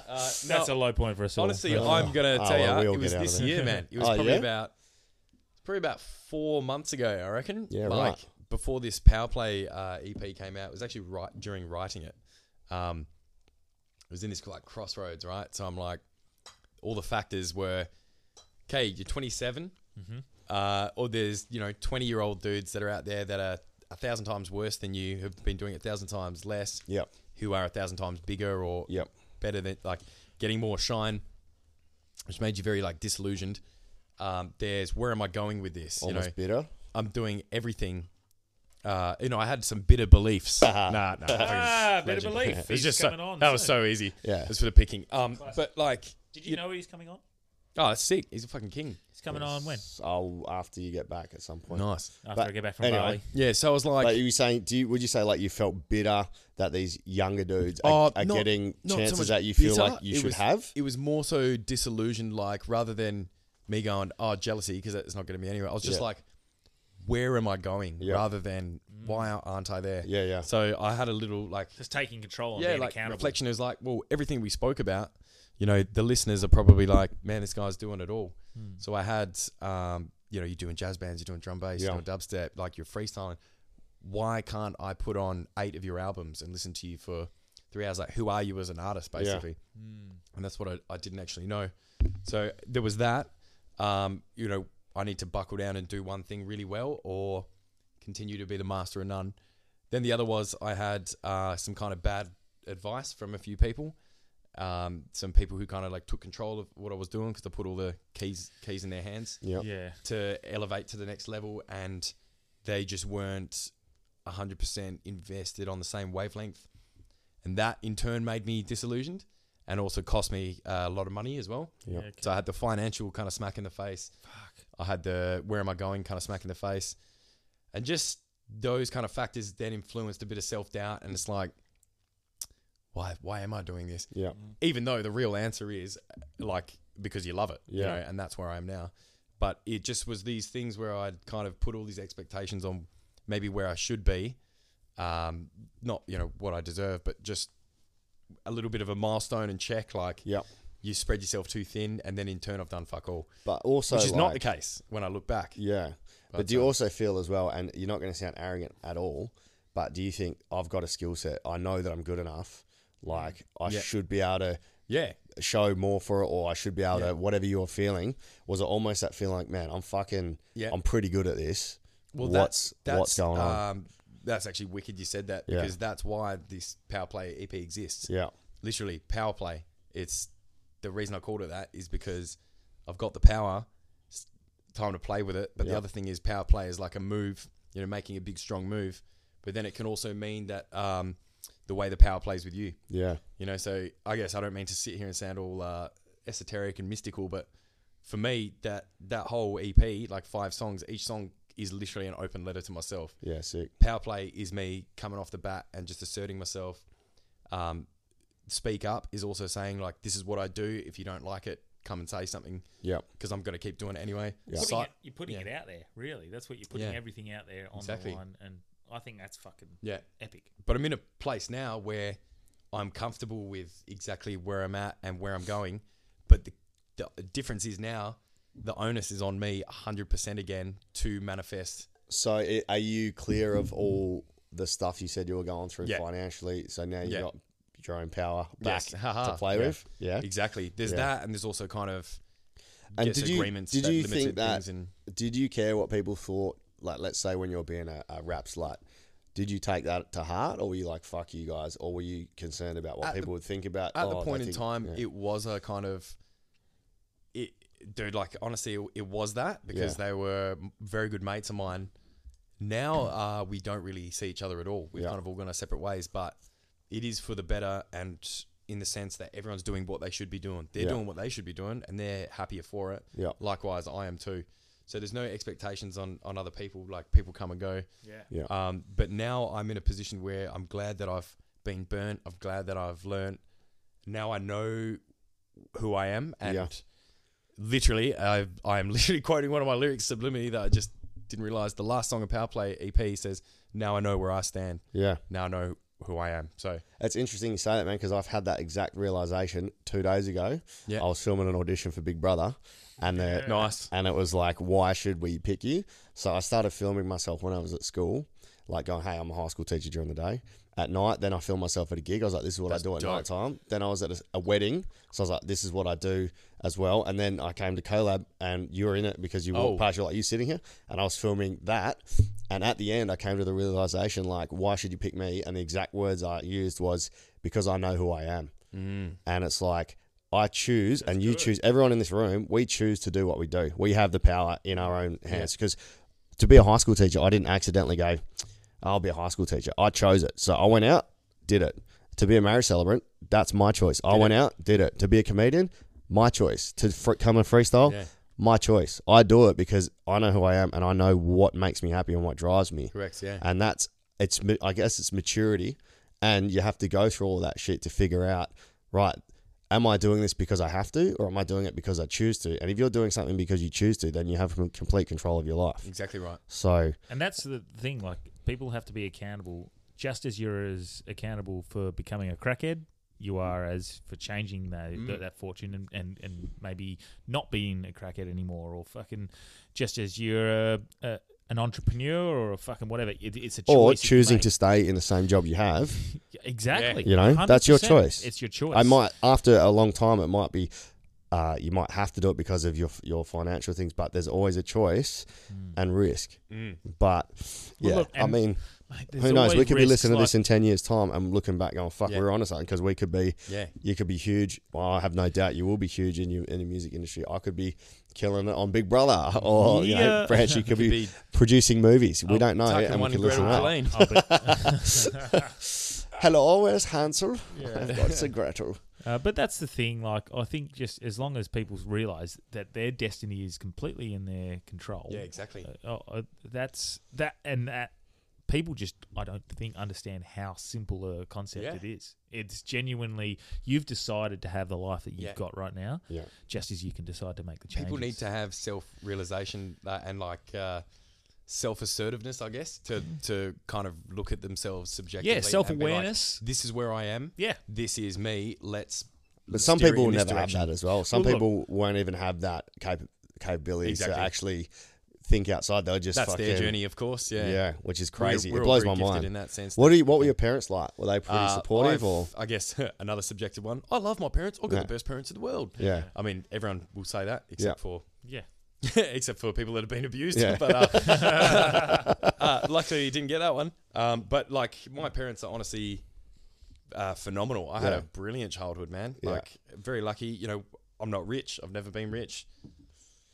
[SPEAKER 1] That's a low point for us all.
[SPEAKER 4] honestly, I'm gonna
[SPEAKER 2] Oh,
[SPEAKER 4] tell
[SPEAKER 2] well,
[SPEAKER 4] you,
[SPEAKER 2] we'll
[SPEAKER 4] it was
[SPEAKER 2] get out of
[SPEAKER 4] this
[SPEAKER 2] there.
[SPEAKER 4] year, man. It was
[SPEAKER 2] Oh,
[SPEAKER 4] probably
[SPEAKER 2] yeah?
[SPEAKER 4] about probably about four months ago, I reckon.
[SPEAKER 2] Yeah,
[SPEAKER 4] like,
[SPEAKER 2] right.
[SPEAKER 4] Before this Power Play uh, EP came out, it was actually right during writing it. Um, it was in this like crossroads, right? So I'm like, all the factors were, okay, you're 27, uh, or there's you know 20 year old dudes that are out there that are a thousand times worse than you, who've been doing it a thousand times less,
[SPEAKER 2] Yep.
[SPEAKER 4] who are a thousand times bigger or
[SPEAKER 2] Yep.
[SPEAKER 4] better than like getting more shine, which made you very like disillusioned. Um, there's where am I going with this?
[SPEAKER 2] Almost
[SPEAKER 4] you know,
[SPEAKER 2] bitter.
[SPEAKER 4] I'm doing everything. Uh, you know, I had some bitter beliefs. nah, nah.
[SPEAKER 1] Ah, better belief.
[SPEAKER 4] It's
[SPEAKER 1] He's
[SPEAKER 4] just so,
[SPEAKER 1] coming on.
[SPEAKER 4] that was
[SPEAKER 1] soon.
[SPEAKER 4] so easy.
[SPEAKER 2] Yeah.
[SPEAKER 4] it's for the picking. Um, but like,
[SPEAKER 1] Did you know he's coming on?
[SPEAKER 4] oh, that's sick. He's a fucking king.
[SPEAKER 1] He's coming on when?
[SPEAKER 2] So I'll, after you get back at some point.
[SPEAKER 4] Nice.
[SPEAKER 1] After I get back from
[SPEAKER 2] anyway.
[SPEAKER 1] Bali.
[SPEAKER 4] Yeah. So I was like,
[SPEAKER 2] Like you were saying, do you, would you say like you felt bitter that these younger dudes
[SPEAKER 4] Uh,
[SPEAKER 2] are, are
[SPEAKER 4] not-
[SPEAKER 2] getting
[SPEAKER 4] not so
[SPEAKER 2] chances
[SPEAKER 4] much
[SPEAKER 2] that you feel
[SPEAKER 4] bitter.
[SPEAKER 2] like you
[SPEAKER 4] It
[SPEAKER 2] should
[SPEAKER 4] was-
[SPEAKER 2] have?
[SPEAKER 4] It was more so disillusioned, like rather than me going, "Oh, jealousy," because it's not going to be anywhere. I was just
[SPEAKER 2] Yeah.
[SPEAKER 4] like, "Where am I going?"
[SPEAKER 2] Yeah.
[SPEAKER 4] Rather than why aren't I there?
[SPEAKER 2] Yeah, yeah.
[SPEAKER 4] So I had a little like,
[SPEAKER 1] Just taking control and
[SPEAKER 4] yeah,
[SPEAKER 1] being
[SPEAKER 4] like
[SPEAKER 1] accountable.
[SPEAKER 4] reflection is like, well, everything we spoke about, you know, the listeners are probably like, man, this guy's doing it all.
[SPEAKER 1] Hmm.
[SPEAKER 4] So I had, um, you know, you're doing jazz bands, you're doing drum bass,
[SPEAKER 2] Yeah.
[SPEAKER 4] you're doing dubstep, like you're freestyling. Why can't I put on eight of your albums and listen to you for three hours? Like, who are you as an artist, basically? And that's what I, I didn't actually know. So there was that. Um, you know, I need to buckle down and do one thing really well or continue to be the master of none. Then the other was I had uh, some kind of bad advice from a few people, um, some people who kind of like took control of what I was doing because I put all the keys keys in their hands
[SPEAKER 2] Yep.
[SPEAKER 1] Yeah.
[SPEAKER 4] to elevate to the next level, and they just weren't hundred percent invested on the same wavelength, and that in turn made me disillusioned, and also cost me uh, a lot of money as well.
[SPEAKER 2] Yep.
[SPEAKER 1] Okay.
[SPEAKER 4] So I had the financial kind of smack in the face. I had the where am I going kind of smack in the face. And just those kind of factors then influenced a bit of self doubt. And it's like, why why am I doing this?
[SPEAKER 2] Yeah.
[SPEAKER 4] Even though the real answer is like because you love it. You
[SPEAKER 2] Yeah.
[SPEAKER 4] know, and that's where I am now. But it just was these things where I'd kind of put all these expectations on maybe where I should be. Um, not, you know, what I deserve, but just a little bit of a milestone and check, like
[SPEAKER 2] Yep.
[SPEAKER 4] you spread yourself too thin, and then in turn I've done fuck all,
[SPEAKER 2] But also,
[SPEAKER 4] which is not the
[SPEAKER 2] like-
[SPEAKER 4] case when I look back.
[SPEAKER 2] Yeah. But, do you also feel as well, and you're not going to sound arrogant at all, but do you think I've got a skill set? I know that I'm good enough. Like, I
[SPEAKER 4] Yeah.
[SPEAKER 2] should be able to
[SPEAKER 4] Yeah,
[SPEAKER 2] show more for it, or I should be able
[SPEAKER 4] Yeah.
[SPEAKER 2] to, whatever you're feeling. Was it almost that feeling like, man, I'm fucking,
[SPEAKER 4] Yeah.
[SPEAKER 2] I'm pretty good at this.
[SPEAKER 4] well
[SPEAKER 2] what's,
[SPEAKER 4] that's, that's
[SPEAKER 2] what's going on?
[SPEAKER 4] Um, that's actually wicked. You said that
[SPEAKER 2] Yeah.
[SPEAKER 4] because that's why this power play EP exists.
[SPEAKER 2] yeah.
[SPEAKER 4] literally power play. It's the reason I called it that is because I've got the power, it's time to play with it. But
[SPEAKER 2] Yeah.
[SPEAKER 4] the other thing is power play is like a move, you know, making a big strong move. But then it can also mean that um, the way the power plays with you.
[SPEAKER 2] Yeah.
[SPEAKER 4] You know, so I guess I don't mean to sit here and sound all uh, esoteric and mystical, but for me, that that whole EP, like five songs, each song is literally an open letter to myself.
[SPEAKER 2] Yeah. Sick.
[SPEAKER 4] Power play is me coming off the bat and just asserting myself. Um, speak up is also saying like, this is what I do. If you don't like it, come and say something
[SPEAKER 2] Yep.
[SPEAKER 4] because I'm gonna keep doing it anyway.
[SPEAKER 2] Yeah.
[SPEAKER 4] Si-
[SPEAKER 2] Putting
[SPEAKER 1] you're putting it out there, really. That's what you're putting
[SPEAKER 4] Yeah.
[SPEAKER 1] everything out there on
[SPEAKER 4] Exactly.
[SPEAKER 1] the line, and I think that's fucking
[SPEAKER 4] yeah.
[SPEAKER 1] epic.
[SPEAKER 4] but I'm in a place now where I'm comfortable with exactly where I'm at and where I'm going. But the, the difference is now the onus is on me 100% again to manifest.
[SPEAKER 2] So, i are you clear of all the stuff you said you were going through
[SPEAKER 4] Yeah.
[SPEAKER 2] financially? So now you've
[SPEAKER 4] Yeah.
[SPEAKER 2] got your own power back
[SPEAKER 4] Yes. Haha.
[SPEAKER 2] to play
[SPEAKER 4] Yeah.
[SPEAKER 2] with? Yeah.
[SPEAKER 4] Exactly. There's
[SPEAKER 2] Yeah.
[SPEAKER 4] that, and there's also kind of
[SPEAKER 2] And
[SPEAKER 4] yes,
[SPEAKER 2] did you-
[SPEAKER 4] agreements
[SPEAKER 2] did
[SPEAKER 4] that
[SPEAKER 2] you
[SPEAKER 4] limited
[SPEAKER 2] think that-
[SPEAKER 4] things. And
[SPEAKER 2] did you care what people thought? Like, let's say when you're being a, a rap slut, did you take that to heart, or were you like, "Fuck you guys," or were you concerned about what
[SPEAKER 4] At the-
[SPEAKER 2] people would think about?
[SPEAKER 4] at
[SPEAKER 2] "Oh,
[SPEAKER 4] the
[SPEAKER 2] they
[SPEAKER 4] point in
[SPEAKER 2] think-"
[SPEAKER 4] time,
[SPEAKER 2] yeah.
[SPEAKER 4] it was a kind of it, dude. Like honestly, it, it was that because
[SPEAKER 2] Yeah.
[SPEAKER 4] they were very good mates of mine. Now uh, we don't really see each other at all. We've
[SPEAKER 2] Yeah.
[SPEAKER 4] kind of all gone our separate ways, but it is for the better and in the sense that everyone's doing what they should be doing. They're
[SPEAKER 2] Yeah.
[SPEAKER 4] doing what they should be doing and they're happier for it.
[SPEAKER 2] Yeah.
[SPEAKER 4] Likewise, I am too. So there's no expectations on, on other people. Like people come and go.
[SPEAKER 1] Yeah.
[SPEAKER 2] Yeah.
[SPEAKER 4] Um, but now I'm in a position where I'm glad that I've been burnt. I'm glad that I've learned. Now I know who I am, and
[SPEAKER 2] Yeah.
[SPEAKER 4] literally, I I am literally quoting one of my lyrics subliminally that I just didn't realize. The last song of Power Play EP says, "Now I know where I stand.
[SPEAKER 2] yeah,
[SPEAKER 4] Now I know who I am." So
[SPEAKER 2] it's interesting you say that, man, because I've had that exact realization two days ago.
[SPEAKER 4] Yeah.
[SPEAKER 2] I was filming an audition for Big Brother, and the
[SPEAKER 4] nice.
[SPEAKER 2] and it was like, why should we pick you? So I started filming myself when I was at school, like going, hey, I'm a high school teacher during the day. At night, then I filmed myself at a gig. I was like, this is what I do at night time. Then I was at a, a wedding, so I was like, this is what I do as well. And then I came to collab, and you were in it because you walked
[SPEAKER 4] Oh.
[SPEAKER 2] past, you're like, you sitting here, and I was filming that. And at the end, I came to the realization, like, why should you pick me? And the exact words I used was, because I know who I am and it's like I choose and you choose everyone in this room we choose to do what we do we have the power in our own hands because to be a high school teacher I didn't accidentally go I'll be a high school teacher I chose it so I went out did it to be a marriage celebrant that's my choice I went out did it to be a comedian my choice to fr- come and freestyle
[SPEAKER 4] Yeah.
[SPEAKER 2] my choice I do it because I know who I am and I know what makes me happy and what drives me
[SPEAKER 4] Correct. Yeah.
[SPEAKER 2] and that's it's ma- i guess it's maturity and you have to go through all that shit to figure out right am i doing this because i have to or am i doing it because i choose to and if you're doing something because you choose to then you have com- complete control of your life
[SPEAKER 4] Exactly right.
[SPEAKER 2] so
[SPEAKER 1] And that's the thing. Like people have to be accountable, just as you're as accountable for becoming a crackhead
[SPEAKER 2] Mm.
[SPEAKER 1] you are as for changing that that, that fortune and, and, and maybe not being a crackhead anymore or fucking just as you're a, a, an entrepreneur or a fucking whatever. It, it's a choice
[SPEAKER 2] or
[SPEAKER 1] that you
[SPEAKER 2] choosing
[SPEAKER 1] make.
[SPEAKER 2] to stay in the same job you have.
[SPEAKER 1] Yeah, exactly.
[SPEAKER 2] You know, that's your
[SPEAKER 1] 100%.
[SPEAKER 2] choice.
[SPEAKER 1] It's your choice.
[SPEAKER 2] I might after a long time, it might be. Uh, you might have to do it because of your your financial things, but there's always a choice and risk. But
[SPEAKER 1] Hmm.
[SPEAKER 2] yeah,
[SPEAKER 1] Well, look,
[SPEAKER 2] I
[SPEAKER 1] and,
[SPEAKER 2] mean,
[SPEAKER 1] mate, there's
[SPEAKER 2] who knows?
[SPEAKER 1] always
[SPEAKER 2] We could be
[SPEAKER 1] risks,
[SPEAKER 2] listening to this
[SPEAKER 1] like-
[SPEAKER 2] in ten years' time and looking back, going, "Fuck,
[SPEAKER 4] Yeah.
[SPEAKER 2] we we're onto something." Because we could be,
[SPEAKER 4] Yeah.
[SPEAKER 2] you could be huge. Well, I have no doubt you will be huge in you in the music industry. I could be killing it on Big Brother, or you know,
[SPEAKER 1] Yeah.
[SPEAKER 2] Branch, you could, be,
[SPEAKER 4] be
[SPEAKER 2] producing movies. We don't know,
[SPEAKER 4] Tucking
[SPEAKER 2] Uh, and we
[SPEAKER 4] one
[SPEAKER 2] could
[SPEAKER 4] in
[SPEAKER 2] listen to
[SPEAKER 4] Gretel
[SPEAKER 2] that.
[SPEAKER 4] Colleen.
[SPEAKER 1] Oh, but,
[SPEAKER 2] Hello, where's Hansel? I've got a Gretel.
[SPEAKER 1] uh, but that's the thing. Like, I think just as long as people realize that their destiny is completely in their control.
[SPEAKER 4] Yeah, exactly.
[SPEAKER 1] Uh, oh, uh, that's that, and that people just I don't think understand how simple a concept
[SPEAKER 4] Yeah.
[SPEAKER 1] it is. It's genuinely you've decided to have the life that you've
[SPEAKER 4] Yeah.
[SPEAKER 1] got right now.
[SPEAKER 2] Yeah.
[SPEAKER 1] Just as you can decide to make the changes.
[SPEAKER 4] People need to have self realization uh, and like uh, self assertiveness, I guess, to to kind of look at themselves subjectively. and be like,
[SPEAKER 1] self-awareness.
[SPEAKER 4] this is where I am.
[SPEAKER 1] Yeah.
[SPEAKER 4] This is me. Let's.
[SPEAKER 2] But some
[SPEAKER 4] steer it
[SPEAKER 2] people will
[SPEAKER 4] in this
[SPEAKER 2] never have
[SPEAKER 4] direction.
[SPEAKER 2] that as well. Some
[SPEAKER 1] Well, look-
[SPEAKER 2] people won't even have that cap- capability to
[SPEAKER 4] Exactly.
[SPEAKER 2] actually think outside. They'll just
[SPEAKER 4] That's
[SPEAKER 2] fucking,
[SPEAKER 4] their journey, of course. Yeah.
[SPEAKER 2] Yeah. which is crazy.
[SPEAKER 4] we're
[SPEAKER 2] it
[SPEAKER 4] all
[SPEAKER 2] blows my
[SPEAKER 4] pretty gifted
[SPEAKER 2] mind.
[SPEAKER 4] in that sense.
[SPEAKER 2] what do you, What were your parents like? Were they pretty
[SPEAKER 4] Uh,
[SPEAKER 2] supportive
[SPEAKER 4] I've-
[SPEAKER 2] or?
[SPEAKER 4] I guess another subjective one. I love my parents. I've got
[SPEAKER 2] Yeah.
[SPEAKER 4] the best parents in the world.
[SPEAKER 2] Yeah.
[SPEAKER 4] I mean, everyone will say that except
[SPEAKER 2] Yeah.
[SPEAKER 4] for
[SPEAKER 1] Yeah.
[SPEAKER 4] except for people that have been abused.
[SPEAKER 2] Yeah.
[SPEAKER 4] But uh, uh, luckily, you didn't get that one. Um, but like, my parents are honestly uh, phenomenal. I had
[SPEAKER 2] Yeah.
[SPEAKER 4] a brilliant childhood, man.
[SPEAKER 2] Yeah.
[SPEAKER 4] Like, very lucky. You know, I'm not rich. I've never been rich.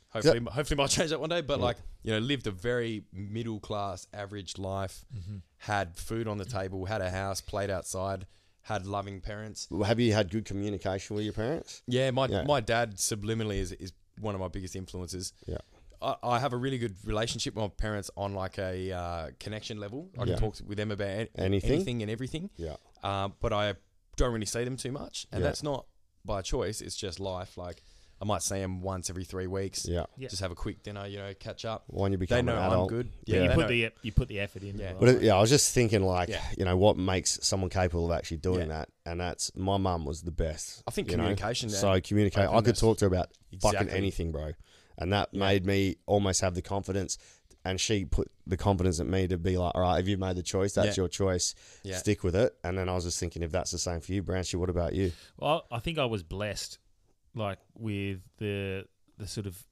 [SPEAKER 4] Hopefully, hopefully, I'll change that one day.
[SPEAKER 2] Mm.
[SPEAKER 4] But like, you know, lived a very middle class, average life.
[SPEAKER 2] Mm-hmm.
[SPEAKER 4] Had food on the table. Had a house. Played outside. Had loving parents.
[SPEAKER 2] Have you had good communication with your parents?
[SPEAKER 4] Yeah, my
[SPEAKER 2] Yeah.
[SPEAKER 4] my dad subliminally is, is one of my biggest influences.
[SPEAKER 2] Yeah.
[SPEAKER 4] I, I have a really good relationship with my parents on like a uh, connection level. I can
[SPEAKER 2] Yeah.
[SPEAKER 4] talk with them about an-
[SPEAKER 2] Anything?
[SPEAKER 4] anything and everything.
[SPEAKER 2] Yeah.
[SPEAKER 4] Um, but I don't really see them too much, and
[SPEAKER 2] Yeah.
[SPEAKER 4] that's not by choice. It's just life. Like I might see them once every three weeks.
[SPEAKER 2] Yeah.
[SPEAKER 1] Yeah.
[SPEAKER 4] Just have a quick dinner, you know, catch up.
[SPEAKER 2] When you
[SPEAKER 4] They
[SPEAKER 2] become
[SPEAKER 4] know
[SPEAKER 2] an adult.
[SPEAKER 4] I'm good.
[SPEAKER 1] You
[SPEAKER 4] they
[SPEAKER 1] put
[SPEAKER 4] know-
[SPEAKER 1] the e, you put the effort in.
[SPEAKER 4] Yeah.
[SPEAKER 1] Yeah.
[SPEAKER 2] But it- yeah, I was just thinking, like,
[SPEAKER 4] Yeah.
[SPEAKER 2] you know, what makes someone capable of actually doing
[SPEAKER 4] Yeah.
[SPEAKER 2] that? And that's my mum was the best.
[SPEAKER 4] I think
[SPEAKER 2] you know?
[SPEAKER 4] communication and
[SPEAKER 2] So communicate. I could
[SPEAKER 4] openness.
[SPEAKER 2] talk to her about fucking
[SPEAKER 4] Exactly.
[SPEAKER 2] anything, bro, and that made me almost have the confidence. And she put the confidence in me to be like, all right, if you made the choice, that's
[SPEAKER 4] Yeah.
[SPEAKER 2] your choice.
[SPEAKER 4] Yeah.
[SPEAKER 2] Stick with it. And then I was just thinking, if that's the same for you, Branchy, what about you?
[SPEAKER 1] Well, I think I was blessed, like with the the sort of,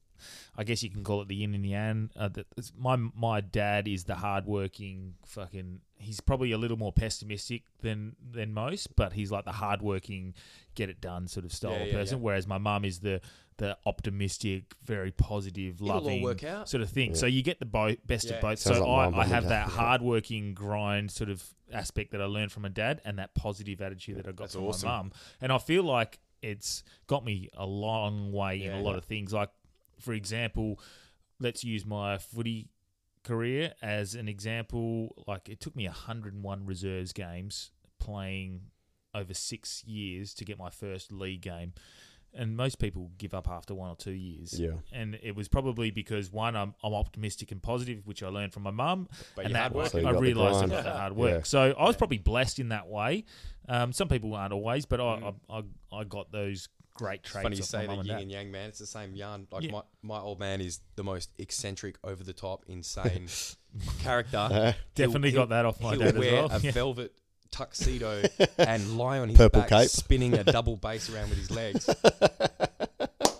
[SPEAKER 1] I guess you can call it the yin and yang. Uh, the, it's- my my dad is the hardworking fucking. He's probably a little more pessimistic than than most, but he's like the hardworking, get it done sort of style
[SPEAKER 4] Yeah,
[SPEAKER 1] of
[SPEAKER 4] yeah,
[SPEAKER 1] person.
[SPEAKER 4] yeah.
[SPEAKER 1] Whereas my mum is the the optimistic, very positive,
[SPEAKER 4] all
[SPEAKER 1] loving
[SPEAKER 4] work out.
[SPEAKER 1] sort of thing. So you get the bo- best
[SPEAKER 4] Yeah.
[SPEAKER 1] of both.
[SPEAKER 2] Sounds
[SPEAKER 1] so
[SPEAKER 2] like my mum
[SPEAKER 1] I, I
[SPEAKER 2] and
[SPEAKER 1] have
[SPEAKER 2] dad,
[SPEAKER 1] that
[SPEAKER 2] yeah.
[SPEAKER 1] hardworking grind sort of aspect that I learned from my dad, and that positive attitude that I got
[SPEAKER 4] That's
[SPEAKER 1] from
[SPEAKER 4] awesome.
[SPEAKER 1] my mum. And I feel like it's got me a long way in
[SPEAKER 4] Yeah.
[SPEAKER 1] a lot of things. Like, for example, let's use my footy career as an example. Like, it took me 101 reserves games playing over six years to get my first league game. And most people give up after one or two years.
[SPEAKER 2] Yeah.
[SPEAKER 1] And it was probably because one, I'm, I'm optimistic and positive, which I learned from my mum.
[SPEAKER 4] But
[SPEAKER 1] and
[SPEAKER 4] you're
[SPEAKER 1] that
[SPEAKER 4] hardworking.
[SPEAKER 2] So you
[SPEAKER 1] I
[SPEAKER 2] got the
[SPEAKER 1] realised
[SPEAKER 2] grind.
[SPEAKER 1] about the hard work.
[SPEAKER 2] Yeah.
[SPEAKER 1] So I was probably blessed in that way. Um, some people aren't always, but I, I, I, I got those great traits.
[SPEAKER 4] Mm. Funny you
[SPEAKER 1] off my
[SPEAKER 4] say the
[SPEAKER 1] mum and
[SPEAKER 4] yin
[SPEAKER 1] dad.
[SPEAKER 4] and yang, man. It's the same yarn. Like
[SPEAKER 1] Yeah.
[SPEAKER 4] my, my old man is the most eccentric, over the top, insane character.
[SPEAKER 1] Definitely got that off my
[SPEAKER 4] he'll
[SPEAKER 1] dad as
[SPEAKER 4] wear
[SPEAKER 1] well.
[SPEAKER 4] a
[SPEAKER 1] Yeah.
[SPEAKER 4] velvet tuxedo and lie on his
[SPEAKER 2] Purple
[SPEAKER 4] back,
[SPEAKER 2] cape.
[SPEAKER 4] spinning a double bass around with his legs.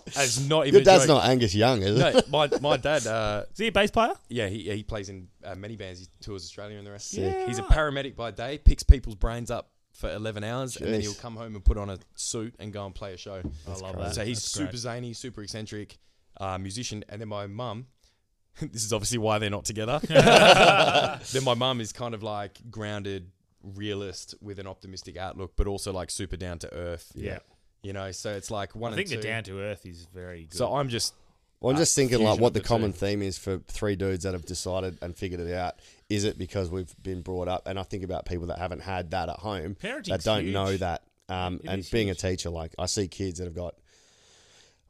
[SPEAKER 4] It's not even.
[SPEAKER 2] Your
[SPEAKER 4] a
[SPEAKER 2] dad's
[SPEAKER 4] joke.
[SPEAKER 2] not Angus Young, is it?
[SPEAKER 4] No, my my dad. Uh,
[SPEAKER 1] Is he a bass player?
[SPEAKER 4] yeah, he, he plays in uh, many bands. He tours Australia and the rest.
[SPEAKER 1] Sick.
[SPEAKER 4] He's a
[SPEAKER 1] Yeah.
[SPEAKER 4] paramedic by day, picks people's brains up for 11 hours, and then
[SPEAKER 2] Jeez.
[SPEAKER 4] he'll come home and put on a suit and go and play a show.
[SPEAKER 1] I love that.
[SPEAKER 4] So he's
[SPEAKER 1] That's
[SPEAKER 4] super
[SPEAKER 1] great.
[SPEAKER 4] zany, super eccentric uh, musician. And then my mum, this is obviously why they're not together. then my mum is kind of like grounded realist with an optimistic outlook, but also like super down to earth.
[SPEAKER 1] Yeah.
[SPEAKER 4] You know, so it's like
[SPEAKER 1] I
[SPEAKER 4] one and
[SPEAKER 1] think
[SPEAKER 4] two.
[SPEAKER 1] the down to earth is very good.
[SPEAKER 4] so I'm just
[SPEAKER 2] Well, I'm
[SPEAKER 4] Uh,
[SPEAKER 2] just thinking, like,
[SPEAKER 4] fusion
[SPEAKER 2] what
[SPEAKER 4] of
[SPEAKER 2] the,
[SPEAKER 4] the
[SPEAKER 2] common
[SPEAKER 4] two.
[SPEAKER 2] theme is for three dudes that have decided and figured it out. Is it because we've been brought up? And I think about people that haven't had that at home, that
[SPEAKER 1] Parenting's
[SPEAKER 2] don't know
[SPEAKER 1] huge.
[SPEAKER 2] that. Um,
[SPEAKER 1] It
[SPEAKER 2] and
[SPEAKER 1] is
[SPEAKER 2] being a teacher, like, I see kids that have got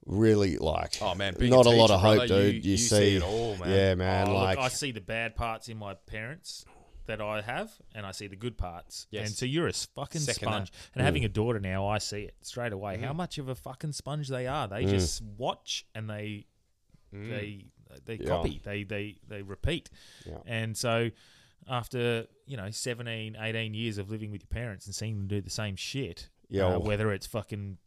[SPEAKER 2] really, like,
[SPEAKER 4] Oh, man, being a
[SPEAKER 2] not a, lot
[SPEAKER 4] teacher,
[SPEAKER 2] of hope,
[SPEAKER 4] brother,
[SPEAKER 2] dude.
[SPEAKER 4] you- you see
[SPEAKER 2] see,
[SPEAKER 4] it all, man.
[SPEAKER 2] Yeah,
[SPEAKER 1] Oh,
[SPEAKER 2] man.
[SPEAKER 1] look,
[SPEAKER 2] like,
[SPEAKER 1] I see the bad parts in my parents. that I have, and I see the good parts.
[SPEAKER 4] Yes.
[SPEAKER 1] And so you're a s- fucking
[SPEAKER 4] Second
[SPEAKER 1] sponge. And having a daughter now, I see it straight away.
[SPEAKER 2] Mm-hmm.
[SPEAKER 1] How much of a fucking sponge they are.
[SPEAKER 2] Mm.
[SPEAKER 1] They just watch and they they they copy. They they they repeat.
[SPEAKER 2] Yeah.
[SPEAKER 1] And so after you know 17 18 years of living with your parents and seeing them do the same shit
[SPEAKER 2] Yeah,
[SPEAKER 1] uh,
[SPEAKER 2] well-
[SPEAKER 1] whether it's fucking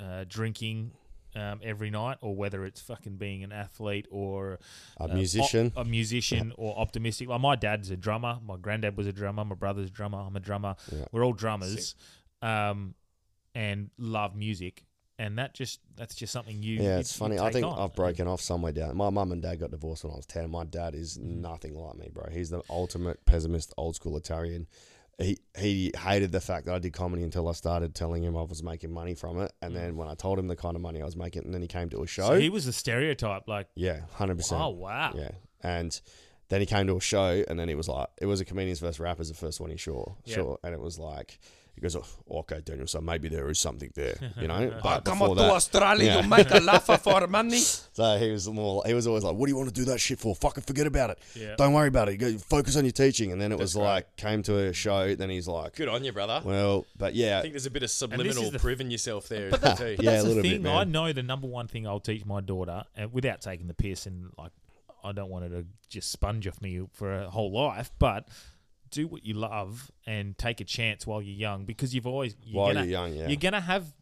[SPEAKER 1] uh, drinking um, every night or whether it's fucking being an athlete or
[SPEAKER 2] A
[SPEAKER 1] uh,
[SPEAKER 2] musician.
[SPEAKER 1] op- a musician or optimistic like my dad's a drummer my granddad was a drummer my brother's a drummer i'm a drummer we're all drummers um, and love music and that just that's just something you
[SPEAKER 2] Yeah,
[SPEAKER 1] you-
[SPEAKER 2] it's
[SPEAKER 1] you
[SPEAKER 2] funny. I
[SPEAKER 1] take
[SPEAKER 2] think
[SPEAKER 1] on.
[SPEAKER 2] I've broken off somewhere down. My mum and dad got divorced when I was 10. My dad is
[SPEAKER 1] Mm-hmm.
[SPEAKER 2] nothing like me, bro. He's the ultimate pessimist, old school Italian. He, he hated the fact that I did comedy until I started telling him I was making money from it. And then when I told him the kind of money I was making, and then he came to a show.
[SPEAKER 1] Mm. so he was the stereotype like
[SPEAKER 2] yeah, 100%.
[SPEAKER 1] oh wow
[SPEAKER 2] Yeah. And then he came to a show and then he was like, it was a comedians versus rappers, the first one he saw.
[SPEAKER 1] Yeah.
[SPEAKER 2] Sure. And it was like, he goes, oh, okay, Daniel, so maybe there is something there, you know? But
[SPEAKER 5] Come
[SPEAKER 2] before
[SPEAKER 5] on to
[SPEAKER 2] that-
[SPEAKER 5] Australia,
[SPEAKER 2] Yeah.
[SPEAKER 5] you make a laugh for money.
[SPEAKER 2] So he was more. He was always like, "What do you want to do that shit for? Fucking forget about it.
[SPEAKER 1] Yeah.
[SPEAKER 2] Don't worry about it. You go focus on your teaching." And then it was like, came to a show. Then he's like,
[SPEAKER 4] Good on you, brother.
[SPEAKER 2] "Well, but yeah,
[SPEAKER 4] I think there's a bit of
[SPEAKER 1] this is
[SPEAKER 4] subliminal
[SPEAKER 1] the-
[SPEAKER 4] proving yourself there. too.
[SPEAKER 1] But
[SPEAKER 2] Yeah,
[SPEAKER 1] that's
[SPEAKER 2] a
[SPEAKER 1] the
[SPEAKER 2] little bit,
[SPEAKER 1] thing. I
[SPEAKER 2] man.
[SPEAKER 1] know the number one thing I'll teach my daughter, and without taking the piss, and like I don't want her to just sponge off me for a whole life, but do what you love and take a chance while you're young, because you've always you're
[SPEAKER 2] While
[SPEAKER 1] gonna,
[SPEAKER 2] you're young, yeah.
[SPEAKER 1] you're gonna have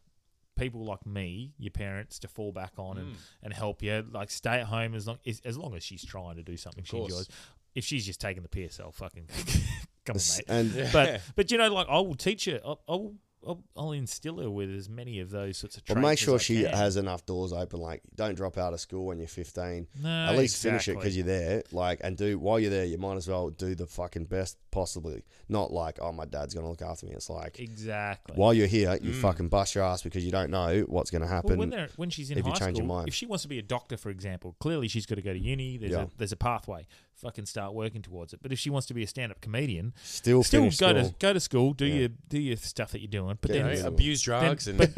[SPEAKER 1] people like me, your parents, to fall back on
[SPEAKER 2] Mm.
[SPEAKER 1] and, and help you. Like stay at home as long as, as long as she's trying to do something she
[SPEAKER 4] course.
[SPEAKER 1] enjoys. If she's just taking the piss, I'll fucking come on, mate
[SPEAKER 2] and
[SPEAKER 1] but but you know, like I will teach her. I'll, I'll I'll- I'll instill her with as many of those sorts of.
[SPEAKER 2] but
[SPEAKER 1] traits
[SPEAKER 2] make
[SPEAKER 1] as I
[SPEAKER 2] sure she
[SPEAKER 1] can.
[SPEAKER 2] has enough doors open. Like, don't drop out of school when you're 15.
[SPEAKER 1] No,
[SPEAKER 2] At least finish it
[SPEAKER 1] exactly.
[SPEAKER 2] because you're there. Like, and do while you're there, you might as well do the fucking best possibly. Not like, oh, my dad's gonna look after me. It's like
[SPEAKER 1] exactly. Mm.
[SPEAKER 2] while you're here, you fucking bust your ass because you don't know what's gonna happen.
[SPEAKER 1] Well, when they're when she's in
[SPEAKER 2] if you
[SPEAKER 1] high
[SPEAKER 2] change your
[SPEAKER 1] school,
[SPEAKER 2] mind.
[SPEAKER 1] if she wants to be a doctor, for example, clearly she's got to go to uni. There's
[SPEAKER 2] Yeah.
[SPEAKER 1] a there's a pathway. Fucking start working towards it. But if she wants to be a stand up comedian,
[SPEAKER 2] Still
[SPEAKER 1] still go
[SPEAKER 2] finish
[SPEAKER 1] to
[SPEAKER 2] school.
[SPEAKER 1] go to school, do your do your stuff that you're doing. But
[SPEAKER 2] Yeah,
[SPEAKER 1] then,
[SPEAKER 2] yeah.
[SPEAKER 4] abuse drugs and
[SPEAKER 1] but,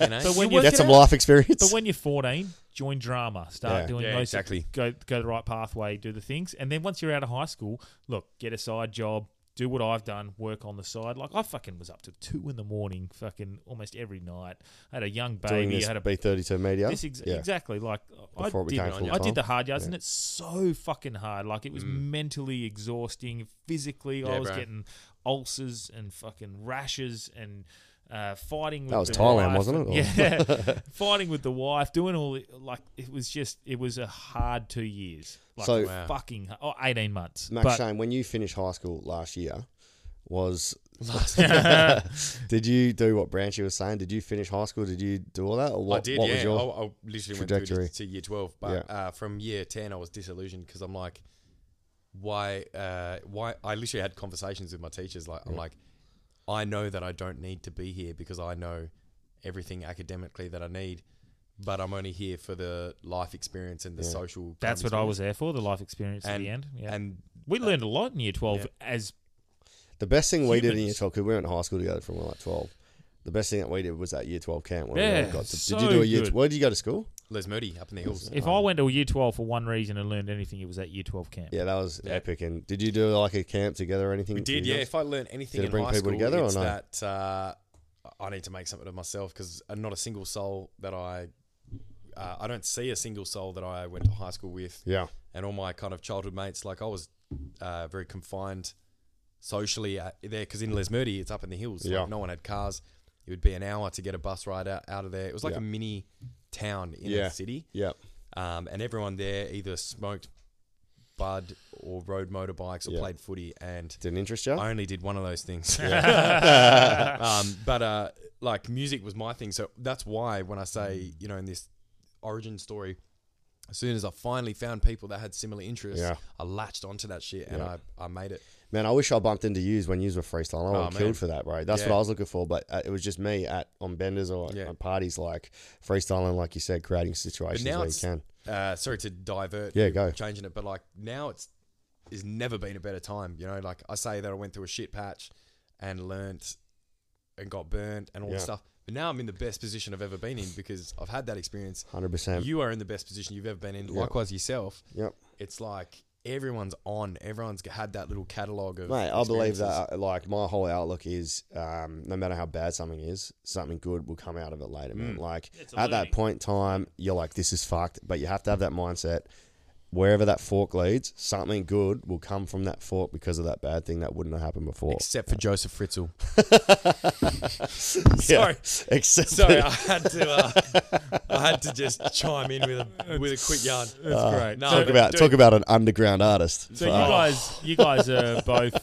[SPEAKER 4] you know,
[SPEAKER 1] but when
[SPEAKER 4] You
[SPEAKER 1] you
[SPEAKER 2] Get some life experience.
[SPEAKER 1] But when you're 14, join drama. Start
[SPEAKER 2] Yeah.
[SPEAKER 1] doing
[SPEAKER 4] Yeah,
[SPEAKER 1] those
[SPEAKER 4] exactly.
[SPEAKER 1] Go go the right pathway. Do the things, and then once you're out of high school, look, get a side job. Do what I've done. Work on the side. Like I fucking was up to two in the morning, fucking almost every night. I had a young
[SPEAKER 2] doing
[SPEAKER 1] baby.
[SPEAKER 2] this
[SPEAKER 1] I had a
[SPEAKER 2] B32 media.
[SPEAKER 1] this ex-
[SPEAKER 2] yeah.
[SPEAKER 1] exactly like I
[SPEAKER 2] Before it
[SPEAKER 1] did,
[SPEAKER 2] became
[SPEAKER 1] I
[SPEAKER 2] full-time.
[SPEAKER 1] did the hard yards, and it's so fucking hard. Like it was
[SPEAKER 2] Mm.
[SPEAKER 1] mentally exhausting, physically. I
[SPEAKER 4] Yeah,
[SPEAKER 1] was
[SPEAKER 4] bro.
[SPEAKER 1] getting ulcers and fucking rashes and. Uh, fighting with
[SPEAKER 2] That was
[SPEAKER 1] the
[SPEAKER 2] Thailand,
[SPEAKER 1] wife
[SPEAKER 2] wasn't
[SPEAKER 1] and-
[SPEAKER 2] it?
[SPEAKER 1] Yeah, fighting with the wife, doing all the, like it was just it was a hard two years, like
[SPEAKER 2] So-
[SPEAKER 1] fucking hu- oh, 18 months.
[SPEAKER 2] Max
[SPEAKER 1] but
[SPEAKER 2] Shane, when you finished high school last year, was did you do what Branch you was saying? Did you finish high school? Did you do all that? Or what,
[SPEAKER 4] I did,
[SPEAKER 2] what
[SPEAKER 4] yeah.
[SPEAKER 2] was your
[SPEAKER 4] I, I literally went through
[SPEAKER 2] trajectory?
[SPEAKER 4] to, to year 12. But
[SPEAKER 2] Yeah.
[SPEAKER 4] uh, from year 10, I was disillusioned because I'm like, why? Uh, why? I literally had conversations with my teachers. Like, I'm like, I know that I don't need to be here because I know everything academically that I need, but I'm only here for the life experience and the social. kind
[SPEAKER 1] that's
[SPEAKER 4] of
[SPEAKER 1] what I
[SPEAKER 4] experience.
[SPEAKER 1] was there for, the life experience at
[SPEAKER 4] And-
[SPEAKER 1] the end. Yeah,
[SPEAKER 4] And
[SPEAKER 1] we
[SPEAKER 2] uh,
[SPEAKER 1] learned a lot in year 12 as
[SPEAKER 2] the best thing we did in
[SPEAKER 1] Humans.
[SPEAKER 2] year twelve? Because we went to high school together from like twelve. The best thing that we did was that year twelve camp. When we
[SPEAKER 1] Yeah,
[SPEAKER 2] all got to,
[SPEAKER 1] so
[SPEAKER 2] did you do a year?
[SPEAKER 1] good.
[SPEAKER 2] Where did you go to school?
[SPEAKER 4] Les Moody up in the hills.
[SPEAKER 1] if I went to a year 12 for one reason and learned anything, it was at year 12 camp.
[SPEAKER 2] Yeah, that was epic. And did you do like a camp together or anything?
[SPEAKER 4] We did,
[SPEAKER 2] for you
[SPEAKER 4] yeah.
[SPEAKER 2] guys?
[SPEAKER 4] If I learned anything
[SPEAKER 2] Did it
[SPEAKER 4] in
[SPEAKER 2] bring
[SPEAKER 4] high
[SPEAKER 2] people
[SPEAKER 4] school,
[SPEAKER 2] together or
[SPEAKER 4] it's
[SPEAKER 2] no?
[SPEAKER 4] that uh, I need to make something of myself because not a single soul that I, uh, I don't see a single soul that I went to high school with,
[SPEAKER 2] Yeah.
[SPEAKER 4] and all my kind of childhood mates. Like I was uh, very confined socially uh, there because in Les Murdy, it's up in the hills.
[SPEAKER 2] Yeah.
[SPEAKER 4] Like, no one had cars. It would be an hour to get a bus ride out, out of there. It was like
[SPEAKER 2] Yeah.
[SPEAKER 4] a mini town in
[SPEAKER 2] Yeah.
[SPEAKER 4] the city,
[SPEAKER 2] Yep.
[SPEAKER 4] um, and everyone there either smoked bud or rode motorbikes or
[SPEAKER 2] Yeah.
[SPEAKER 4] played footy and.
[SPEAKER 2] Didn't interest you?
[SPEAKER 4] I only did one of those things. um, but uh, like music was my thing, so that's why when I say you know in this origin story, as soon as I finally found people that had similar interests,
[SPEAKER 2] Yeah.
[SPEAKER 4] I latched onto that shit and
[SPEAKER 2] Yeah.
[SPEAKER 4] I, I made it.
[SPEAKER 2] Man, I wish I bumped into yous when yous were freestyling. I would have
[SPEAKER 4] Oh, man.
[SPEAKER 2] killed for that, bro. That's what
[SPEAKER 4] Yeah.
[SPEAKER 2] I was looking for, but uh, it was just me at on benders or
[SPEAKER 4] Yeah.
[SPEAKER 2] at parties, like freestyling, like you said, creating situations
[SPEAKER 4] now
[SPEAKER 2] where you
[SPEAKER 4] it's-
[SPEAKER 2] can.
[SPEAKER 4] Uh, sorry to divert.
[SPEAKER 2] Yeah, go.
[SPEAKER 4] Changing it, but like now it's there's never been a better time. You know, like I say that I went through a shit patch and learnt and got burnt and all
[SPEAKER 2] Yeah.
[SPEAKER 4] this stuff. But now I'm in the best position I've ever been in because I've had that experience.
[SPEAKER 2] Hundred percent.
[SPEAKER 4] you are in the best position you've ever been in. Likewise, yourself.
[SPEAKER 2] Yep.
[SPEAKER 4] It's like everyone's on. Everyone's had that little catalog of.
[SPEAKER 2] Mate, I believe
[SPEAKER 4] experiences.
[SPEAKER 2] that. uh, Like my whole outlook is, um, no matter how bad something is, something good will come out of it later,
[SPEAKER 4] Mm.
[SPEAKER 2] man. Like
[SPEAKER 1] It's a
[SPEAKER 2] at that
[SPEAKER 1] learning.
[SPEAKER 2] point in time, you're like, this is fucked, but you have to have that mindset. Wherever that fork leads, something good will come from that fork because of that bad thing that wouldn't have happened before.
[SPEAKER 4] Except for Joseph Fritzl.
[SPEAKER 2] Yeah. except
[SPEAKER 4] Sorry, I had to. Uh, I had to just chime in with a with a quick yarn. That's great. No,
[SPEAKER 2] talk about talk about an underground artist.
[SPEAKER 1] So you
[SPEAKER 2] Fuck.
[SPEAKER 1] guys, you guys are both.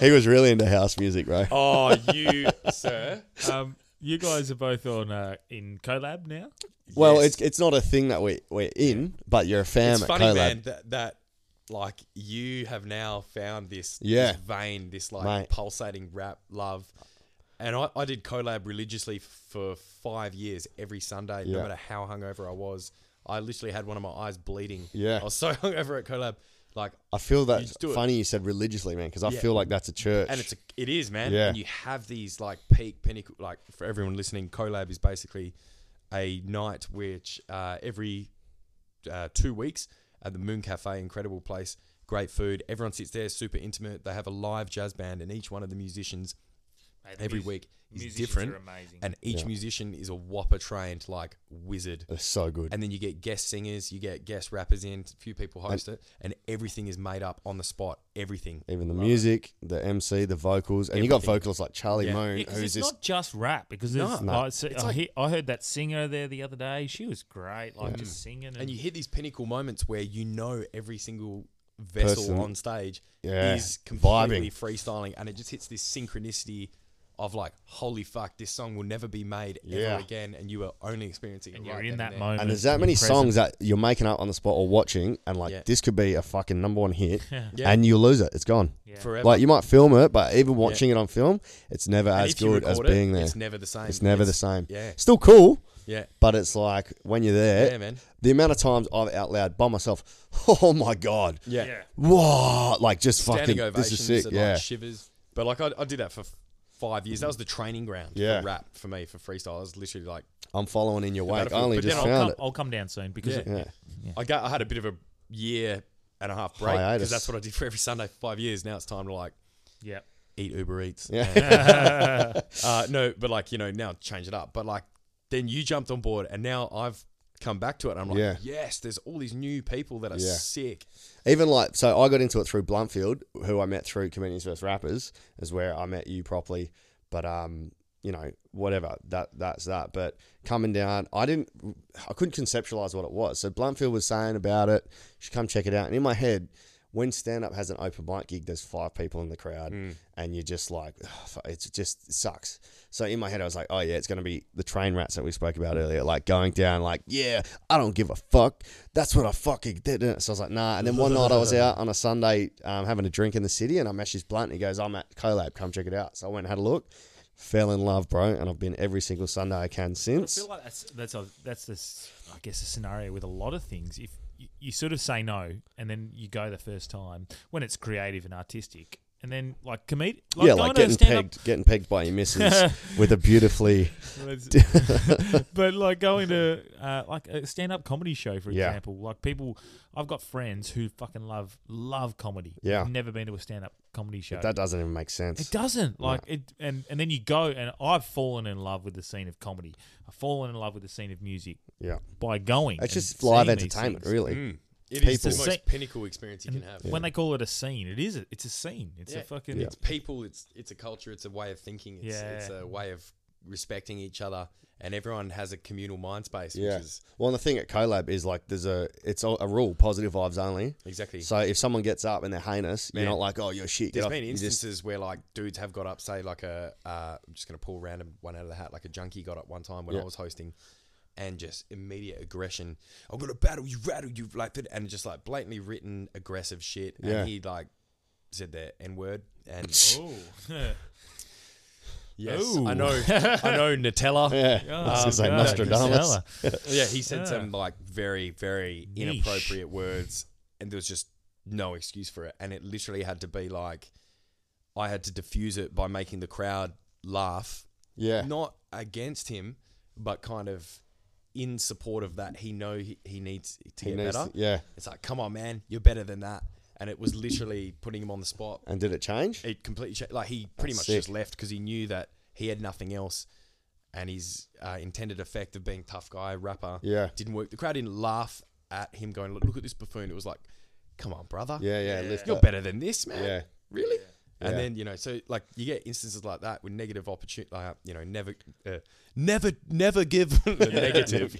[SPEAKER 2] he was really into house music, right?
[SPEAKER 4] Oh, you, sir.
[SPEAKER 1] Um, you guys are both on uh, in collab now.
[SPEAKER 2] well,
[SPEAKER 4] yes.
[SPEAKER 2] it's it's not a thing that we we're in, but you're a fan
[SPEAKER 4] It's
[SPEAKER 2] at
[SPEAKER 4] funny,
[SPEAKER 2] Colab.
[SPEAKER 4] man. That, that like you have now found this,
[SPEAKER 2] Yeah.
[SPEAKER 4] this vein, this like
[SPEAKER 2] Mate.
[SPEAKER 4] pulsating rap love. And I, I did collab religiously f- for five years every Sunday, no
[SPEAKER 2] Yeah.
[SPEAKER 4] matter how hungover I was. I literally had one of my eyes bleeding.
[SPEAKER 2] Yeah.
[SPEAKER 4] I was so hungover at collab, like,
[SPEAKER 2] I feel
[SPEAKER 4] You
[SPEAKER 2] that's
[SPEAKER 4] just do it.
[SPEAKER 2] funny you said religiously, man, because I
[SPEAKER 4] Yeah.
[SPEAKER 2] feel like that's a church.
[SPEAKER 4] and it's a, it is man.
[SPEAKER 2] Yeah.
[SPEAKER 4] And you have these like peak pinnacle. Like for everyone listening, collab is basically a night which uh, every uh, two weeks at the Moon Cafe, incredible place, great food. Everyone sits there, super intimate. They have a live jazz band, and each one of the musicians every week is different.
[SPEAKER 1] amazing.
[SPEAKER 4] And each
[SPEAKER 2] Yeah.
[SPEAKER 4] musician is a whopper trained like wizard.
[SPEAKER 2] It's so good.
[SPEAKER 4] And then you get guest singers, you get guest rappers in. A few people host it, and everything is made up on the spot. Everything.
[SPEAKER 2] Even the music, the MC, the vocals, and you got vocalists like Charlie
[SPEAKER 4] Yeah.
[SPEAKER 2] Moon,
[SPEAKER 1] Yeah, 'cause
[SPEAKER 2] who's
[SPEAKER 1] it's
[SPEAKER 2] this.
[SPEAKER 1] not just rap. Because there's-
[SPEAKER 2] No.
[SPEAKER 1] I, se- I, he- I heard that singer there the other day. She was great, like just singing. And,
[SPEAKER 4] and you hit these pinnacle moments where you know every single vessel
[SPEAKER 2] Person.
[SPEAKER 4] on stage
[SPEAKER 2] Yeah,
[SPEAKER 4] is completely
[SPEAKER 2] vibing.
[SPEAKER 4] freestyling, and it just hits this synchronicity of like, holy fuck, this song will never be made
[SPEAKER 2] Yeah.
[SPEAKER 4] ever again, and you are only experiencing.
[SPEAKER 1] and
[SPEAKER 4] it
[SPEAKER 1] you're
[SPEAKER 4] right
[SPEAKER 1] in
[SPEAKER 4] then
[SPEAKER 1] that
[SPEAKER 4] and there.
[SPEAKER 1] moment.
[SPEAKER 2] and there's that many
[SPEAKER 1] you're present.
[SPEAKER 2] songs that you're making up on the spot or watching, and like
[SPEAKER 4] Yeah.
[SPEAKER 2] this could be a fucking number one hit,
[SPEAKER 4] Yeah.
[SPEAKER 2] and you lose it. It's gone.
[SPEAKER 4] forever.
[SPEAKER 2] Like you might film it, but even watching it on film, it's never
[SPEAKER 4] And
[SPEAKER 2] as
[SPEAKER 4] if you
[SPEAKER 2] good as
[SPEAKER 4] record it,
[SPEAKER 2] being there.
[SPEAKER 4] It's never the same.
[SPEAKER 2] It's never the same.
[SPEAKER 4] yeah.
[SPEAKER 2] Still cool,
[SPEAKER 4] Yeah,
[SPEAKER 2] but it's like when you're there,
[SPEAKER 4] Yeah, man.
[SPEAKER 2] the amount of times I've out loud by myself, oh my God.
[SPEAKER 4] yeah.
[SPEAKER 1] Yeah.
[SPEAKER 2] Whoa. Like just
[SPEAKER 4] Standing
[SPEAKER 2] fucking,
[SPEAKER 4] ovations
[SPEAKER 2] this is sick.
[SPEAKER 4] and
[SPEAKER 2] Yeah.
[SPEAKER 4] like shivers. But like, I, I did that for f- five years. That was the training ground
[SPEAKER 2] Yeah.
[SPEAKER 4] for rap for me for freestyle. I was literally like,
[SPEAKER 2] I'm following in your wake. I
[SPEAKER 4] battlefield.
[SPEAKER 2] only
[SPEAKER 4] But
[SPEAKER 2] just
[SPEAKER 4] then
[SPEAKER 1] I'll
[SPEAKER 2] found
[SPEAKER 1] come,
[SPEAKER 2] it.
[SPEAKER 1] I'll come down soon because
[SPEAKER 4] Yeah.
[SPEAKER 1] it-
[SPEAKER 2] Yeah.
[SPEAKER 4] I got I had a bit of a year and a half break
[SPEAKER 2] Hiatus.
[SPEAKER 4] because that's what I did for every Sunday for five years. Now it's time to like
[SPEAKER 1] yeah.
[SPEAKER 4] eat Uber Eats.
[SPEAKER 2] Yeah.
[SPEAKER 4] Uh, no, but like you know now change it up. But like then you jumped on board and now I've come back to it. And I'm like,
[SPEAKER 2] Yeah.
[SPEAKER 4] yes, there's all these new people that are
[SPEAKER 2] Yeah.
[SPEAKER 4] sick.
[SPEAKER 2] Even like, so I got into it through Blumfield, who I met through Comedians vs. Rappers, is where I met you properly. But, um, you know, whatever that that's that. But coming down, I didn't, I couldn't conceptualize what it was. So Blumfield was saying about it. You should come check it out. And in my head, when stand up has an open mic gig, there's five people in the crowd,
[SPEAKER 1] Hmm.
[SPEAKER 2] and you're just like, "Ugh, fu- it's just it sucks. So in my head, I was like, oh yeah, it's gonna be the train rats that we spoke about
[SPEAKER 1] Hmm.
[SPEAKER 2] earlier, like going down, like yeah, I don't give a fuck. That's what I fucking did. So I was like, nah. And then one night I was out on a Sunday um, having a drink in the city, and I met this blunt. And he goes, I'm at Colab, come check it out. So I went and had a look. Fell in love, bro, and I've been every single Sunday I can
[SPEAKER 1] I
[SPEAKER 2] since.
[SPEAKER 1] feel like that's that's a, that's this I guess a scenario with a lot of things. If you, you sort of say no and then you go the first time when it's creative and artistic, and then like comedic, like
[SPEAKER 2] yeah,
[SPEAKER 1] going
[SPEAKER 2] like
[SPEAKER 1] to a
[SPEAKER 2] getting
[SPEAKER 1] stand-up-
[SPEAKER 2] pegged, getting pegged by your missus with a beautifully
[SPEAKER 1] It's- but like going to uh, like a stand-up comedy show, for
[SPEAKER 2] Yeah.
[SPEAKER 1] example, like people, I've got friends who fucking love love comedy.
[SPEAKER 2] Yeah.
[SPEAKER 1] never been to a stand-up comedy show.
[SPEAKER 2] that doesn't even make sense.
[SPEAKER 1] It doesn't like it, and and then you go and I've fallen in love with the scene of comedy. I've fallen in love with the scene of music
[SPEAKER 2] Yeah.
[SPEAKER 1] by going.
[SPEAKER 2] It's
[SPEAKER 1] and
[SPEAKER 2] just live
[SPEAKER 1] seeing these
[SPEAKER 2] entertainment,
[SPEAKER 1] things.
[SPEAKER 2] really.
[SPEAKER 4] Mm. It is
[SPEAKER 2] People.
[SPEAKER 4] the
[SPEAKER 1] Sa-
[SPEAKER 4] most pinnacle experience you can have.
[SPEAKER 1] When they call it a scene, it is a, it's a scene. It's a
[SPEAKER 4] Yeah.
[SPEAKER 1] fucking
[SPEAKER 4] It's people. It's it's a culture. It's a way of thinking. It's, it's
[SPEAKER 1] Yeah.
[SPEAKER 4] a way of respecting each other, and everyone has a communal mind space,
[SPEAKER 2] Yeah.
[SPEAKER 4] which is
[SPEAKER 2] Well, and the thing at Colab is like there's a it's a, a rule positive vibes only.
[SPEAKER 4] exactly.
[SPEAKER 2] So if someone gets up and they're heinous,
[SPEAKER 4] Man.
[SPEAKER 2] you're not like oh you're shit. get
[SPEAKER 4] There's
[SPEAKER 2] off.
[SPEAKER 4] been
[SPEAKER 2] You just-
[SPEAKER 4] instances where like dudes have got up, say like a uh, I'm just gonna pull random one out of the hat, like a junkie got up one time when I was hosting, and just immediate aggression. I'm gonna battle you, rattle you, like that, and just like blatantly written aggressive shit.
[SPEAKER 2] Yeah.
[SPEAKER 4] And he like said the n word, and
[SPEAKER 1] Oh,
[SPEAKER 4] yes,
[SPEAKER 1] Ooh. Oh,
[SPEAKER 4] I know, I know Nutella.
[SPEAKER 2] yeah, I
[SPEAKER 4] Oh,
[SPEAKER 2] was gonna say
[SPEAKER 1] God,
[SPEAKER 2] Nostradamus.
[SPEAKER 1] Gisella.
[SPEAKER 4] Yeah, he said
[SPEAKER 1] Yeah.
[SPEAKER 4] some like very, very
[SPEAKER 1] Yeesh.
[SPEAKER 4] inappropriate words, and there was just no excuse for it. And it literally had to be like, I had to diffuse it by making the crowd laugh,
[SPEAKER 2] Yeah,
[SPEAKER 4] not against him, but kind of in support of that, he know he, he needs to
[SPEAKER 2] He
[SPEAKER 4] get
[SPEAKER 2] needs
[SPEAKER 4] better.
[SPEAKER 2] to- yeah.
[SPEAKER 4] It's like, come on, man, you're better than that. And it was literally putting him on the spot.
[SPEAKER 2] And did it change?
[SPEAKER 4] It completely changed. Like he pretty
[SPEAKER 2] That's
[SPEAKER 4] much just
[SPEAKER 2] sick.
[SPEAKER 4] left because he knew that he had nothing else. And his uh, intended effect of being tough guy rapper
[SPEAKER 2] Yeah.
[SPEAKER 4] didn't work. The crowd didn't laugh at him going, look, look at this buffoon. It was like, come on, brother.
[SPEAKER 2] Yeah, yeah, lift
[SPEAKER 4] You're
[SPEAKER 2] up.
[SPEAKER 4] better than this, man.
[SPEAKER 2] Yeah.
[SPEAKER 4] Really? And
[SPEAKER 2] Yeah.
[SPEAKER 4] then you know, so like you get instances like that with negative opportunity, like you know, never, uh, never, never give the negative,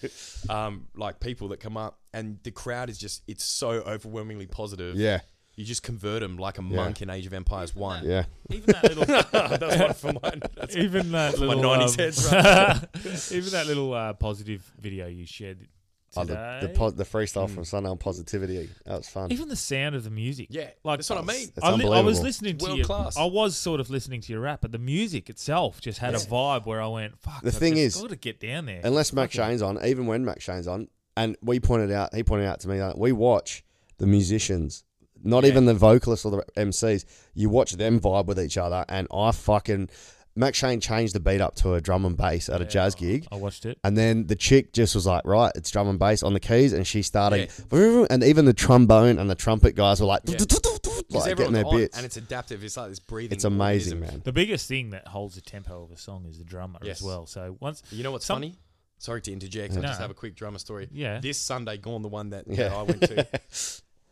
[SPEAKER 4] um, like people that come up, and the crowd is just it's so overwhelmingly positive.
[SPEAKER 2] Yeah.
[SPEAKER 4] you just convert them like a monk in Age of Empires One.
[SPEAKER 2] Yeah.
[SPEAKER 1] Even that little,
[SPEAKER 4] that's one for mine. That's
[SPEAKER 1] even that
[SPEAKER 4] my
[SPEAKER 1] little,
[SPEAKER 4] '90s
[SPEAKER 1] um,
[SPEAKER 4] heads. Right?
[SPEAKER 1] even that little uh, positive video you shared
[SPEAKER 2] Oh,
[SPEAKER 1] today.
[SPEAKER 2] the, the, po- the freestyle
[SPEAKER 4] Hmm.
[SPEAKER 2] from Sunday on Positivity. That was fun.
[SPEAKER 1] even the sound of the music.
[SPEAKER 4] Yeah,
[SPEAKER 1] like
[SPEAKER 4] that's what I mean.
[SPEAKER 2] That's
[SPEAKER 1] I, li- I was
[SPEAKER 2] unbelievable.
[SPEAKER 1] listening to
[SPEAKER 4] World
[SPEAKER 1] your,
[SPEAKER 4] class.
[SPEAKER 1] I was sort of listening to your rap, but the music itself just had a vibe where I went, "Fuck."
[SPEAKER 2] The
[SPEAKER 1] I've
[SPEAKER 2] thing
[SPEAKER 1] just
[SPEAKER 2] is-
[SPEAKER 1] got to get down there.
[SPEAKER 2] Unless Mac Shane's on, even when Mac Shane's on, and we pointed out, he pointed out to me that we watch the musicians, not even the vocalists or the MCs. You watch them vibe with each other, and I fucking Mac Shane changed the beat up to a drum and bass at a jazz gig.
[SPEAKER 1] I watched it.
[SPEAKER 2] And then the chick just was like, right, it's drum and bass on the keys, and she started, and even the trombone and the trumpet guys were like,
[SPEAKER 4] Because
[SPEAKER 2] like getting
[SPEAKER 4] everyone's
[SPEAKER 2] their
[SPEAKER 4] on,
[SPEAKER 2] bits.
[SPEAKER 4] and it's adaptive. It's like this breathing.
[SPEAKER 2] It's amazing,
[SPEAKER 4] organism.
[SPEAKER 2] man.
[SPEAKER 1] The biggest thing that holds the tempo of a song is the drummer
[SPEAKER 4] Yes.
[SPEAKER 1] as well. So once
[SPEAKER 4] You know what's
[SPEAKER 1] Some-
[SPEAKER 4] funny? Sorry to interject. I
[SPEAKER 1] No.
[SPEAKER 4] just have a quick drummer story.
[SPEAKER 1] Yeah.
[SPEAKER 4] This Sunday gone, the one that, that
[SPEAKER 2] Yeah.
[SPEAKER 4] I went to.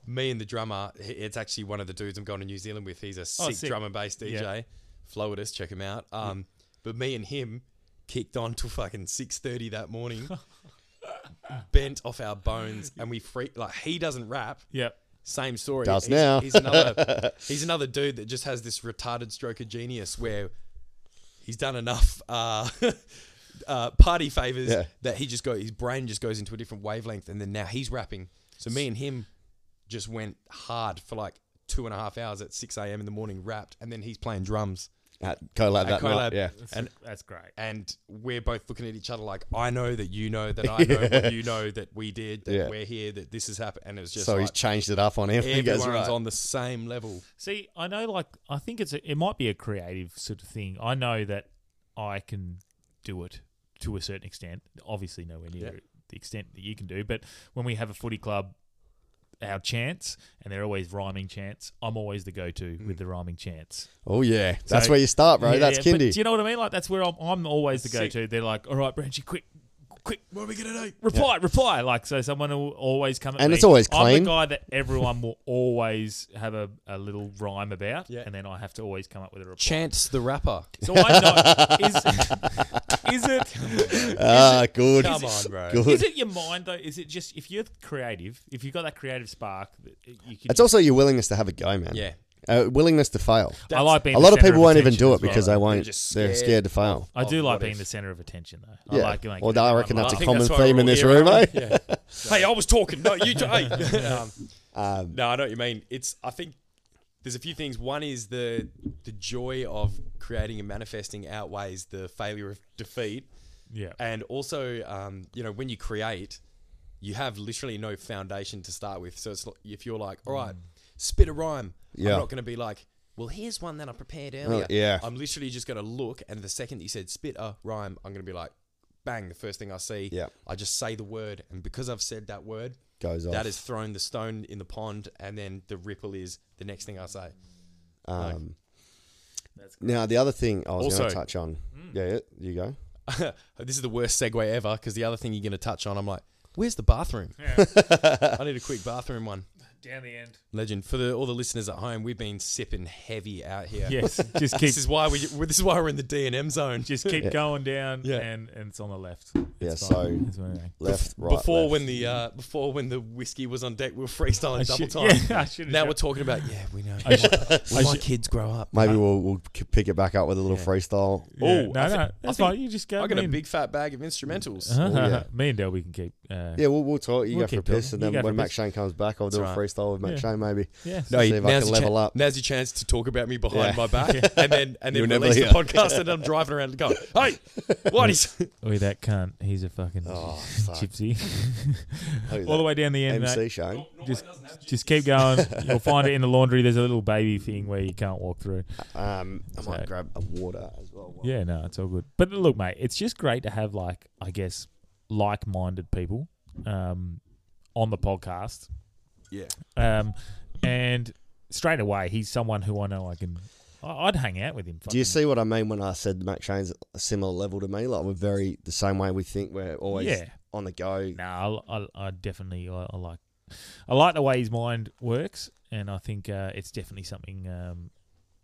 [SPEAKER 4] me and the drummer, he- it's actually one of the dudes I'm going to New Zealand with. He's a sick,
[SPEAKER 1] Oh, sick.
[SPEAKER 4] drum and bass DJ.
[SPEAKER 1] Yeah.
[SPEAKER 4] Floatus, check him out. Um, But me and him kicked on till fucking 6.30 that morning. bent off our bones and we freak like he doesn't rap
[SPEAKER 1] yeah,
[SPEAKER 4] same story.
[SPEAKER 2] Does
[SPEAKER 4] he's,
[SPEAKER 2] now.
[SPEAKER 4] He's another, he's another dude that just has this retarded stroke of genius where he's done enough uh, uh, party favors
[SPEAKER 2] Yeah.
[SPEAKER 4] that he just go his brain just goes into a different wavelength, and then now he's rapping. So me and him just went hard for like two and a half hours at six a.m. in the morning, rapped, and then he's playing drums
[SPEAKER 2] At collab
[SPEAKER 4] at
[SPEAKER 2] that
[SPEAKER 4] collab.
[SPEAKER 2] night, yeah.
[SPEAKER 4] And
[SPEAKER 1] that's great.
[SPEAKER 4] and we're both looking at each other like, I know that you know that I know what you know that we did that
[SPEAKER 2] Yeah.
[SPEAKER 4] we're here that this has happened, and it was just
[SPEAKER 2] So
[SPEAKER 4] like,
[SPEAKER 2] he's changed it up on him. He goes,
[SPEAKER 4] everyone's
[SPEAKER 2] right.
[SPEAKER 4] on the same level.
[SPEAKER 1] See, I know, like, I think it's a, it might be a creative sort of thing. I know that I can do it to a certain extent. Obviously, nowhere near the extent that you can do. But when we have a footy club, our chants, and they're always rhyming chants. I'm always the go-to
[SPEAKER 4] Mm.
[SPEAKER 1] with the rhyming chants.
[SPEAKER 2] Oh yeah, that's
[SPEAKER 1] So-
[SPEAKER 2] where you start, bro.
[SPEAKER 1] Yeah,
[SPEAKER 2] that's
[SPEAKER 1] yeah, but
[SPEAKER 2] kindy.
[SPEAKER 1] Do you know what I mean? Like, that's where I'm, I'm always the go-to. They're like, all right, Branchy, quick, quick,
[SPEAKER 4] What are we gonna do?
[SPEAKER 1] reply, reply. Like, so someone will always come at
[SPEAKER 2] And
[SPEAKER 1] me.
[SPEAKER 2] it's always
[SPEAKER 1] I'm
[SPEAKER 2] clean.
[SPEAKER 1] the guy that everyone will always have a, a little rhyme about,
[SPEAKER 4] Yeah.
[SPEAKER 1] and then I have to always come up with a reply.
[SPEAKER 4] Chance the rapper.
[SPEAKER 1] So I know is, is it
[SPEAKER 2] ah, good.
[SPEAKER 4] Come on, bro.
[SPEAKER 2] Good.
[SPEAKER 1] is it your mind though? Is it just if you're creative, if you've got that creative spark, that you can.
[SPEAKER 2] It's also your willingness to have a go, man.
[SPEAKER 4] Yeah.
[SPEAKER 2] Uh, willingness to fail.
[SPEAKER 1] I like being
[SPEAKER 2] A
[SPEAKER 1] the
[SPEAKER 2] lot of
[SPEAKER 1] centre
[SPEAKER 2] people won't even
[SPEAKER 1] attention
[SPEAKER 2] do
[SPEAKER 1] as
[SPEAKER 2] it
[SPEAKER 1] well,
[SPEAKER 2] because
[SPEAKER 1] though.
[SPEAKER 2] they won't.
[SPEAKER 4] just
[SPEAKER 2] They're
[SPEAKER 4] scared
[SPEAKER 2] scared to fail.
[SPEAKER 1] I do
[SPEAKER 4] of
[SPEAKER 1] like
[SPEAKER 4] Oh, what
[SPEAKER 1] being
[SPEAKER 4] if.
[SPEAKER 1] the center of attention though.
[SPEAKER 2] Yeah.
[SPEAKER 1] I like going.
[SPEAKER 2] Although I reckon that's a
[SPEAKER 1] like-
[SPEAKER 4] think
[SPEAKER 2] common
[SPEAKER 4] that's why
[SPEAKER 2] theme
[SPEAKER 4] we're
[SPEAKER 2] in
[SPEAKER 4] all
[SPEAKER 2] this
[SPEAKER 4] here,
[SPEAKER 2] room, eh?
[SPEAKER 4] aren't we? Yeah. hey, I was talking. No, you. T- hey. um, no, I know what you mean. It's. I think there's a few things. One is the the joy of creating and manifesting outweighs the failure of defeat,
[SPEAKER 1] yeah.
[SPEAKER 4] and also, um, you know, when you create, you have literally no foundation to start with. So it's like- if you're like, all right, spit a rhyme.
[SPEAKER 2] Yeah. Oh,
[SPEAKER 4] I'm not going to be like. Well, here's one that I prepared earlier.
[SPEAKER 2] yeah.
[SPEAKER 4] I'm literally just going to look, and the second that you said spit a rhyme, I'm going to be like, bang, the first thing I see.
[SPEAKER 2] Yeah.
[SPEAKER 4] I just say the word, and because I've said that word,
[SPEAKER 2] Goes off.
[SPEAKER 4] that has thrown the stone in the pond, and then the ripple is the next thing I say.
[SPEAKER 2] Um, now the other thing I was going
[SPEAKER 4] Also-
[SPEAKER 2] to touch on.
[SPEAKER 1] Hmm.
[SPEAKER 2] Yeah, yeah, you go.
[SPEAKER 4] this is the worst segue ever because the other thing you're going to touch on, I'm like, where's the bathroom? I need a quick bathroom one.
[SPEAKER 1] Down the end.
[SPEAKER 4] Legend for the, all the listeners at home, we've been sipping heavy out here.
[SPEAKER 1] Yes. Just keep.
[SPEAKER 4] This is why we. This is why we're in the D and M zone.
[SPEAKER 1] just keep going down.
[SPEAKER 4] Yeah.
[SPEAKER 1] And and it's on the left.
[SPEAKER 2] Yeah,
[SPEAKER 1] It's
[SPEAKER 2] so
[SPEAKER 1] fine. It's fine.
[SPEAKER 2] left, right.
[SPEAKER 4] before
[SPEAKER 2] left.
[SPEAKER 4] when the uh, before when the whiskey was on deck, we were freestyling double
[SPEAKER 1] should-
[SPEAKER 4] time.
[SPEAKER 1] yeah, I should've
[SPEAKER 4] now
[SPEAKER 1] done-
[SPEAKER 4] we're talking about yeah, we know.
[SPEAKER 1] I
[SPEAKER 4] When my
[SPEAKER 1] should-
[SPEAKER 4] kids grow up.
[SPEAKER 2] maybe we'll, we'll k- pick it back up with a little freestyle.
[SPEAKER 1] Uh-huh. Yeah.
[SPEAKER 4] Oh,
[SPEAKER 1] no,
[SPEAKER 4] I thi-
[SPEAKER 1] no,
[SPEAKER 4] I
[SPEAKER 1] that's
[SPEAKER 4] think
[SPEAKER 1] fine. You just go.
[SPEAKER 4] I got
[SPEAKER 1] in.
[SPEAKER 4] a big Oh, fat bag of instrumentals.
[SPEAKER 1] Uh-huh.
[SPEAKER 2] yeah.
[SPEAKER 1] Me and Dell, we can keep. Uh,
[SPEAKER 2] Yeah, we'll, we'll talk. You
[SPEAKER 1] We'll
[SPEAKER 2] go for a
[SPEAKER 1] keep going.
[SPEAKER 2] piss, and
[SPEAKER 1] You go
[SPEAKER 2] then
[SPEAKER 1] for
[SPEAKER 2] when
[SPEAKER 1] a
[SPEAKER 2] Mac
[SPEAKER 1] piss.
[SPEAKER 2] Shane comes back, I'll do
[SPEAKER 4] right.
[SPEAKER 2] a freestyle with Mac
[SPEAKER 1] Yeah.
[SPEAKER 2] Shane, maybe.
[SPEAKER 1] Yeah.
[SPEAKER 2] No, see if I
[SPEAKER 4] now's
[SPEAKER 2] can
[SPEAKER 4] your
[SPEAKER 2] level
[SPEAKER 4] chan-
[SPEAKER 2] up.
[SPEAKER 4] Now's your chance to talk about me behind
[SPEAKER 2] Yeah.
[SPEAKER 4] my back, and then and then
[SPEAKER 2] You'll never
[SPEAKER 4] release the
[SPEAKER 2] hear.
[SPEAKER 4] podcast, and I'm driving around going, "Hey, what is?"
[SPEAKER 1] Oh, that cunt. He's a fucking
[SPEAKER 2] Oh, fuck.
[SPEAKER 1] gypsy.
[SPEAKER 2] Who's
[SPEAKER 1] All the
[SPEAKER 2] that?
[SPEAKER 1] way down the end, mate.
[SPEAKER 2] MC Shane.
[SPEAKER 1] Just, just keep going. You'll find it in the laundry. There's a little baby thing where you can't walk through.
[SPEAKER 2] Um, I might
[SPEAKER 1] So-
[SPEAKER 2] grab a water as well.
[SPEAKER 1] Yeah, no, it's all good. But look, mate, it's just great to have like, I guess, like-minded people um, on the podcast.
[SPEAKER 8] Yeah.
[SPEAKER 1] Um, and straight away, he's someone who I know I can. I- I'd hang out with him.
[SPEAKER 2] Do
[SPEAKER 1] fucking-
[SPEAKER 2] you see what I mean when I said Mac Shane's at a similar level to me? Like we're very the same way we think. We're always
[SPEAKER 1] Yeah.
[SPEAKER 2] on the go.
[SPEAKER 1] No, I, I, I definitely I, I like I like the way his mind works, and I think uh, it's definitely something. Um,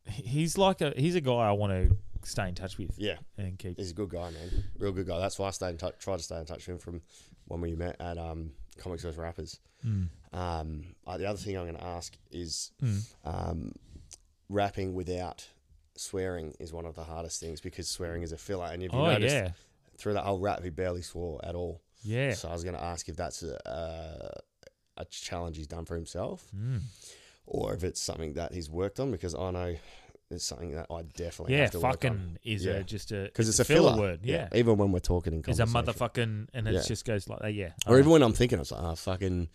[SPEAKER 1] he- he's like a he's a guy I want to stay in touch with.
[SPEAKER 2] Yeah.
[SPEAKER 1] and keep.
[SPEAKER 2] He's a good guy, man. Real good guy. That's why I stayed in touch. Tried to stay in touch with him from when we met at um, Comics vs Rappers.
[SPEAKER 1] Mm.
[SPEAKER 2] Um, uh, the other thing I'm going to ask is
[SPEAKER 1] Hmm.
[SPEAKER 2] um, rapping without swearing is one of the hardest things because swearing is a filler. And if you
[SPEAKER 1] Oh
[SPEAKER 2] noticed
[SPEAKER 1] yeah,
[SPEAKER 2] through that whole rap, he barely swore at all.
[SPEAKER 1] yeah.
[SPEAKER 2] So I was going to ask if that's a, uh, a challenge he's done for himself,
[SPEAKER 1] Hmm.
[SPEAKER 2] or if it's something that he's worked on. Because I know it's something that I definitely
[SPEAKER 1] yeah,
[SPEAKER 2] have to work on.
[SPEAKER 1] fucking is
[SPEAKER 2] Yeah.
[SPEAKER 1] a, just a
[SPEAKER 2] because it's, a filler,
[SPEAKER 1] word. Yeah,
[SPEAKER 2] Even when we're talking in
[SPEAKER 1] it's a uh-huh. motherfucking,
[SPEAKER 2] conversation,
[SPEAKER 1] and it
[SPEAKER 2] Yeah.
[SPEAKER 1] just goes like that. Yeah,
[SPEAKER 2] Or even when I'm thinking, it's like, ah, fucking,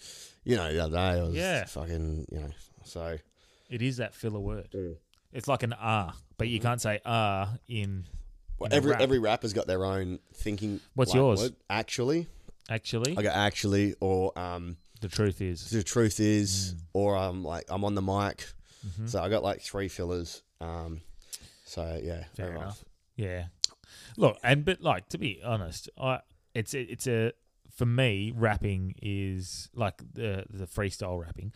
[SPEAKER 2] you know, the other day I was
[SPEAKER 1] Yeah.
[SPEAKER 2] fucking, you know, so
[SPEAKER 1] it is that filler word.
[SPEAKER 2] Mm.
[SPEAKER 1] It's like an R, but
[SPEAKER 2] Mm-hmm.
[SPEAKER 1] you can't say R in. in a
[SPEAKER 2] every
[SPEAKER 1] rap,
[SPEAKER 2] every rapper's got their own thinking.
[SPEAKER 1] What's
[SPEAKER 2] like,
[SPEAKER 1] yours?
[SPEAKER 2] word. Actually,
[SPEAKER 1] actually,
[SPEAKER 2] I go actually, or um,
[SPEAKER 1] the truth is
[SPEAKER 2] the truth
[SPEAKER 1] Mm.
[SPEAKER 2] is, or I'm like I'm on the mic,
[SPEAKER 1] Mm-hmm.
[SPEAKER 2] so I got like three fillers. Um, so yeah,
[SPEAKER 1] Fair
[SPEAKER 2] very rough.
[SPEAKER 1] enough. Yeah. Look, and but like to be honest, I it's it's a for me rapping is like the the freestyle rapping.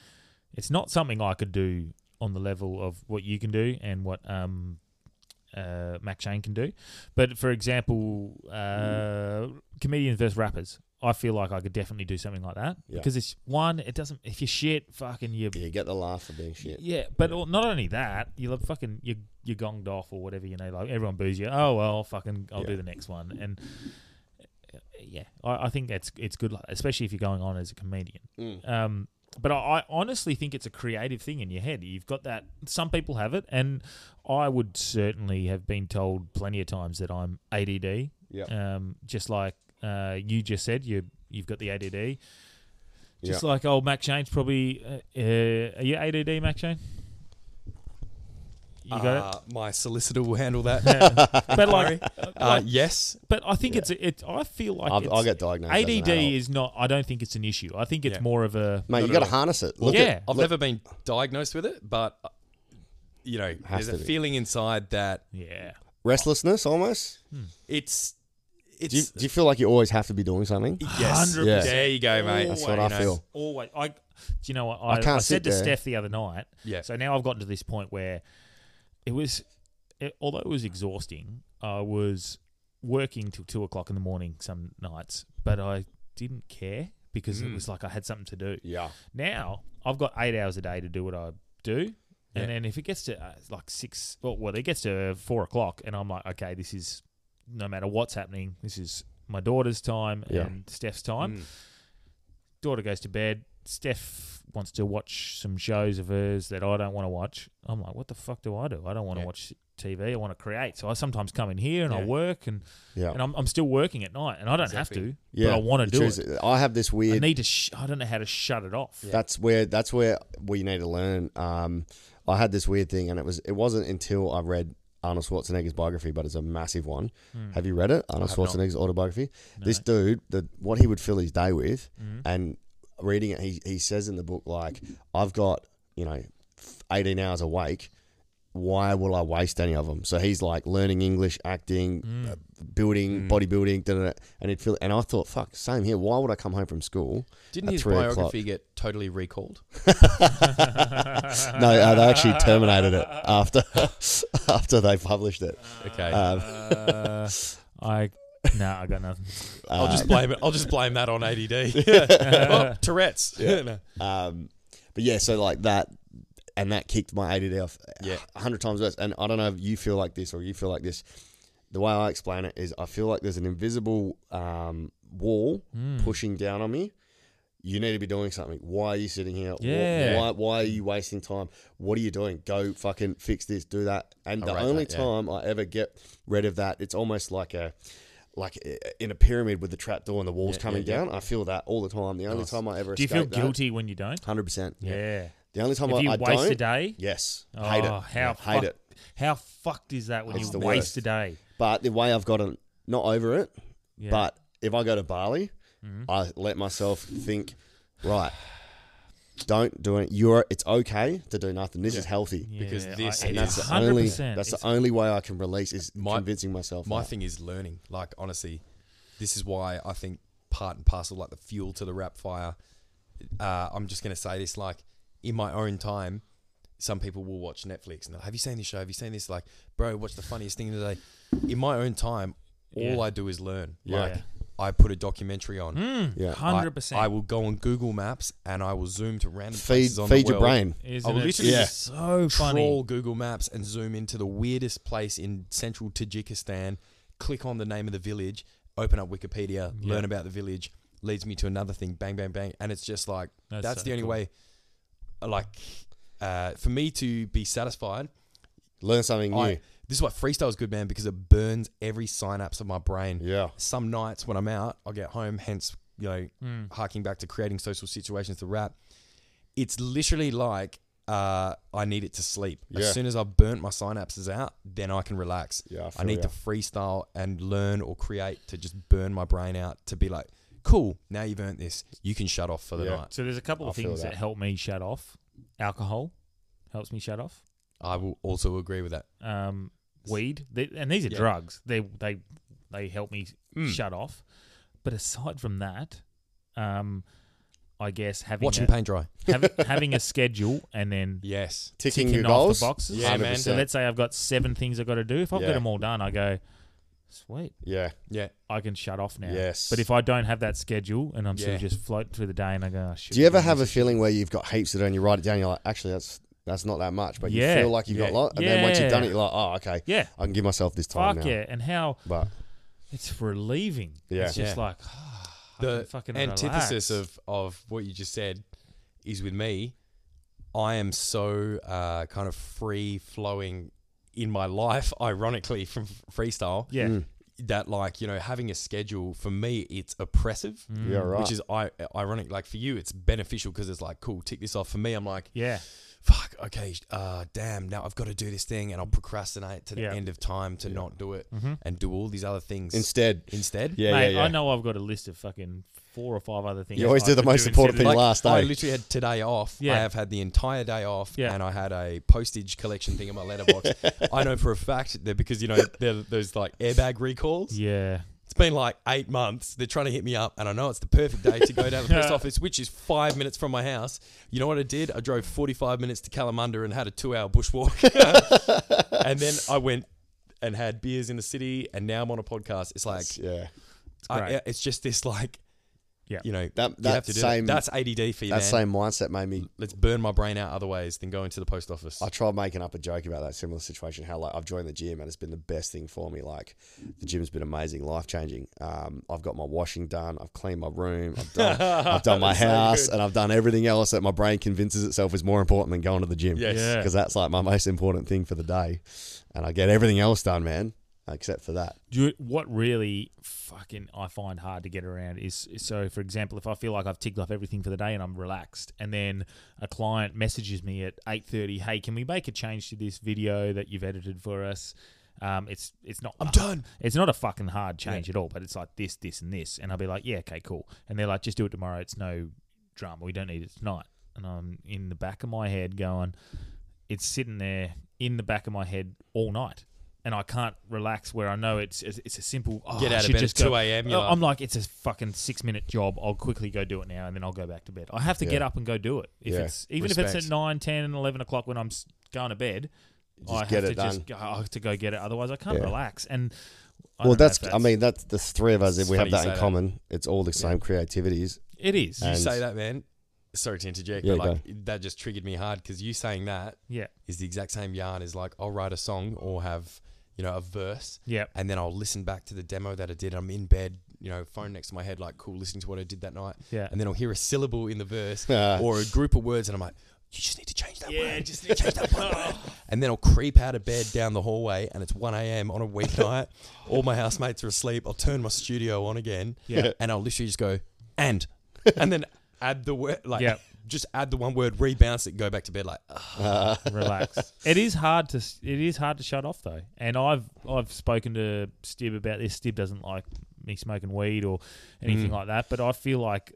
[SPEAKER 1] It's not something I could do on the level of what you can do and what um uh Mac Shane can do. But for example, uh comedians versus rappers. I feel like I could definitely do something like that
[SPEAKER 2] Yeah.
[SPEAKER 1] because it's one. It doesn't. If you shit, fucking you.
[SPEAKER 2] Yeah, get the laugh for being shit.
[SPEAKER 1] Yeah, but al- not only that, you look fucking you you gonged off or whatever you know. Like everyone boos you. Oh well, fucking, I'll do
[SPEAKER 2] Yeah.
[SPEAKER 1] the next one. And uh, yeah, I, I think that's it's good, like, especially if you're going on as a comedian.
[SPEAKER 2] Mm.
[SPEAKER 1] Um, but I, I honestly think it's a creative thing in your head. You've got that. Some people have it, and I would certainly have been told plenty of times that I'm ADD.
[SPEAKER 2] Yep.
[SPEAKER 1] Um, just like uh, you just said, you you've got the ADD. Just
[SPEAKER 2] Yeah.
[SPEAKER 1] like old Mac Shane's probably. Uh, uh, are you ADD, Mac Shane? You got it.
[SPEAKER 4] Uh, my solicitor will handle that.
[SPEAKER 1] But like,
[SPEAKER 4] uh,
[SPEAKER 1] like-
[SPEAKER 4] yes.
[SPEAKER 1] but I think it's it. I feel like
[SPEAKER 2] I've,
[SPEAKER 1] it's,
[SPEAKER 2] I get diagnosed. as an
[SPEAKER 1] ADD
[SPEAKER 2] adult.
[SPEAKER 1] is not. I don't think it's an issue. I think it's
[SPEAKER 4] Yeah.
[SPEAKER 1] more of a.
[SPEAKER 2] mate. You got to harness it. Look
[SPEAKER 1] Yeah.
[SPEAKER 2] at,
[SPEAKER 4] I've
[SPEAKER 2] look-
[SPEAKER 4] never been diagnosed with it, but uh, you know,
[SPEAKER 2] Has
[SPEAKER 4] there's a
[SPEAKER 2] to be.
[SPEAKER 4] feeling inside that
[SPEAKER 1] yeah.
[SPEAKER 2] restlessness almost.
[SPEAKER 4] it's it's
[SPEAKER 2] Do you, do you feel like you always have to be doing something?
[SPEAKER 4] yes.
[SPEAKER 1] 100%.
[SPEAKER 4] There you go, mate.
[SPEAKER 2] That's what
[SPEAKER 4] You
[SPEAKER 2] I
[SPEAKER 4] know,
[SPEAKER 2] feel.
[SPEAKER 1] Always. I. Do you know what? I, I,
[SPEAKER 2] can't
[SPEAKER 1] said
[SPEAKER 2] sit
[SPEAKER 1] to
[SPEAKER 2] there.
[SPEAKER 1] Steph the other night.
[SPEAKER 4] Yeah.
[SPEAKER 1] So now I've gotten to this point where it was, it, although it was exhausting, I was working till two o'clock in the morning some nights, but I didn't care because
[SPEAKER 2] Mm.
[SPEAKER 1] it was like I had something to do.
[SPEAKER 2] Yeah.
[SPEAKER 1] Now I've got eight hours a day to do what I do. And then if it gets to uh, like six, well, well, it gets to four o'clock, and I'm like, okay, this is no matter what's happening, this is my daughter's time
[SPEAKER 2] Yeah. Mm.
[SPEAKER 1] and Steph's time. Daughter goes to bed. Steph wants to watch some shows of hers that I don't want to watch. I'm like, what the fuck do I do? I don't want to watch TV. I want to create. So I sometimes come in here and I work, and
[SPEAKER 2] Yeah.
[SPEAKER 1] and I'm, I'm still working at night, and I don't have to, but I want
[SPEAKER 2] you
[SPEAKER 1] to do
[SPEAKER 2] choose
[SPEAKER 1] it.
[SPEAKER 2] I have this
[SPEAKER 1] I
[SPEAKER 2] weird.
[SPEAKER 1] need to. Sh- I don't know how to shut it off.
[SPEAKER 2] That's where that's where we need to learn. Um, I had this weird thing, and it was it wasn't until I read Arnold Schwarzenegger's biography, but it's a massive one. Have you read it? Arnold Schwarzenegger's autobiography. This dude, the what he would fill his day with, and reading it, he he says in the book like, I've got you know, eighteen hours awake. Why will I waste any of them? So he's like learning English, acting, uh, building, bodybuilding, da, da, da, and it feel. And I thought, fuck, same here. Why would I come home from school?
[SPEAKER 4] Didn't
[SPEAKER 2] at
[SPEAKER 4] his
[SPEAKER 2] three o'clock?
[SPEAKER 4] biography get totally recalled?
[SPEAKER 2] No, uh, they actually terminated it after after they published it.
[SPEAKER 4] Okay.
[SPEAKER 2] Uh,
[SPEAKER 1] Uh, I no, I got nothing.
[SPEAKER 4] I'll
[SPEAKER 2] uh,
[SPEAKER 4] just blame it. I'll just blame that on ADD. Oh, Tourette's. No.
[SPEAKER 2] Um, but yeah, so like that, and that kicked my ADD off
[SPEAKER 4] Yeah.
[SPEAKER 2] a hundred times worse. And I don't know if you feel like this or you feel like this. The way I explain it is, I feel like there's an invisible um, wall
[SPEAKER 1] Hmm.
[SPEAKER 2] pushing down on me. You need to be doing something. Why are you sitting here? Wh-
[SPEAKER 1] Yeah.
[SPEAKER 2] Why, why are you wasting time? What are you doing? Go fucking fix this, do that. And the
[SPEAKER 4] read
[SPEAKER 2] only
[SPEAKER 4] that, yeah.
[SPEAKER 2] time I ever get rid of that, it's almost like a like i- in a pyramid with the trap door and the walls coming down. I feel that all the time. The only time I ever
[SPEAKER 1] Do you feel
[SPEAKER 2] escape that-
[SPEAKER 1] guilty when you don't?
[SPEAKER 2] Hundred percent.
[SPEAKER 1] Yeah.
[SPEAKER 2] The only time
[SPEAKER 1] If
[SPEAKER 2] I,
[SPEAKER 1] you
[SPEAKER 2] I
[SPEAKER 1] waste
[SPEAKER 2] don't,
[SPEAKER 1] a day,
[SPEAKER 2] yes,
[SPEAKER 1] Oh,
[SPEAKER 2] hate it.
[SPEAKER 1] how
[SPEAKER 2] hate
[SPEAKER 1] fucked,
[SPEAKER 2] it.
[SPEAKER 1] How fucked is that when
[SPEAKER 2] It's
[SPEAKER 1] you
[SPEAKER 2] the
[SPEAKER 1] waste
[SPEAKER 2] worst.
[SPEAKER 1] a day?
[SPEAKER 2] But the way I've gotten not over it,
[SPEAKER 1] Yeah. Mm-hmm.
[SPEAKER 2] but if I go to Bali, I let myself think, right, don't do it. You're it's okay to do nothing. This is healthy.
[SPEAKER 9] Because this
[SPEAKER 2] And
[SPEAKER 9] is-
[SPEAKER 2] that's the only that's the only way I can release is convincing myself.
[SPEAKER 4] My
[SPEAKER 2] that.
[SPEAKER 4] thing is learning. Like honestly, this is why I think part and parcel, like the fuel to the rap fire. Uh, I'm just gonna say this, like in my own time, some people will watch Netflix and they'll, have you seen this show? Have you seen this? Like, bro, what's the funniest thing today? In my own time, all
[SPEAKER 1] Yeah. Hmm.
[SPEAKER 4] I do is learn.
[SPEAKER 2] Yeah.
[SPEAKER 4] Like I put a documentary on.
[SPEAKER 2] yeah.
[SPEAKER 4] I-
[SPEAKER 1] Hundred percent.
[SPEAKER 4] I, will go on Google Maps and I will zoom to random
[SPEAKER 2] feed
[SPEAKER 4] places on
[SPEAKER 2] feed
[SPEAKER 4] the
[SPEAKER 2] your
[SPEAKER 4] world.
[SPEAKER 2] brain.
[SPEAKER 1] Isn't
[SPEAKER 4] I will
[SPEAKER 1] it
[SPEAKER 4] literally
[SPEAKER 2] Yeah.
[SPEAKER 4] just
[SPEAKER 1] so funny.
[SPEAKER 4] Troll Google Maps and zoom into the weirdest place in central Tajikistan. Click on the name of the village. Open up Wikipedia. Learn about the village. Leads me to another thing. Bang, bang, bang. And it's just like
[SPEAKER 1] That's
[SPEAKER 4] that's,
[SPEAKER 1] so
[SPEAKER 4] the only
[SPEAKER 1] cool.
[SPEAKER 4] way. Like, uh, for me to be satisfied,
[SPEAKER 2] Learn something new.
[SPEAKER 4] I, this is why freestyle is good, man, because it burns every synapse of my brain.
[SPEAKER 2] Yeah.
[SPEAKER 4] Some nights when I'm out, I get home, hence, you know,
[SPEAKER 2] Mm.
[SPEAKER 4] harking back to creating social situations to rap. It's literally like uh, I need it to sleep.
[SPEAKER 2] Yeah.
[SPEAKER 4] As soon as I've burnt my synapses out, then I can relax.
[SPEAKER 2] Yeah, I feel
[SPEAKER 4] need
[SPEAKER 2] ya.
[SPEAKER 4] to freestyle and learn or create to just burn my brain out to be like, cool, now you've earned this. You can shut off for the
[SPEAKER 2] Yeah.
[SPEAKER 4] night.
[SPEAKER 1] So there's a couple of
[SPEAKER 2] I feel
[SPEAKER 1] things that.
[SPEAKER 2] that.
[SPEAKER 1] help me shut off. Alcohol helps me shut off.
[SPEAKER 4] I will also agree with that.
[SPEAKER 1] Um, weed, they, and these are
[SPEAKER 4] Yeah.
[SPEAKER 1] drugs. They they they help me
[SPEAKER 2] Hmm.
[SPEAKER 1] shut off. But aside from that, um, I guess having
[SPEAKER 4] Watching
[SPEAKER 1] a,
[SPEAKER 4] paint dry.
[SPEAKER 1] having, having a schedule and then
[SPEAKER 4] Yes.
[SPEAKER 2] Ticking,
[SPEAKER 1] ticking
[SPEAKER 2] your
[SPEAKER 1] off
[SPEAKER 2] goals.
[SPEAKER 1] the boxes.
[SPEAKER 9] Yeah, man.
[SPEAKER 2] 100%.
[SPEAKER 1] So let's say I've got seven things I've got to do. If I've got
[SPEAKER 2] Yeah.
[SPEAKER 1] them all done, I go, sweet,
[SPEAKER 2] yeah.
[SPEAKER 4] Yeah.
[SPEAKER 1] I can shut off now.
[SPEAKER 2] Yes.
[SPEAKER 1] But if I don't have that schedule and I'm sort
[SPEAKER 4] Yeah.
[SPEAKER 1] of just floating through the day and I go, oh, shit.
[SPEAKER 2] Do you ever
[SPEAKER 1] what
[SPEAKER 2] have a
[SPEAKER 1] is
[SPEAKER 2] feeling where you've got heaps to do and you write it down? You're like, actually, that's that's not that much, but
[SPEAKER 1] Yeah.
[SPEAKER 2] you feel like you've got a
[SPEAKER 4] Yeah.
[SPEAKER 2] lot. And then once you've done it,
[SPEAKER 1] Yeah.
[SPEAKER 2] you're like, oh, okay,
[SPEAKER 1] this?" Yeah.
[SPEAKER 2] I can give myself this time
[SPEAKER 1] Fuck
[SPEAKER 2] now.
[SPEAKER 1] yeah. And how
[SPEAKER 2] But
[SPEAKER 1] it's relieving.
[SPEAKER 2] Yeah.
[SPEAKER 1] It's just
[SPEAKER 4] Yeah.
[SPEAKER 1] like, "Ah,
[SPEAKER 4] the
[SPEAKER 1] fucking relax.
[SPEAKER 4] antithesis of of what you just said is with me. I am so uh, kind of free flowing in my life, ironically from f- freestyle.
[SPEAKER 1] yeah.
[SPEAKER 2] Mm.
[SPEAKER 4] That like you know having a schedule for me, it's oppressive.
[SPEAKER 1] Mm.
[SPEAKER 2] yeah, right.
[SPEAKER 4] Mm. Which is I- ironic. Like for you, it's beneficial because it's like cool, tick this off. For me, I'm like,
[SPEAKER 1] Yeah.
[SPEAKER 4] fuck, okay, uh, damn, now I've got to do this thing, and I'll procrastinate to the
[SPEAKER 1] Yeah. Mm-hmm.
[SPEAKER 4] end of time to not do it and do all these other things
[SPEAKER 2] instead,
[SPEAKER 4] instead.
[SPEAKER 2] yeah,
[SPEAKER 1] Mate,
[SPEAKER 2] yeah, yeah.
[SPEAKER 1] I know I've got a list of fucking four or five other things.
[SPEAKER 2] You always
[SPEAKER 1] I
[SPEAKER 2] do the
[SPEAKER 1] could
[SPEAKER 2] most important
[SPEAKER 1] instead
[SPEAKER 2] thing
[SPEAKER 1] of-
[SPEAKER 4] Like,
[SPEAKER 2] last eh?
[SPEAKER 4] I
[SPEAKER 2] day.
[SPEAKER 4] literally had today off.
[SPEAKER 1] Yeah.
[SPEAKER 4] I have had the entire day off,
[SPEAKER 1] Yeah.
[SPEAKER 4] and I had a postage collection thing in my letterbox. I know for a fact that because you know there- there's like airbag recalls.
[SPEAKER 1] Yeah.
[SPEAKER 4] It's been like eight months. They're trying to hit me up, and I know it's the perfect day to go down to the post office, which is five minutes from my house. You know what I did? I drove 45 minutes to Kalamunda and had a two-hour bushwalk, and then I went and had beers in the city, and now I'm on a podcast. It's like
[SPEAKER 2] yeah.
[SPEAKER 4] I,
[SPEAKER 1] great.
[SPEAKER 4] it's just this like.
[SPEAKER 1] Yeah.
[SPEAKER 4] You know,
[SPEAKER 2] That-
[SPEAKER 4] you
[SPEAKER 2] that
[SPEAKER 4] have to do
[SPEAKER 2] same-
[SPEAKER 4] it. That's ADD for you,
[SPEAKER 2] That
[SPEAKER 4] man
[SPEAKER 2] same mindset made me.
[SPEAKER 4] let's burn my brain out other ways than going to the post office.
[SPEAKER 2] I tried making up a joke about that similar situation. How like I've joined the gym and it's been the best thing for me. Like the gym's been amazing, life changing. Um, I've got my washing done. I've cleaned my room. I've done, I've done my house, and I've done everything else that my brain convinces itself is more important than going to the gym.
[SPEAKER 4] Yes.
[SPEAKER 1] Yeah.
[SPEAKER 2] because that's like my most important thing for the day, and I get everything else done, man, except for that.
[SPEAKER 1] Do you, what really fucking I find hard to get around is is- so for example if I feel like I've ticked off everything for the day and I'm relaxed and then a client messages me at 8:30 hey can we make a change to this video that you've edited for us um, it's it's not I'm
[SPEAKER 4] done.
[SPEAKER 1] it's not a fucking hard change at all but it's like this this and this and I'll be like yeah okay cool and they're like just do it tomorrow it's no drama we don't need it tonight and I'm in the back of my head going it's sitting there in the back of my head all night. And I can't relax where I know it's it's, it's a simple oh,
[SPEAKER 4] Get
[SPEAKER 1] I
[SPEAKER 4] out of
[SPEAKER 1] should
[SPEAKER 4] bed at
[SPEAKER 1] just go-
[SPEAKER 4] 2 a.m., you're
[SPEAKER 1] Oh, I'm like it's a fucking six minute job. I'll quickly go do it now, and then I'll go back to bed. I have to get up and go do it. If
[SPEAKER 2] Yeah.
[SPEAKER 1] it's even if it's
[SPEAKER 4] Respect.
[SPEAKER 1] at 9, 10, and eleven o'clock when I'm s- going to bed, I have
[SPEAKER 2] get
[SPEAKER 1] to
[SPEAKER 2] it
[SPEAKER 1] just go, I have to go get it. Otherwise, I can't
[SPEAKER 2] Yeah.
[SPEAKER 1] relax. And I
[SPEAKER 2] Well,
[SPEAKER 1] don't know
[SPEAKER 2] that's,
[SPEAKER 1] if
[SPEAKER 2] I mean, that's the three of us. If we
[SPEAKER 4] funny
[SPEAKER 2] have that
[SPEAKER 4] you
[SPEAKER 2] in
[SPEAKER 4] say that.
[SPEAKER 2] common, it's all the same creativities.
[SPEAKER 1] it is.
[SPEAKER 4] you
[SPEAKER 2] and-
[SPEAKER 4] say that, man. Sorry to interject,
[SPEAKER 2] Yeah,
[SPEAKER 4] but like that just triggered me hard because you saying that
[SPEAKER 1] yeah,
[SPEAKER 4] is the exact same yarn as like I'll write a song or have you know a verse,
[SPEAKER 1] Yep.
[SPEAKER 4] and then I'll listen back to the demo that I did. I'm in bed, you know, phone next to my head, like cool, listening to what I did that night,
[SPEAKER 1] Yeah.
[SPEAKER 4] and then I'll hear a syllable in the verse
[SPEAKER 2] Ah.
[SPEAKER 4] or a group of words, and I'm like. You just need to change that
[SPEAKER 1] Yeah,
[SPEAKER 4] word.
[SPEAKER 1] just
[SPEAKER 4] need to change that one
[SPEAKER 1] Oh.
[SPEAKER 4] word. And then I'll creep out of bed down the hallway, and it's 1 a.m. on a weeknight. All my housemates are asleep. I'll turn my studio on again,
[SPEAKER 1] Yeah.
[SPEAKER 4] and I'll literally just go and, and then add the word, like
[SPEAKER 1] Yeah.
[SPEAKER 4] just add the one word, rebounce it, and go back to bed. Like,
[SPEAKER 1] relax. it is hard to it is hard to shut off though, and I've I've spoken to Stib about this. Stib doesn't like me smoking weed or anything
[SPEAKER 2] Mm.
[SPEAKER 1] like that. But I feel like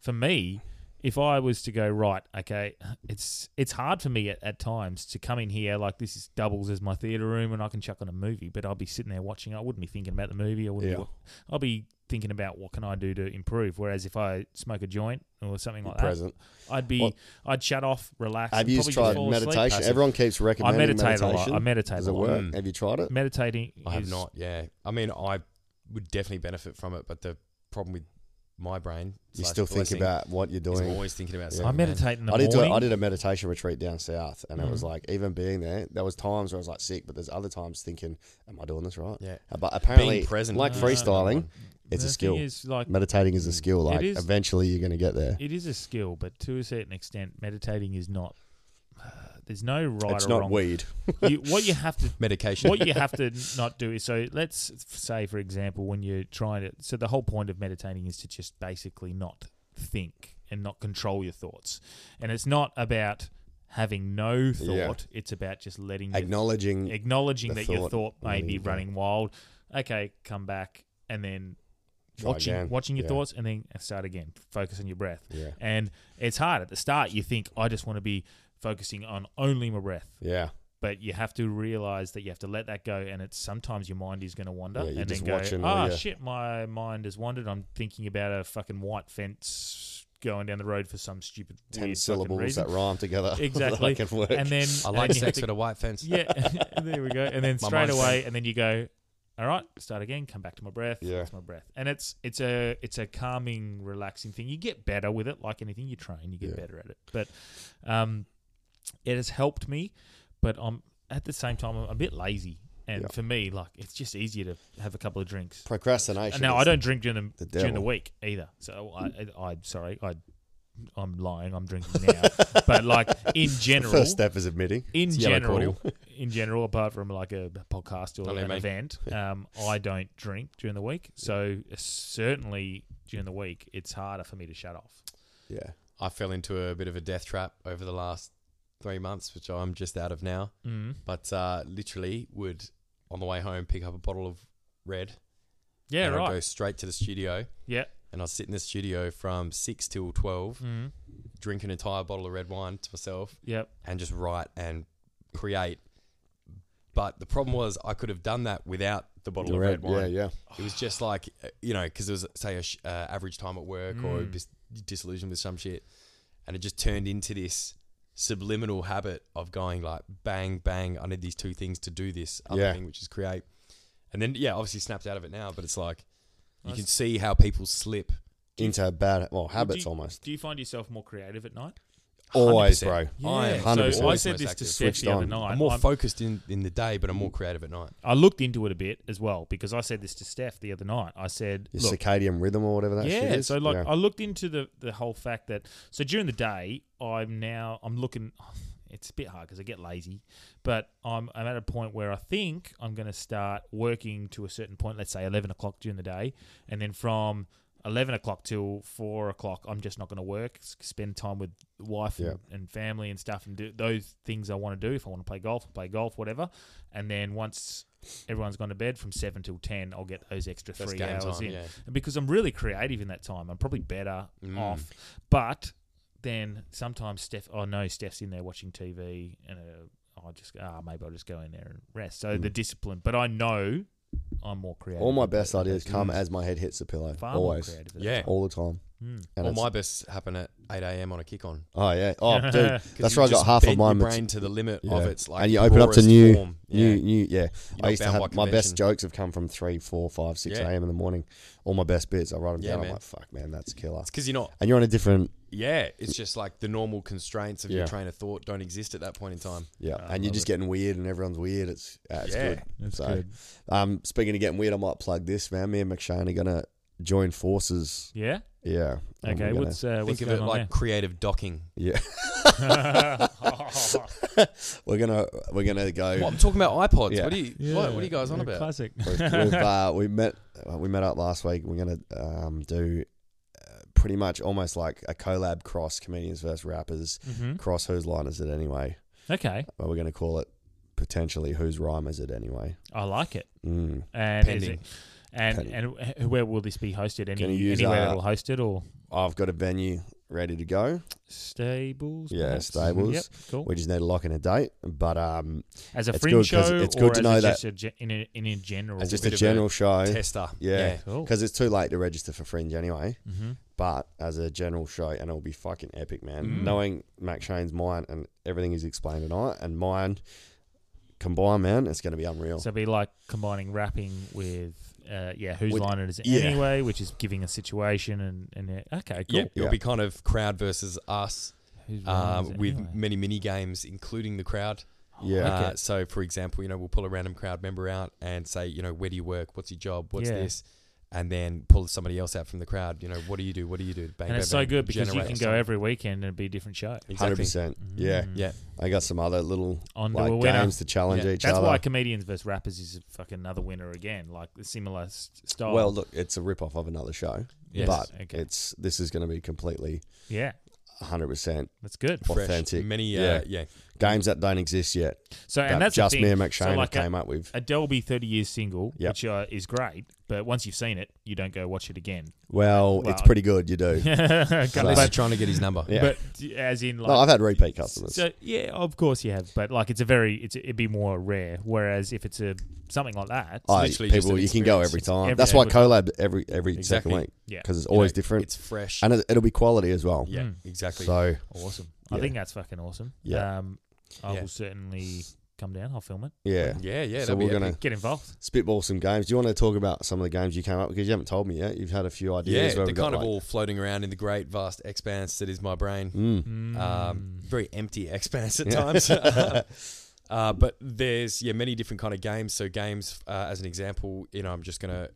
[SPEAKER 1] for me, if I was to go right, okay, it's it's hard for me at, at times to come in here like this is doubles as my theater room and I can chuck on a movie, but I'll be sitting there watching. I wouldn't be thinking about the movie. I wouldn't.
[SPEAKER 2] Yeah.
[SPEAKER 1] Be, wa- I'll be thinking about what can I do to improve. Whereas if I smoke a joint or something like
[SPEAKER 2] present.
[SPEAKER 1] that, I'd be
[SPEAKER 2] What-
[SPEAKER 1] I'd shut off, relax.
[SPEAKER 2] Have
[SPEAKER 1] and
[SPEAKER 2] you
[SPEAKER 1] probably just
[SPEAKER 2] tried
[SPEAKER 1] fall asleep.
[SPEAKER 2] meditation? Everyone keeps recommending
[SPEAKER 1] meditate a lot. I
[SPEAKER 2] meditation.
[SPEAKER 1] meditate
[SPEAKER 2] Does
[SPEAKER 1] a
[SPEAKER 2] it
[SPEAKER 1] lot.
[SPEAKER 2] work?
[SPEAKER 1] Mm.
[SPEAKER 2] Have you tried it?
[SPEAKER 1] Meditating.
[SPEAKER 4] I have
[SPEAKER 1] is-
[SPEAKER 4] not. Yeah, I mean, I would definitely benefit from it, but the problem with my brain,
[SPEAKER 2] You
[SPEAKER 4] slash
[SPEAKER 2] still think
[SPEAKER 4] blessing
[SPEAKER 2] about what you're
[SPEAKER 4] is I'm
[SPEAKER 2] doing.
[SPEAKER 4] always thinking about
[SPEAKER 2] Yeah.
[SPEAKER 4] something.
[SPEAKER 1] I
[SPEAKER 4] man.
[SPEAKER 1] meditate in the
[SPEAKER 2] I did do it,
[SPEAKER 1] morning. Mm.
[SPEAKER 2] I did a meditation retreat down south, and it was like even being there, there was times where I was like sick, but there's other times thinking, "Am I doing this right?" Uh,
[SPEAKER 4] Yeah.
[SPEAKER 2] But apparently,
[SPEAKER 4] present
[SPEAKER 2] like
[SPEAKER 4] is number
[SPEAKER 2] freestyling,
[SPEAKER 4] one.
[SPEAKER 2] it's
[SPEAKER 1] The
[SPEAKER 2] a
[SPEAKER 1] thing
[SPEAKER 2] skill.
[SPEAKER 1] is, like,
[SPEAKER 2] Meditating is a skill. Like
[SPEAKER 1] is.
[SPEAKER 2] eventually, you're going to get there.
[SPEAKER 1] It is a skill, but to a certain extent, meditating is not. there's no right
[SPEAKER 2] it's
[SPEAKER 1] or
[SPEAKER 2] not
[SPEAKER 1] wrong.
[SPEAKER 2] weed.
[SPEAKER 1] You, what you have to
[SPEAKER 4] Medication.
[SPEAKER 1] what you have to not do is so let's say for example when you're trying to so the whole point of meditating is to just basically not think and not control your thoughts and it's not about having no thought it's about just letting your-
[SPEAKER 2] Acknowledging
[SPEAKER 1] acknowledging
[SPEAKER 2] the
[SPEAKER 1] that your
[SPEAKER 2] thought,
[SPEAKER 1] thought may
[SPEAKER 2] letting
[SPEAKER 1] be
[SPEAKER 2] it go.
[SPEAKER 1] running wild okay come back and then
[SPEAKER 2] Try
[SPEAKER 1] watching
[SPEAKER 2] again.
[SPEAKER 1] watching your
[SPEAKER 2] Yeah.
[SPEAKER 1] thoughts and then start again focus on your breath
[SPEAKER 2] Yeah.
[SPEAKER 1] and it's hard at the start you think i just want to be focusing on only my breath
[SPEAKER 2] Yeah,
[SPEAKER 1] but you have to realize that you have to let that go and it's sometimes your mind is going to wander
[SPEAKER 2] Yeah, you're
[SPEAKER 1] and
[SPEAKER 2] just
[SPEAKER 1] then go
[SPEAKER 2] watching all
[SPEAKER 1] ah
[SPEAKER 2] your-
[SPEAKER 1] shit my mind has wandered i'm thinking about a fucking white fence going down the road for some stupid
[SPEAKER 2] ten
[SPEAKER 1] weird fucking
[SPEAKER 2] syllables
[SPEAKER 1] reason.
[SPEAKER 2] that rhyme together.
[SPEAKER 1] exactly
[SPEAKER 2] that can work.
[SPEAKER 1] and then
[SPEAKER 4] I
[SPEAKER 1] and you
[SPEAKER 4] like
[SPEAKER 1] have
[SPEAKER 4] sex
[SPEAKER 1] to-
[SPEAKER 4] with a white fence.
[SPEAKER 1] yeah there we go and then
[SPEAKER 4] My
[SPEAKER 1] straight
[SPEAKER 4] mind's
[SPEAKER 1] away and then you go all right start again come back to my breath
[SPEAKER 2] Yeah.
[SPEAKER 1] back to my breath and it's it's a it's a calming relaxing thing you get better with it like anything you train you get better at it but um it has helped me but i'm at the same time i'm a bit lazy and
[SPEAKER 2] Yeah.
[SPEAKER 1] for me like it's just easier to have a couple of drinks
[SPEAKER 2] procrastination.
[SPEAKER 1] now
[SPEAKER 2] is-
[SPEAKER 1] i don't drink during the,
[SPEAKER 2] the
[SPEAKER 1] during the
[SPEAKER 2] devil.
[SPEAKER 1] week either so i i i'm sorry i i'm lying i'm drinking now but like in general
[SPEAKER 2] First step is admitting.
[SPEAKER 1] in
[SPEAKER 4] yellow
[SPEAKER 1] general,
[SPEAKER 4] cordial.
[SPEAKER 1] in general, apart from like a podcast or
[SPEAKER 4] Only
[SPEAKER 1] an
[SPEAKER 4] me.
[SPEAKER 1] event, um, I don't drink during the week. So uh, certainly during the week, it's harder for me to shut off.
[SPEAKER 2] Yeah.
[SPEAKER 4] I fell into a bit of a death trap over the last three months, which I'm just out of now.
[SPEAKER 1] Mm.
[SPEAKER 4] But uh, literally, would on the way home pick up a bottle of red
[SPEAKER 1] Yeah,
[SPEAKER 4] and I'd go
[SPEAKER 1] right.
[SPEAKER 4] straight to the studio.
[SPEAKER 1] Yeah.
[SPEAKER 4] And I sit in the studio from six till twelve,
[SPEAKER 1] Mm.
[SPEAKER 4] drink an entire bottle of red wine to myself,
[SPEAKER 1] Yep.
[SPEAKER 4] and just write and create. But the problem was, I could have done that without the bottle of red, wine.
[SPEAKER 2] Yeah, yeah.
[SPEAKER 4] It was just like uh, you know, because it was say a sh- uh, average time at work
[SPEAKER 2] Mm.
[SPEAKER 4] or just disillusioned with some shit, and it just turned into this subliminal habit of going like bang bang. I need these two things to do this other
[SPEAKER 2] Yeah.
[SPEAKER 4] thing, which is create, and then yeah, obviously snapped out of it now. But it's like you can see how people slip.
[SPEAKER 2] Into bad well
[SPEAKER 1] do
[SPEAKER 2] habits
[SPEAKER 1] you,
[SPEAKER 2] almost.
[SPEAKER 1] Do you find yourself more creative at night?
[SPEAKER 2] Always,
[SPEAKER 4] 100%.
[SPEAKER 2] bro.
[SPEAKER 4] I am
[SPEAKER 2] always
[SPEAKER 1] So I
[SPEAKER 4] most
[SPEAKER 1] said this to
[SPEAKER 4] active.
[SPEAKER 1] Steph
[SPEAKER 2] Switched
[SPEAKER 1] the other
[SPEAKER 2] on.
[SPEAKER 1] night.
[SPEAKER 4] I'm more
[SPEAKER 1] I'm-
[SPEAKER 4] focused in in the day, but I'm
[SPEAKER 2] Mm.
[SPEAKER 4] more creative at night.
[SPEAKER 1] I looked into it a bit as well because I said this to Steph the other night. I said,
[SPEAKER 2] Your
[SPEAKER 1] look,
[SPEAKER 2] circadian rhythm or whatever that
[SPEAKER 1] yeah,
[SPEAKER 2] shit is.
[SPEAKER 1] so like
[SPEAKER 2] yeah.
[SPEAKER 1] I looked into the the whole fact that so during the day I'm now I'm looking. It's a bit hard because I get lazy, but I'm I'm at a point where I think I'm going to start working to a certain point. Let's say eleven o'clock during the day, and then from eleven o'clock till four o'clock, I'm just not going to work. s- Spend time with wife and, and family and stuff, and do those things I want to do. If I want to play golf, I'll play golf, whatever. And then once everyone's gone to bed from seven till ten, I'll get those extra
[SPEAKER 4] That's
[SPEAKER 1] three
[SPEAKER 4] game
[SPEAKER 1] hours
[SPEAKER 4] time,
[SPEAKER 1] in
[SPEAKER 4] yeah.
[SPEAKER 1] and because I'm really creative in that time, I'm probably better
[SPEAKER 2] Mm.
[SPEAKER 1] off. But then sometimes Steph, oh no, Steph's in there watching TV, and uh, I just ah maybe I'll just go in there and rest. So the discipline, but I know I'm more creative. Mm.
[SPEAKER 2] Mm. All my best ideas come as my head hits the pillow.
[SPEAKER 1] far
[SPEAKER 2] Always.
[SPEAKER 1] more creative.
[SPEAKER 4] Yeah,
[SPEAKER 2] All the time. And
[SPEAKER 4] Well,
[SPEAKER 2] it's-
[SPEAKER 4] Hmm. my best happen at 8 a.m. on a kick on.
[SPEAKER 2] Oh yeah. Oh dude.
[SPEAKER 4] 'Cause
[SPEAKER 2] That's
[SPEAKER 4] you
[SPEAKER 2] where I got
[SPEAKER 4] just
[SPEAKER 2] half of
[SPEAKER 4] bend
[SPEAKER 2] mine.
[SPEAKER 4] Your
[SPEAKER 2] was-
[SPEAKER 4] brain to the limit
[SPEAKER 2] yeah.
[SPEAKER 4] of its like
[SPEAKER 2] and you open up to
[SPEAKER 4] rawest
[SPEAKER 2] new,
[SPEAKER 4] form.
[SPEAKER 2] new,
[SPEAKER 4] Yeah.
[SPEAKER 2] new. Yeah.
[SPEAKER 4] not
[SPEAKER 2] I used to
[SPEAKER 4] bound
[SPEAKER 2] have
[SPEAKER 4] by
[SPEAKER 2] my best
[SPEAKER 4] convention.
[SPEAKER 2] jokes have come from three, four, five, six
[SPEAKER 4] Yeah.
[SPEAKER 2] a.m. in the morning. All my best bits, I write them
[SPEAKER 4] Yeah,
[SPEAKER 2] down.
[SPEAKER 4] man.
[SPEAKER 2] I'm like, fuck, man, that's killer.
[SPEAKER 4] It's because you're not.
[SPEAKER 2] And you're on a different,
[SPEAKER 4] Yeah, it's just like the normal constraints of your
[SPEAKER 2] Yeah.
[SPEAKER 4] train of thought don't exist at that point in time.
[SPEAKER 2] yeah. and you're just getting weird, and everyone's weird. It's, uh, it's
[SPEAKER 4] Yeah.
[SPEAKER 2] good. so, Um, speaking of getting weird, I might plug this, man. Me and McShane are gonna join forces.
[SPEAKER 1] Yeah.
[SPEAKER 2] Yeah. And we're
[SPEAKER 1] Okay.
[SPEAKER 2] gonna-
[SPEAKER 1] What's uh, what's
[SPEAKER 4] Think
[SPEAKER 1] going
[SPEAKER 4] of it
[SPEAKER 1] on
[SPEAKER 4] like creative docking.
[SPEAKER 2] yeah.
[SPEAKER 1] there?
[SPEAKER 2] We're gonna we're gonna go.
[SPEAKER 4] What I'm talking about iPods.
[SPEAKER 2] Yeah.
[SPEAKER 4] What are you? What, what are you guys on about?
[SPEAKER 1] Classic.
[SPEAKER 2] We've, we've, uh, we met uh, we met up last week. We're gonna um, do uh, pretty much almost like a collab cross comedians versus rappers
[SPEAKER 4] Mm-hmm.
[SPEAKER 2] cross whose line is it anyway?
[SPEAKER 1] Mm-hmm. Okay,
[SPEAKER 2] But we're gonna call it potentially whose rhyme is it anyway?
[SPEAKER 1] I like it.
[SPEAKER 2] Mm.
[SPEAKER 1] And is
[SPEAKER 4] Pending.
[SPEAKER 1] it, And
[SPEAKER 2] Petty.
[SPEAKER 1] and wh- where will this be hosted? Any
[SPEAKER 2] Can you use,
[SPEAKER 1] anywhere
[SPEAKER 2] uh,
[SPEAKER 1] that'll host it or
[SPEAKER 2] I've got a venue ready to go.
[SPEAKER 1] stables?
[SPEAKER 2] Yeah,
[SPEAKER 1] perhaps?
[SPEAKER 2] stables.
[SPEAKER 1] Yep, cool.
[SPEAKER 2] We just need to lock in a date. But um,
[SPEAKER 1] As a
[SPEAKER 2] it's
[SPEAKER 1] fringe
[SPEAKER 2] good 'cause
[SPEAKER 1] show,
[SPEAKER 2] it's
[SPEAKER 1] or
[SPEAKER 2] good to
[SPEAKER 1] as
[SPEAKER 2] know
[SPEAKER 1] a,
[SPEAKER 2] that-
[SPEAKER 1] just a gen- in a in a general.
[SPEAKER 2] it's just a
[SPEAKER 4] bit of a
[SPEAKER 2] general show.
[SPEAKER 4] Tester.
[SPEAKER 2] Yeah,
[SPEAKER 1] Cool. Mm-hmm.
[SPEAKER 2] because it's too late to register for Fringe anyway. But as a general show, and it'll be fucking epic, man.
[SPEAKER 1] Mm.
[SPEAKER 2] Knowing Mac Shane's mind and everything he's explained tonight, and mine combined, man, it's going to be unreal.
[SPEAKER 1] So it'd be like combining rapping with, uh, yeah, whose
[SPEAKER 2] With-
[SPEAKER 1] line it is
[SPEAKER 2] yeah.
[SPEAKER 1] anyway, which is giving a situation and and it- okay, cool.
[SPEAKER 4] Yep, it'll
[SPEAKER 2] Yeah.
[SPEAKER 4] be kind of crowd versus us
[SPEAKER 1] Whose line is
[SPEAKER 4] um,
[SPEAKER 1] it
[SPEAKER 4] with
[SPEAKER 1] anyway?
[SPEAKER 4] many mini games, including the crowd.
[SPEAKER 2] yeah,
[SPEAKER 4] Uh, so, for example, you know, we'll pull a random crowd member out and say, you know, where do you work? What's your job? What's
[SPEAKER 1] Yeah.
[SPEAKER 4] this? And then pull somebody else out from the crowd. You know, what do you do? What do you do? Bang,
[SPEAKER 1] and it's
[SPEAKER 4] bang,
[SPEAKER 1] so
[SPEAKER 4] bang,
[SPEAKER 1] good because you
[SPEAKER 4] generate
[SPEAKER 1] can go
[SPEAKER 4] something.
[SPEAKER 1] every weekend and it'd be a different show.
[SPEAKER 2] hundred
[SPEAKER 4] Exactly.
[SPEAKER 2] percent.
[SPEAKER 1] Mm-hmm.
[SPEAKER 2] Yeah,
[SPEAKER 4] Yeah.
[SPEAKER 2] I got some other little
[SPEAKER 1] Onto a
[SPEAKER 2] like
[SPEAKER 1] winner.
[SPEAKER 2] games to challenge
[SPEAKER 4] Yeah.
[SPEAKER 2] each
[SPEAKER 1] That's
[SPEAKER 2] other.
[SPEAKER 1] why comedians versus rappers is fucking another winner again, like the similar s- style.
[SPEAKER 2] well, look, it's a rip off of another show,
[SPEAKER 1] Yes,
[SPEAKER 2] but
[SPEAKER 1] okay.
[SPEAKER 2] it's this is going to be completely
[SPEAKER 1] yeah,
[SPEAKER 2] hundred percent
[SPEAKER 1] that's good.
[SPEAKER 4] Fresh.
[SPEAKER 2] authentic.
[SPEAKER 4] Many, uh, yeah.
[SPEAKER 2] games that don't exist yet.
[SPEAKER 1] So
[SPEAKER 2] that
[SPEAKER 1] and that's the
[SPEAKER 2] just
[SPEAKER 1] thing.
[SPEAKER 2] me and Mac
[SPEAKER 1] So,
[SPEAKER 2] Shane have
[SPEAKER 1] like, uh, a-
[SPEAKER 2] came up with.
[SPEAKER 1] a Delby 30 years single,
[SPEAKER 2] Yep.
[SPEAKER 1] which uh, is great, but once you've seen it, you don't go watch it again.
[SPEAKER 2] Well,
[SPEAKER 1] Well,
[SPEAKER 2] it's pretty good. You do.
[SPEAKER 4] Unless
[SPEAKER 2] So-
[SPEAKER 4] you're trying to get his number.
[SPEAKER 2] Yeah.
[SPEAKER 1] But as in, like,
[SPEAKER 2] no, Oh, I've had repeat customers.
[SPEAKER 1] so yeah, of course you have, but like it's a very, it's, it'd be more rare. Whereas if it's a something like that,
[SPEAKER 2] I,
[SPEAKER 4] literally just
[SPEAKER 2] people,
[SPEAKER 4] an
[SPEAKER 2] you can go
[SPEAKER 4] experience.
[SPEAKER 2] every time.
[SPEAKER 1] every
[SPEAKER 2] That's why
[SPEAKER 1] single
[SPEAKER 2] collab every every second
[SPEAKER 4] Exactly.
[SPEAKER 2] week
[SPEAKER 1] Yeah.
[SPEAKER 2] because it's
[SPEAKER 4] You know,
[SPEAKER 2] always different
[SPEAKER 4] It's fresh.
[SPEAKER 2] and it, it'll be quality as well.
[SPEAKER 4] yeah, exactly.
[SPEAKER 2] So
[SPEAKER 1] awesome. I
[SPEAKER 2] Yeah.
[SPEAKER 1] think that's fucking awesome.
[SPEAKER 2] Yeah.
[SPEAKER 1] Um, I
[SPEAKER 4] Yeah.
[SPEAKER 1] will certainly come down. I'll film it.
[SPEAKER 2] yeah,
[SPEAKER 4] yeah, yeah.
[SPEAKER 2] so
[SPEAKER 4] that'd be
[SPEAKER 2] we're gonna
[SPEAKER 4] epic.
[SPEAKER 1] Get involved.
[SPEAKER 2] spitball some games. Do you want to talk about some of the games you came up because you haven't told me yet? You've had a few
[SPEAKER 4] Yeah,
[SPEAKER 2] ideas.
[SPEAKER 4] they're
[SPEAKER 2] where
[SPEAKER 4] kind
[SPEAKER 2] we've got,
[SPEAKER 4] of
[SPEAKER 2] like-
[SPEAKER 4] all floating around in the great vast expanse that is my brain.
[SPEAKER 2] mm.
[SPEAKER 1] Mm.
[SPEAKER 4] Um, very empty expanse at times. uh, but there's yeah many different kind of games. So games, uh, as an example, you know, I'm just gonna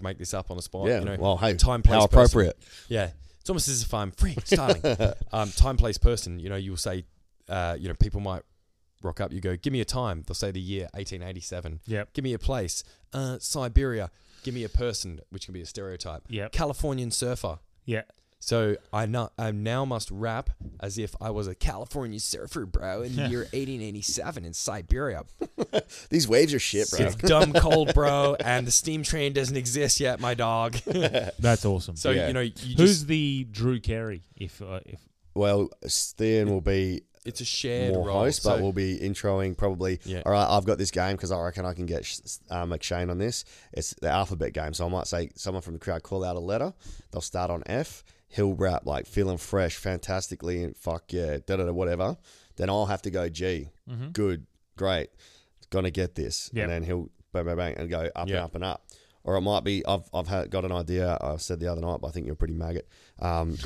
[SPEAKER 4] make this up on the spot.
[SPEAKER 2] yeah.
[SPEAKER 4] you know,
[SPEAKER 2] well, hey,
[SPEAKER 4] time, place,
[SPEAKER 2] how
[SPEAKER 4] person.
[SPEAKER 2] appropriate.
[SPEAKER 4] Yeah, it's almost as if I'm free, styling. um, time, place, person. You know, you'll say, uh, you know, people might rock up. You go, give me a time. They'll say the year 1887.
[SPEAKER 1] Yep.
[SPEAKER 4] Give me a place, uh, Siberia. Give me a person, which can be a stereotype.
[SPEAKER 1] Yep.
[SPEAKER 4] Californian surfer.
[SPEAKER 1] Yeah.
[SPEAKER 4] So I not, I now must rap as if I was a California surfer, bro, in the year 1887 in Siberia.
[SPEAKER 2] These waves are shit, bro.
[SPEAKER 4] It's dumb cold, bro, and the steam train doesn't exist yet, my dog.
[SPEAKER 1] That's awesome.
[SPEAKER 4] so
[SPEAKER 2] Yeah.
[SPEAKER 4] you know, you
[SPEAKER 1] Who's
[SPEAKER 4] just
[SPEAKER 1] the Drew Carey? If uh, if
[SPEAKER 2] well, Stan will be
[SPEAKER 4] it's a shared
[SPEAKER 2] more
[SPEAKER 4] role.
[SPEAKER 2] host, but
[SPEAKER 4] So-
[SPEAKER 2] we'll be introing probably.
[SPEAKER 4] Yeah.
[SPEAKER 2] All right, I've got this game because I reckon I can get Sh- uh, McShane on this. It's the alphabet game, so I might say someone from the crowd call out a letter. They'll start on F. He'll rap like feeling fresh, fantastically, and fuck yeah, da da da, whatever. Then I'll have to go G.
[SPEAKER 4] Mm-hmm.
[SPEAKER 2] Good, great, gonna get this,
[SPEAKER 1] Yep.
[SPEAKER 2] and then he'll bang bang bang and go up and
[SPEAKER 4] Yeah.
[SPEAKER 2] up and up. Or it might be I've I've had, got an idea. I said the other night, but I think you're a pretty maggot. Um,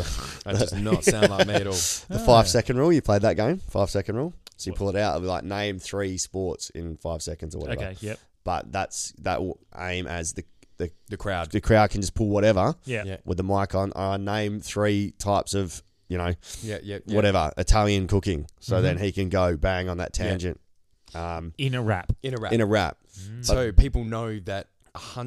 [SPEAKER 4] That does not sound like me at all.
[SPEAKER 2] the
[SPEAKER 4] Ah.
[SPEAKER 2] five second rule. You played that game, five second rule. So you pull it out. It'll be like name three sports in five seconds or whatever.
[SPEAKER 1] okay, yep,
[SPEAKER 2] But that's that will aim as the the
[SPEAKER 4] The crowd.
[SPEAKER 2] the crowd can just pull whatever
[SPEAKER 1] yeah,
[SPEAKER 4] Yeah.
[SPEAKER 2] with the mic on. Uh, name three types of you know
[SPEAKER 4] Yeah, yeah, yeah. Mm-hmm.
[SPEAKER 2] whatever Italian cooking. So then he can go bang on that tangent um,
[SPEAKER 1] in a rap.
[SPEAKER 4] In a rap.
[SPEAKER 2] in a rap.
[SPEAKER 4] so people know that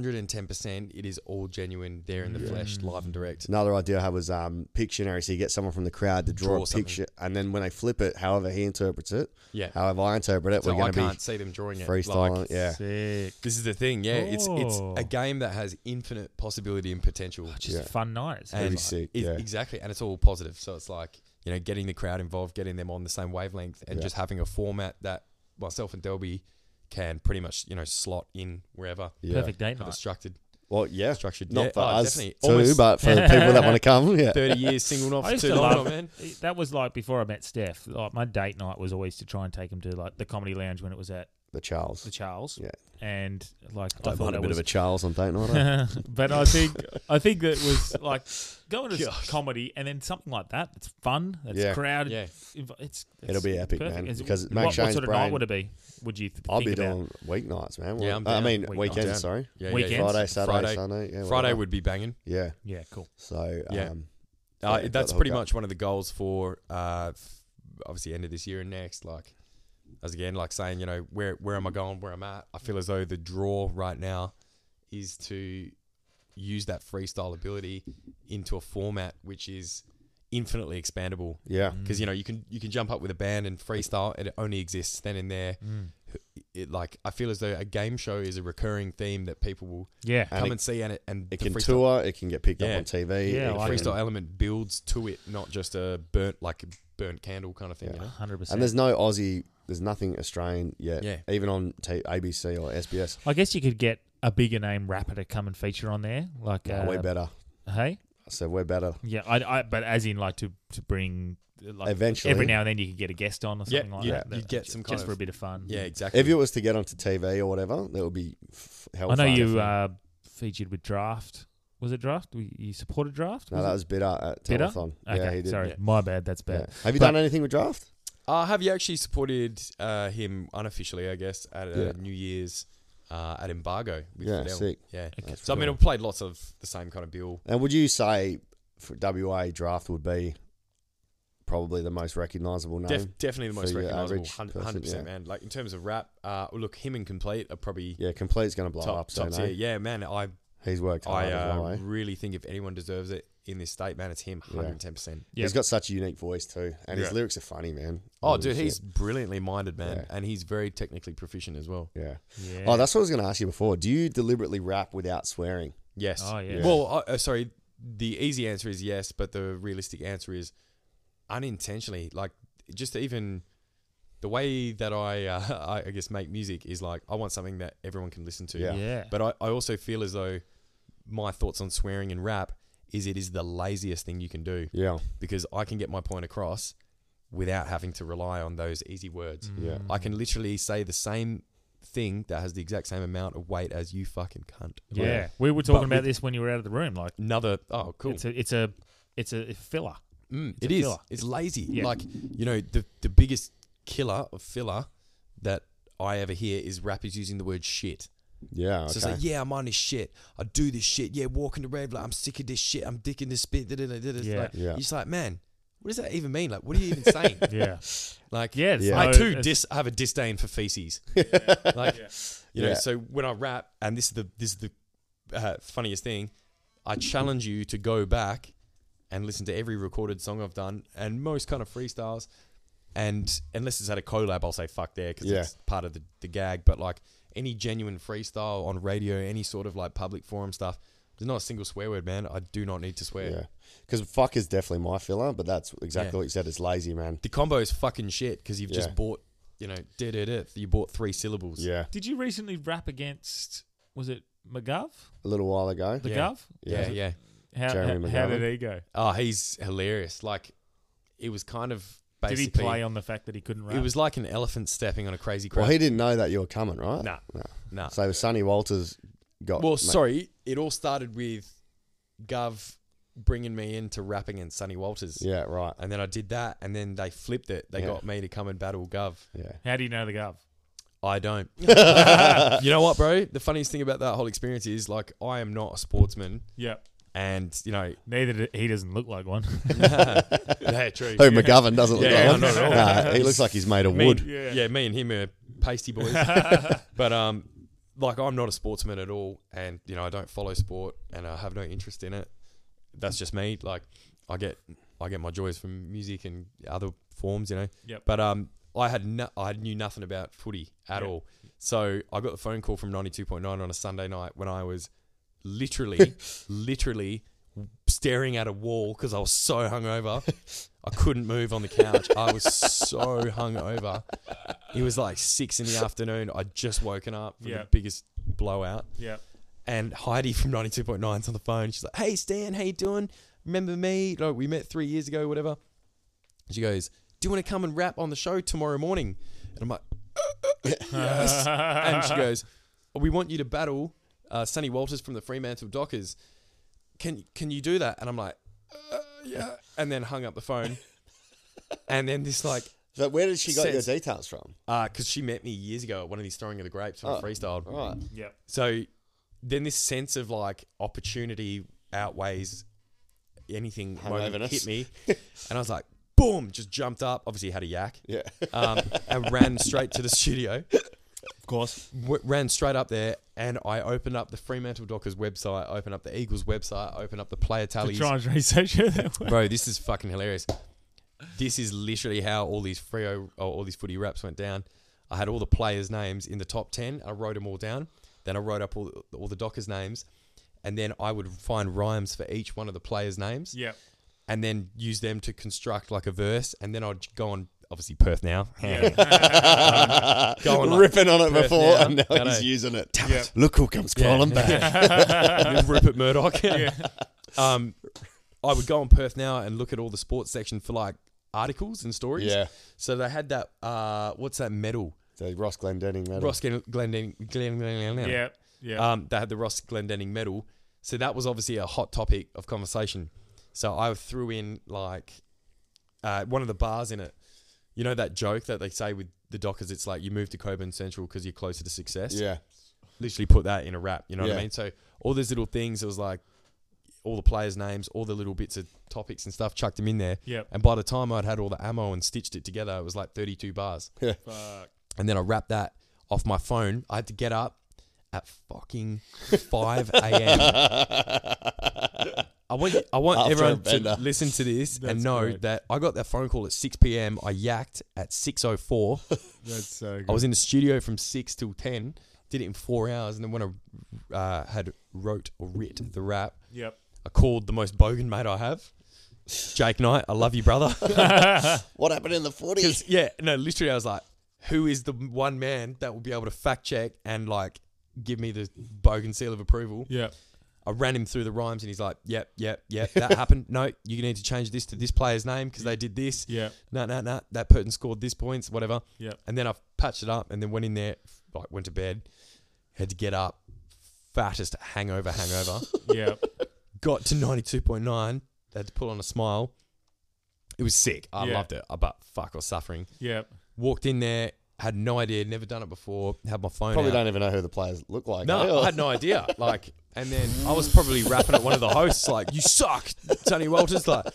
[SPEAKER 4] 110% it is all genuine, there in the flesh, live and direct.
[SPEAKER 2] Another idea I had was um, Pictionary. So you get someone from the crowd to draw,
[SPEAKER 4] Draw
[SPEAKER 2] a
[SPEAKER 4] something.
[SPEAKER 2] picture, and then when they flip it, however he interprets it,
[SPEAKER 4] Yeah.
[SPEAKER 2] however I interpret it,
[SPEAKER 4] So
[SPEAKER 2] we're
[SPEAKER 4] I
[SPEAKER 2] going to
[SPEAKER 4] can't
[SPEAKER 2] be
[SPEAKER 4] see them drawing it.
[SPEAKER 2] freestyling.
[SPEAKER 4] Like,
[SPEAKER 2] it. yeah,
[SPEAKER 1] Sick.
[SPEAKER 4] This is the thing, yeah. It's it's
[SPEAKER 1] Oh.
[SPEAKER 4] a game that has infinite possibility and potential.
[SPEAKER 1] Just a fun night. It sounds
[SPEAKER 4] And
[SPEAKER 1] like.
[SPEAKER 2] sick,
[SPEAKER 4] it-
[SPEAKER 2] yeah.
[SPEAKER 4] Exactly, and it's all positive. So it's like you know, getting the crowd involved, getting them on the same wavelength, and
[SPEAKER 2] Yeah.
[SPEAKER 4] just having a format that myself and Delby can pretty much you know slot in wherever.
[SPEAKER 2] yeah.
[SPEAKER 1] Perfect date
[SPEAKER 4] Have it
[SPEAKER 1] night.
[SPEAKER 4] structured,
[SPEAKER 2] Well, yeah,
[SPEAKER 4] structured.
[SPEAKER 2] not
[SPEAKER 4] yeah.
[SPEAKER 2] for
[SPEAKER 4] oh,
[SPEAKER 2] us
[SPEAKER 4] definitely.
[SPEAKER 2] too,
[SPEAKER 4] Almost
[SPEAKER 2] but for the people that want to come. Yeah,
[SPEAKER 4] thirty years single, not
[SPEAKER 1] I
[SPEAKER 4] for
[SPEAKER 1] used
[SPEAKER 4] too
[SPEAKER 1] to
[SPEAKER 4] long,
[SPEAKER 1] love-
[SPEAKER 4] man.
[SPEAKER 1] That was like before I met Steph. Like my date night was always to try and take him to like the comedy lounge when it was at
[SPEAKER 2] the
[SPEAKER 1] the
[SPEAKER 2] Charles.
[SPEAKER 1] Charles.
[SPEAKER 2] Yeah.
[SPEAKER 1] And like I
[SPEAKER 2] Don't
[SPEAKER 1] thought
[SPEAKER 2] mind a
[SPEAKER 1] that
[SPEAKER 2] bit
[SPEAKER 1] was
[SPEAKER 2] of a Charles on date night. eh?
[SPEAKER 1] but I think I think that was like going to comedy and then something like that. It's fun. It's
[SPEAKER 2] Yeah.
[SPEAKER 1] crowded.
[SPEAKER 4] Yeah.
[SPEAKER 1] It's, it's
[SPEAKER 2] It'll be epic,
[SPEAKER 1] perfect.
[SPEAKER 2] man,
[SPEAKER 1] It's-
[SPEAKER 2] because Mac
[SPEAKER 1] what, what
[SPEAKER 2] Shane's
[SPEAKER 1] sort of night
[SPEAKER 2] brain-
[SPEAKER 1] would it be? Would you th-
[SPEAKER 2] I'll
[SPEAKER 1] think
[SPEAKER 2] be
[SPEAKER 1] about?
[SPEAKER 2] doing weeknights, man.
[SPEAKER 4] Yeah, I'm
[SPEAKER 2] I
[SPEAKER 4] down.
[SPEAKER 2] mean
[SPEAKER 1] Weeknights.
[SPEAKER 2] weekends.
[SPEAKER 4] Down.
[SPEAKER 2] Sorry,
[SPEAKER 4] Yeah,
[SPEAKER 1] Weekends?
[SPEAKER 4] yeah, yeah.
[SPEAKER 2] Friday, Saturday,
[SPEAKER 4] Friday,
[SPEAKER 2] Sunday. Yeah,
[SPEAKER 4] Friday
[SPEAKER 2] whatever.
[SPEAKER 4] would be banging.
[SPEAKER 2] Yeah,
[SPEAKER 1] Yeah, cool.
[SPEAKER 2] so um,
[SPEAKER 4] Yeah.
[SPEAKER 2] Yeah,
[SPEAKER 4] Uh,
[SPEAKER 2] got
[SPEAKER 4] that's
[SPEAKER 2] the
[SPEAKER 4] pretty
[SPEAKER 2] hookup.
[SPEAKER 4] much one of the goals for uh, f- obviously end of this year and next. Like, as again, like saying, you know, where where am I going? Where I'm at? I feel as though the draw right now is to use that freestyle ability into a format which is infinitely expandable.
[SPEAKER 2] yeah,
[SPEAKER 1] Mm.
[SPEAKER 2] Mm.
[SPEAKER 4] Because you know you can you can jump up with a band and freestyle, and it only exists then and there. it, like I feel as though a game show is a recurring theme that people will
[SPEAKER 1] Yeah.
[SPEAKER 4] come
[SPEAKER 2] it-
[SPEAKER 4] and see, and it and
[SPEAKER 2] It
[SPEAKER 4] the
[SPEAKER 2] can
[SPEAKER 4] freestyle-
[SPEAKER 2] tour. It can get picked
[SPEAKER 4] Yeah.
[SPEAKER 2] up on TV.
[SPEAKER 1] Yeah,
[SPEAKER 2] it
[SPEAKER 1] I like
[SPEAKER 2] can-
[SPEAKER 1] it.
[SPEAKER 4] freestyle element builds to it, not just a burnt like a burnt candle kind of thing. You know?
[SPEAKER 1] 100%.
[SPEAKER 2] And there's no Aussie. There's nothing Australian yet.
[SPEAKER 4] Yeah.
[SPEAKER 2] Even on t- ABC or SBS.
[SPEAKER 1] I guess you could get a bigger name rapper to come and feature on there. Like, uh,
[SPEAKER 2] Nah, we're better.
[SPEAKER 1] Hey?
[SPEAKER 2] So we're better.
[SPEAKER 1] Yeah, I, I, but as in, like, to, to bring. uh, Like
[SPEAKER 2] Eventually.
[SPEAKER 1] Every now and then you could get a guest on or
[SPEAKER 4] Yeah,
[SPEAKER 1] something like
[SPEAKER 4] you'd-
[SPEAKER 1] that. that-
[SPEAKER 4] you'd get some kind
[SPEAKER 1] Just for
[SPEAKER 4] of-
[SPEAKER 1] a bit of fun.
[SPEAKER 4] Yeah, exactly.
[SPEAKER 2] If it was to get onto TV or whatever, that would be f- hell.
[SPEAKER 1] I know
[SPEAKER 2] fun.
[SPEAKER 1] you uh, featured with Draft. Was it Draft? We- You supported Draft?
[SPEAKER 2] No,
[SPEAKER 1] Was
[SPEAKER 2] that
[SPEAKER 1] it?
[SPEAKER 2] was bitter at
[SPEAKER 1] Bitter?
[SPEAKER 2] telethon.
[SPEAKER 1] Okay,
[SPEAKER 2] yeah, he did.
[SPEAKER 1] sorry.
[SPEAKER 4] yeah.
[SPEAKER 1] My bad. That's
[SPEAKER 2] Yeah.
[SPEAKER 1] bad.
[SPEAKER 2] Have you
[SPEAKER 1] But-
[SPEAKER 2] done anything with draft?
[SPEAKER 4] Uh, have you actually supported uh, him unofficially? I guess at uh,
[SPEAKER 2] Yeah.
[SPEAKER 4] New Year's uh, at Embargo. With
[SPEAKER 2] Yeah,
[SPEAKER 4] Fidel.
[SPEAKER 2] sick.
[SPEAKER 4] Yeah.
[SPEAKER 2] That's
[SPEAKER 4] So I mean,
[SPEAKER 2] cool.
[SPEAKER 4] I've played lots of the same kind of bill.
[SPEAKER 2] And would you say for WA draft would be probably the most recognizable name?
[SPEAKER 4] Def- definitely the
[SPEAKER 2] for
[SPEAKER 4] most
[SPEAKER 2] your
[SPEAKER 4] recognizable,
[SPEAKER 2] average person, yeah.
[SPEAKER 4] hundred percent, man. Like in terms of rap, uh, well, look, him and Complete are probably
[SPEAKER 2] yeah, complete's going to blow
[SPEAKER 4] top,
[SPEAKER 2] up soon.
[SPEAKER 4] top tier.
[SPEAKER 2] eh?
[SPEAKER 4] Yeah, man. I
[SPEAKER 2] He's worked hard
[SPEAKER 4] I
[SPEAKER 2] as
[SPEAKER 4] uh,
[SPEAKER 2] well. eh?
[SPEAKER 4] really think if anyone deserves it in this state, man, it's him,
[SPEAKER 2] Yeah.
[SPEAKER 4] hundred and ten percent.
[SPEAKER 2] He's got such a unique voice too, and his
[SPEAKER 4] Yeah.
[SPEAKER 2] lyrics are funny, man.
[SPEAKER 4] Oh,
[SPEAKER 2] Holy
[SPEAKER 4] dude,
[SPEAKER 2] shit.
[SPEAKER 4] he's brilliantly minded, man,
[SPEAKER 2] Yeah.
[SPEAKER 4] and he's very technically proficient as well.
[SPEAKER 2] yeah.
[SPEAKER 1] Yeah.
[SPEAKER 2] Oh, that's what I was going to ask you before. Do you deliberately rap without swearing?
[SPEAKER 4] Yes.
[SPEAKER 1] Oh, yeah.
[SPEAKER 4] Well, uh, uh, sorry. The easy answer is yes, but the realistic answer is unintentionally. Like, just even the way that I, uh, I- I guess, make music is like I want something that everyone can listen to.
[SPEAKER 2] Yeah.
[SPEAKER 1] Yeah.
[SPEAKER 4] But I, I also feel as though my thoughts on swearing and rap is it is the laziest thing you can do
[SPEAKER 2] Yeah,
[SPEAKER 4] because I can get my point across without having to rely on those easy words.
[SPEAKER 1] Mm.
[SPEAKER 2] yeah.
[SPEAKER 4] I can literally say the same thing that has the exact same amount of weight as you fucking cunt.
[SPEAKER 1] yeah. We were talking
[SPEAKER 4] But
[SPEAKER 1] about
[SPEAKER 4] with-
[SPEAKER 1] this when you were out of the room. Like,
[SPEAKER 4] Another oh cool.
[SPEAKER 1] it's a, it's a, it's a filler.
[SPEAKER 4] Mm,
[SPEAKER 1] It's
[SPEAKER 4] it
[SPEAKER 1] a
[SPEAKER 4] is.
[SPEAKER 1] filler.
[SPEAKER 4] It's lazy.
[SPEAKER 1] Yeah.
[SPEAKER 4] Like you know, the the biggest killer of filler that I ever hear is rappers using the word shit.
[SPEAKER 2] Yeah, okay.
[SPEAKER 4] So it's like, yeah, I'm on this shit. I do this shit. Yeah, walking the red, like I'm sick of this shit. I'm dicking this spit.
[SPEAKER 1] Yeah.
[SPEAKER 4] Yeah, like,
[SPEAKER 2] Yeah.
[SPEAKER 4] You're just like, man, what does that even mean? Like, what are you even saying?
[SPEAKER 1] Yeah.
[SPEAKER 4] Like,
[SPEAKER 1] Yeah.
[SPEAKER 2] Yeah.
[SPEAKER 4] I
[SPEAKER 1] so
[SPEAKER 4] too
[SPEAKER 1] it's-
[SPEAKER 4] dis- have a disdain for feces. Like, you know,
[SPEAKER 2] Yeah.
[SPEAKER 4] so when I rap, and this is the this is the uh, funniest thing, I challenge you to go back and listen to every recorded song I've done and most kind of freestyles, and unless it's at a collab, I'll say fuck there because
[SPEAKER 2] Yeah.
[SPEAKER 4] it's part of the, the gag. But like any genuine freestyle on radio, any sort of like public forum stuff, there's not a single swear word, man. I do not need to swear.
[SPEAKER 2] yeah. Because fuck is definitely my filler, but that's exactly
[SPEAKER 4] Yeah.
[SPEAKER 2] what you said. It's lazy, man.
[SPEAKER 4] The combo is fucking shit because you've
[SPEAKER 2] Yeah.
[SPEAKER 4] just bought, you know, dead earth. You bought three syllables.
[SPEAKER 2] Yeah,
[SPEAKER 1] Did you recently rap against? Was it McGov?
[SPEAKER 2] a little while ago.
[SPEAKER 1] The
[SPEAKER 4] Yeah.
[SPEAKER 1] Gov?
[SPEAKER 4] Yeah,
[SPEAKER 2] Yeah.
[SPEAKER 4] yeah.
[SPEAKER 1] How,
[SPEAKER 2] Jeremy
[SPEAKER 1] h- how
[SPEAKER 2] McGovern.
[SPEAKER 1] did he go?
[SPEAKER 4] Oh, he's hilarious. Like, it was kind of
[SPEAKER 1] Did
[SPEAKER 4] basically.
[SPEAKER 1] he play on the fact that he couldn't rap?
[SPEAKER 4] It was like an elephant stepping on a crazy crowd.
[SPEAKER 2] Well, he didn't know that you were coming, right?
[SPEAKER 4] Nah. Nah.
[SPEAKER 2] So Sonny Walters got.
[SPEAKER 4] well,
[SPEAKER 2] mate,
[SPEAKER 4] sorry. It all started with Gov bringing me into rapping and Sonny Walters.
[SPEAKER 2] Yeah, right.
[SPEAKER 4] And then I did that, and then they flipped it. They
[SPEAKER 2] Yeah.
[SPEAKER 4] got me to come and battle Gov.
[SPEAKER 2] Yeah.
[SPEAKER 1] How do you know the Gov?
[SPEAKER 4] I don't. you know what, bro? The funniest thing about that whole experience is like I am not a sportsman,
[SPEAKER 1] Yeah.
[SPEAKER 4] and you know,
[SPEAKER 1] Neither did, he doesn't look like one.
[SPEAKER 4] yeah, true.
[SPEAKER 2] Who McGovern doesn't look
[SPEAKER 4] Yeah,
[SPEAKER 2] like
[SPEAKER 4] no,
[SPEAKER 2] one.
[SPEAKER 4] not at all.
[SPEAKER 2] Nah, he looks like he's made of
[SPEAKER 4] me,
[SPEAKER 2] wood.
[SPEAKER 4] Yeah. me and him are pasty boys. but um, like I'm not a sportsman at all, and you know I don't follow sport, and I have no interest in it. That's just me. Like I get I get my joys from music and other forms, you know.
[SPEAKER 1] Yep.
[SPEAKER 4] But um, I had no, I knew nothing about footy at all. So I got the phone call from 92.9 on a Sunday night when I was literally, literally staring at a wall because I was so hungover. I couldn't move on the couch. I was so hungover. It was like six in the afternoon. I'd just woken up from
[SPEAKER 1] Yeah.
[SPEAKER 4] the biggest blowout.
[SPEAKER 1] yeah.
[SPEAKER 4] And Heidi from 92.9's on the phone. She's like, hey, Stan, how you doing? Remember me? Like, we met three years ago, whatever. And she goes, do you want to come and rap on the show tomorrow morning? And I'm like, "Uh, yes. and she goes, we want you to battle uh, Sonny Walters from the Fremantle Dockers. Can, can you do that? And I'm like, uh, yeah. And then hung up the phone. and then this like
[SPEAKER 2] But where did she get your
[SPEAKER 4] Says-
[SPEAKER 2] details from?
[SPEAKER 4] because she met me years ago at one of these throwing of the grapes when I freestyled.
[SPEAKER 2] Right.
[SPEAKER 1] Yep.
[SPEAKER 4] So then this sense of like opportunity outweighs anything moment
[SPEAKER 2] Hungoverness.
[SPEAKER 4] hit me, and I was like, boom, just jumped up. Obviously had a yak,
[SPEAKER 2] Yeah.
[SPEAKER 4] um, and ran straight to the studio.
[SPEAKER 1] Of course.
[SPEAKER 4] W- ran straight up there, and I opened up the Fremantle Dockers website, opened up the Eagles website, opened up the player
[SPEAKER 1] To
[SPEAKER 4] tallies.
[SPEAKER 1] try and research it that way.
[SPEAKER 4] Bro, this is fucking hilarious. This is literally how all these Freo, or all these footy raps went down. I had all the players' names in the top 10. I wrote them all down. Then I wrote up all, all the Dockers' names. And then I would find rhymes for each one of the players' names
[SPEAKER 1] Yeah.
[SPEAKER 4] and then use them to construct like a verse. And then I'd go on, obviously, Perth now. go on, like,
[SPEAKER 2] ripping on it
[SPEAKER 4] Perth
[SPEAKER 2] before,
[SPEAKER 4] now.
[SPEAKER 2] and now
[SPEAKER 4] No, no.
[SPEAKER 2] he's using it. Damn
[SPEAKER 1] Yeah.
[SPEAKER 2] it. Look who comes crawling back.
[SPEAKER 4] Rupert Murdoch. Um, I would go on Perth now and look at all the sports section for like articles and stories.
[SPEAKER 2] Yeah.
[SPEAKER 4] So they had that. Uh, what's that medal?
[SPEAKER 2] The Ross Glendenning medal.
[SPEAKER 4] Ross Glen Glendenning. Glen, Glen, Glen,
[SPEAKER 1] Yeah. Yeah.
[SPEAKER 4] Um, they had the Ross Glendenning medal. So that was obviously a hot topic of conversation. So I threw in like uh, one of the bars in it. You know that joke that they say with the Dockers? It's like you move to Coburn Central because you're closer to success
[SPEAKER 2] Yeah.
[SPEAKER 4] literally put that in a rap. You know what
[SPEAKER 2] Yeah.
[SPEAKER 4] I mean? So all those little things, it was like all the players' names, all the little bits of topics and stuff, chucked them in there.
[SPEAKER 1] Yep.
[SPEAKER 4] And by the time I'd had all the ammo and stitched it together, it was like 32 bars.
[SPEAKER 1] Fuck.
[SPEAKER 4] And then I wrapped that off my phone. I had to get up at fucking 5 a.m. I want, I want
[SPEAKER 2] After a
[SPEAKER 4] everyone
[SPEAKER 2] bender.
[SPEAKER 4] to listen to this and
[SPEAKER 1] That's
[SPEAKER 4] know
[SPEAKER 1] great.
[SPEAKER 4] that I got that phone call at 6 p.m. I yacked at 6.04.
[SPEAKER 1] That's so good.
[SPEAKER 4] I was in the studio from six till ten. Did it in four hours, and then when I uh, had wrote or writ the rap,
[SPEAKER 1] Yep.
[SPEAKER 4] I called the most bogan mate I have, Jake Knight. I love you, brother.
[SPEAKER 2] What happened in the footy?
[SPEAKER 4] yeah, no, literally, I was like, who is the one man that will be able to fact check and like give me the bogan seal of approval?
[SPEAKER 1] Yep.
[SPEAKER 4] I ran him through the rhymes, and he's like, yep, yep, yep, that happened. No, you need to change this to this player's name because they did this.
[SPEAKER 1] Yep.
[SPEAKER 4] No, no, no, that person scored this points, whatever.
[SPEAKER 1] Yep.
[SPEAKER 4] And then I patched it up and then went in there, like went to bed, had to get up, fattest hangover, hangover.
[SPEAKER 1] Yep.
[SPEAKER 4] Got to 92.9, had to put on a smile. It was sick. I
[SPEAKER 1] Yeah.
[SPEAKER 4] loved it. I- But fuck, I was suffering.
[SPEAKER 1] Yep.
[SPEAKER 4] Walked in there, had no idea, never done it before, had my phone
[SPEAKER 2] Probably
[SPEAKER 4] out.
[SPEAKER 2] don't even know who the players look like. eh?
[SPEAKER 4] No, I had no idea. Like, and then I was probably rapping at one of the hosts, like, "You suck, Tony Walters." Like,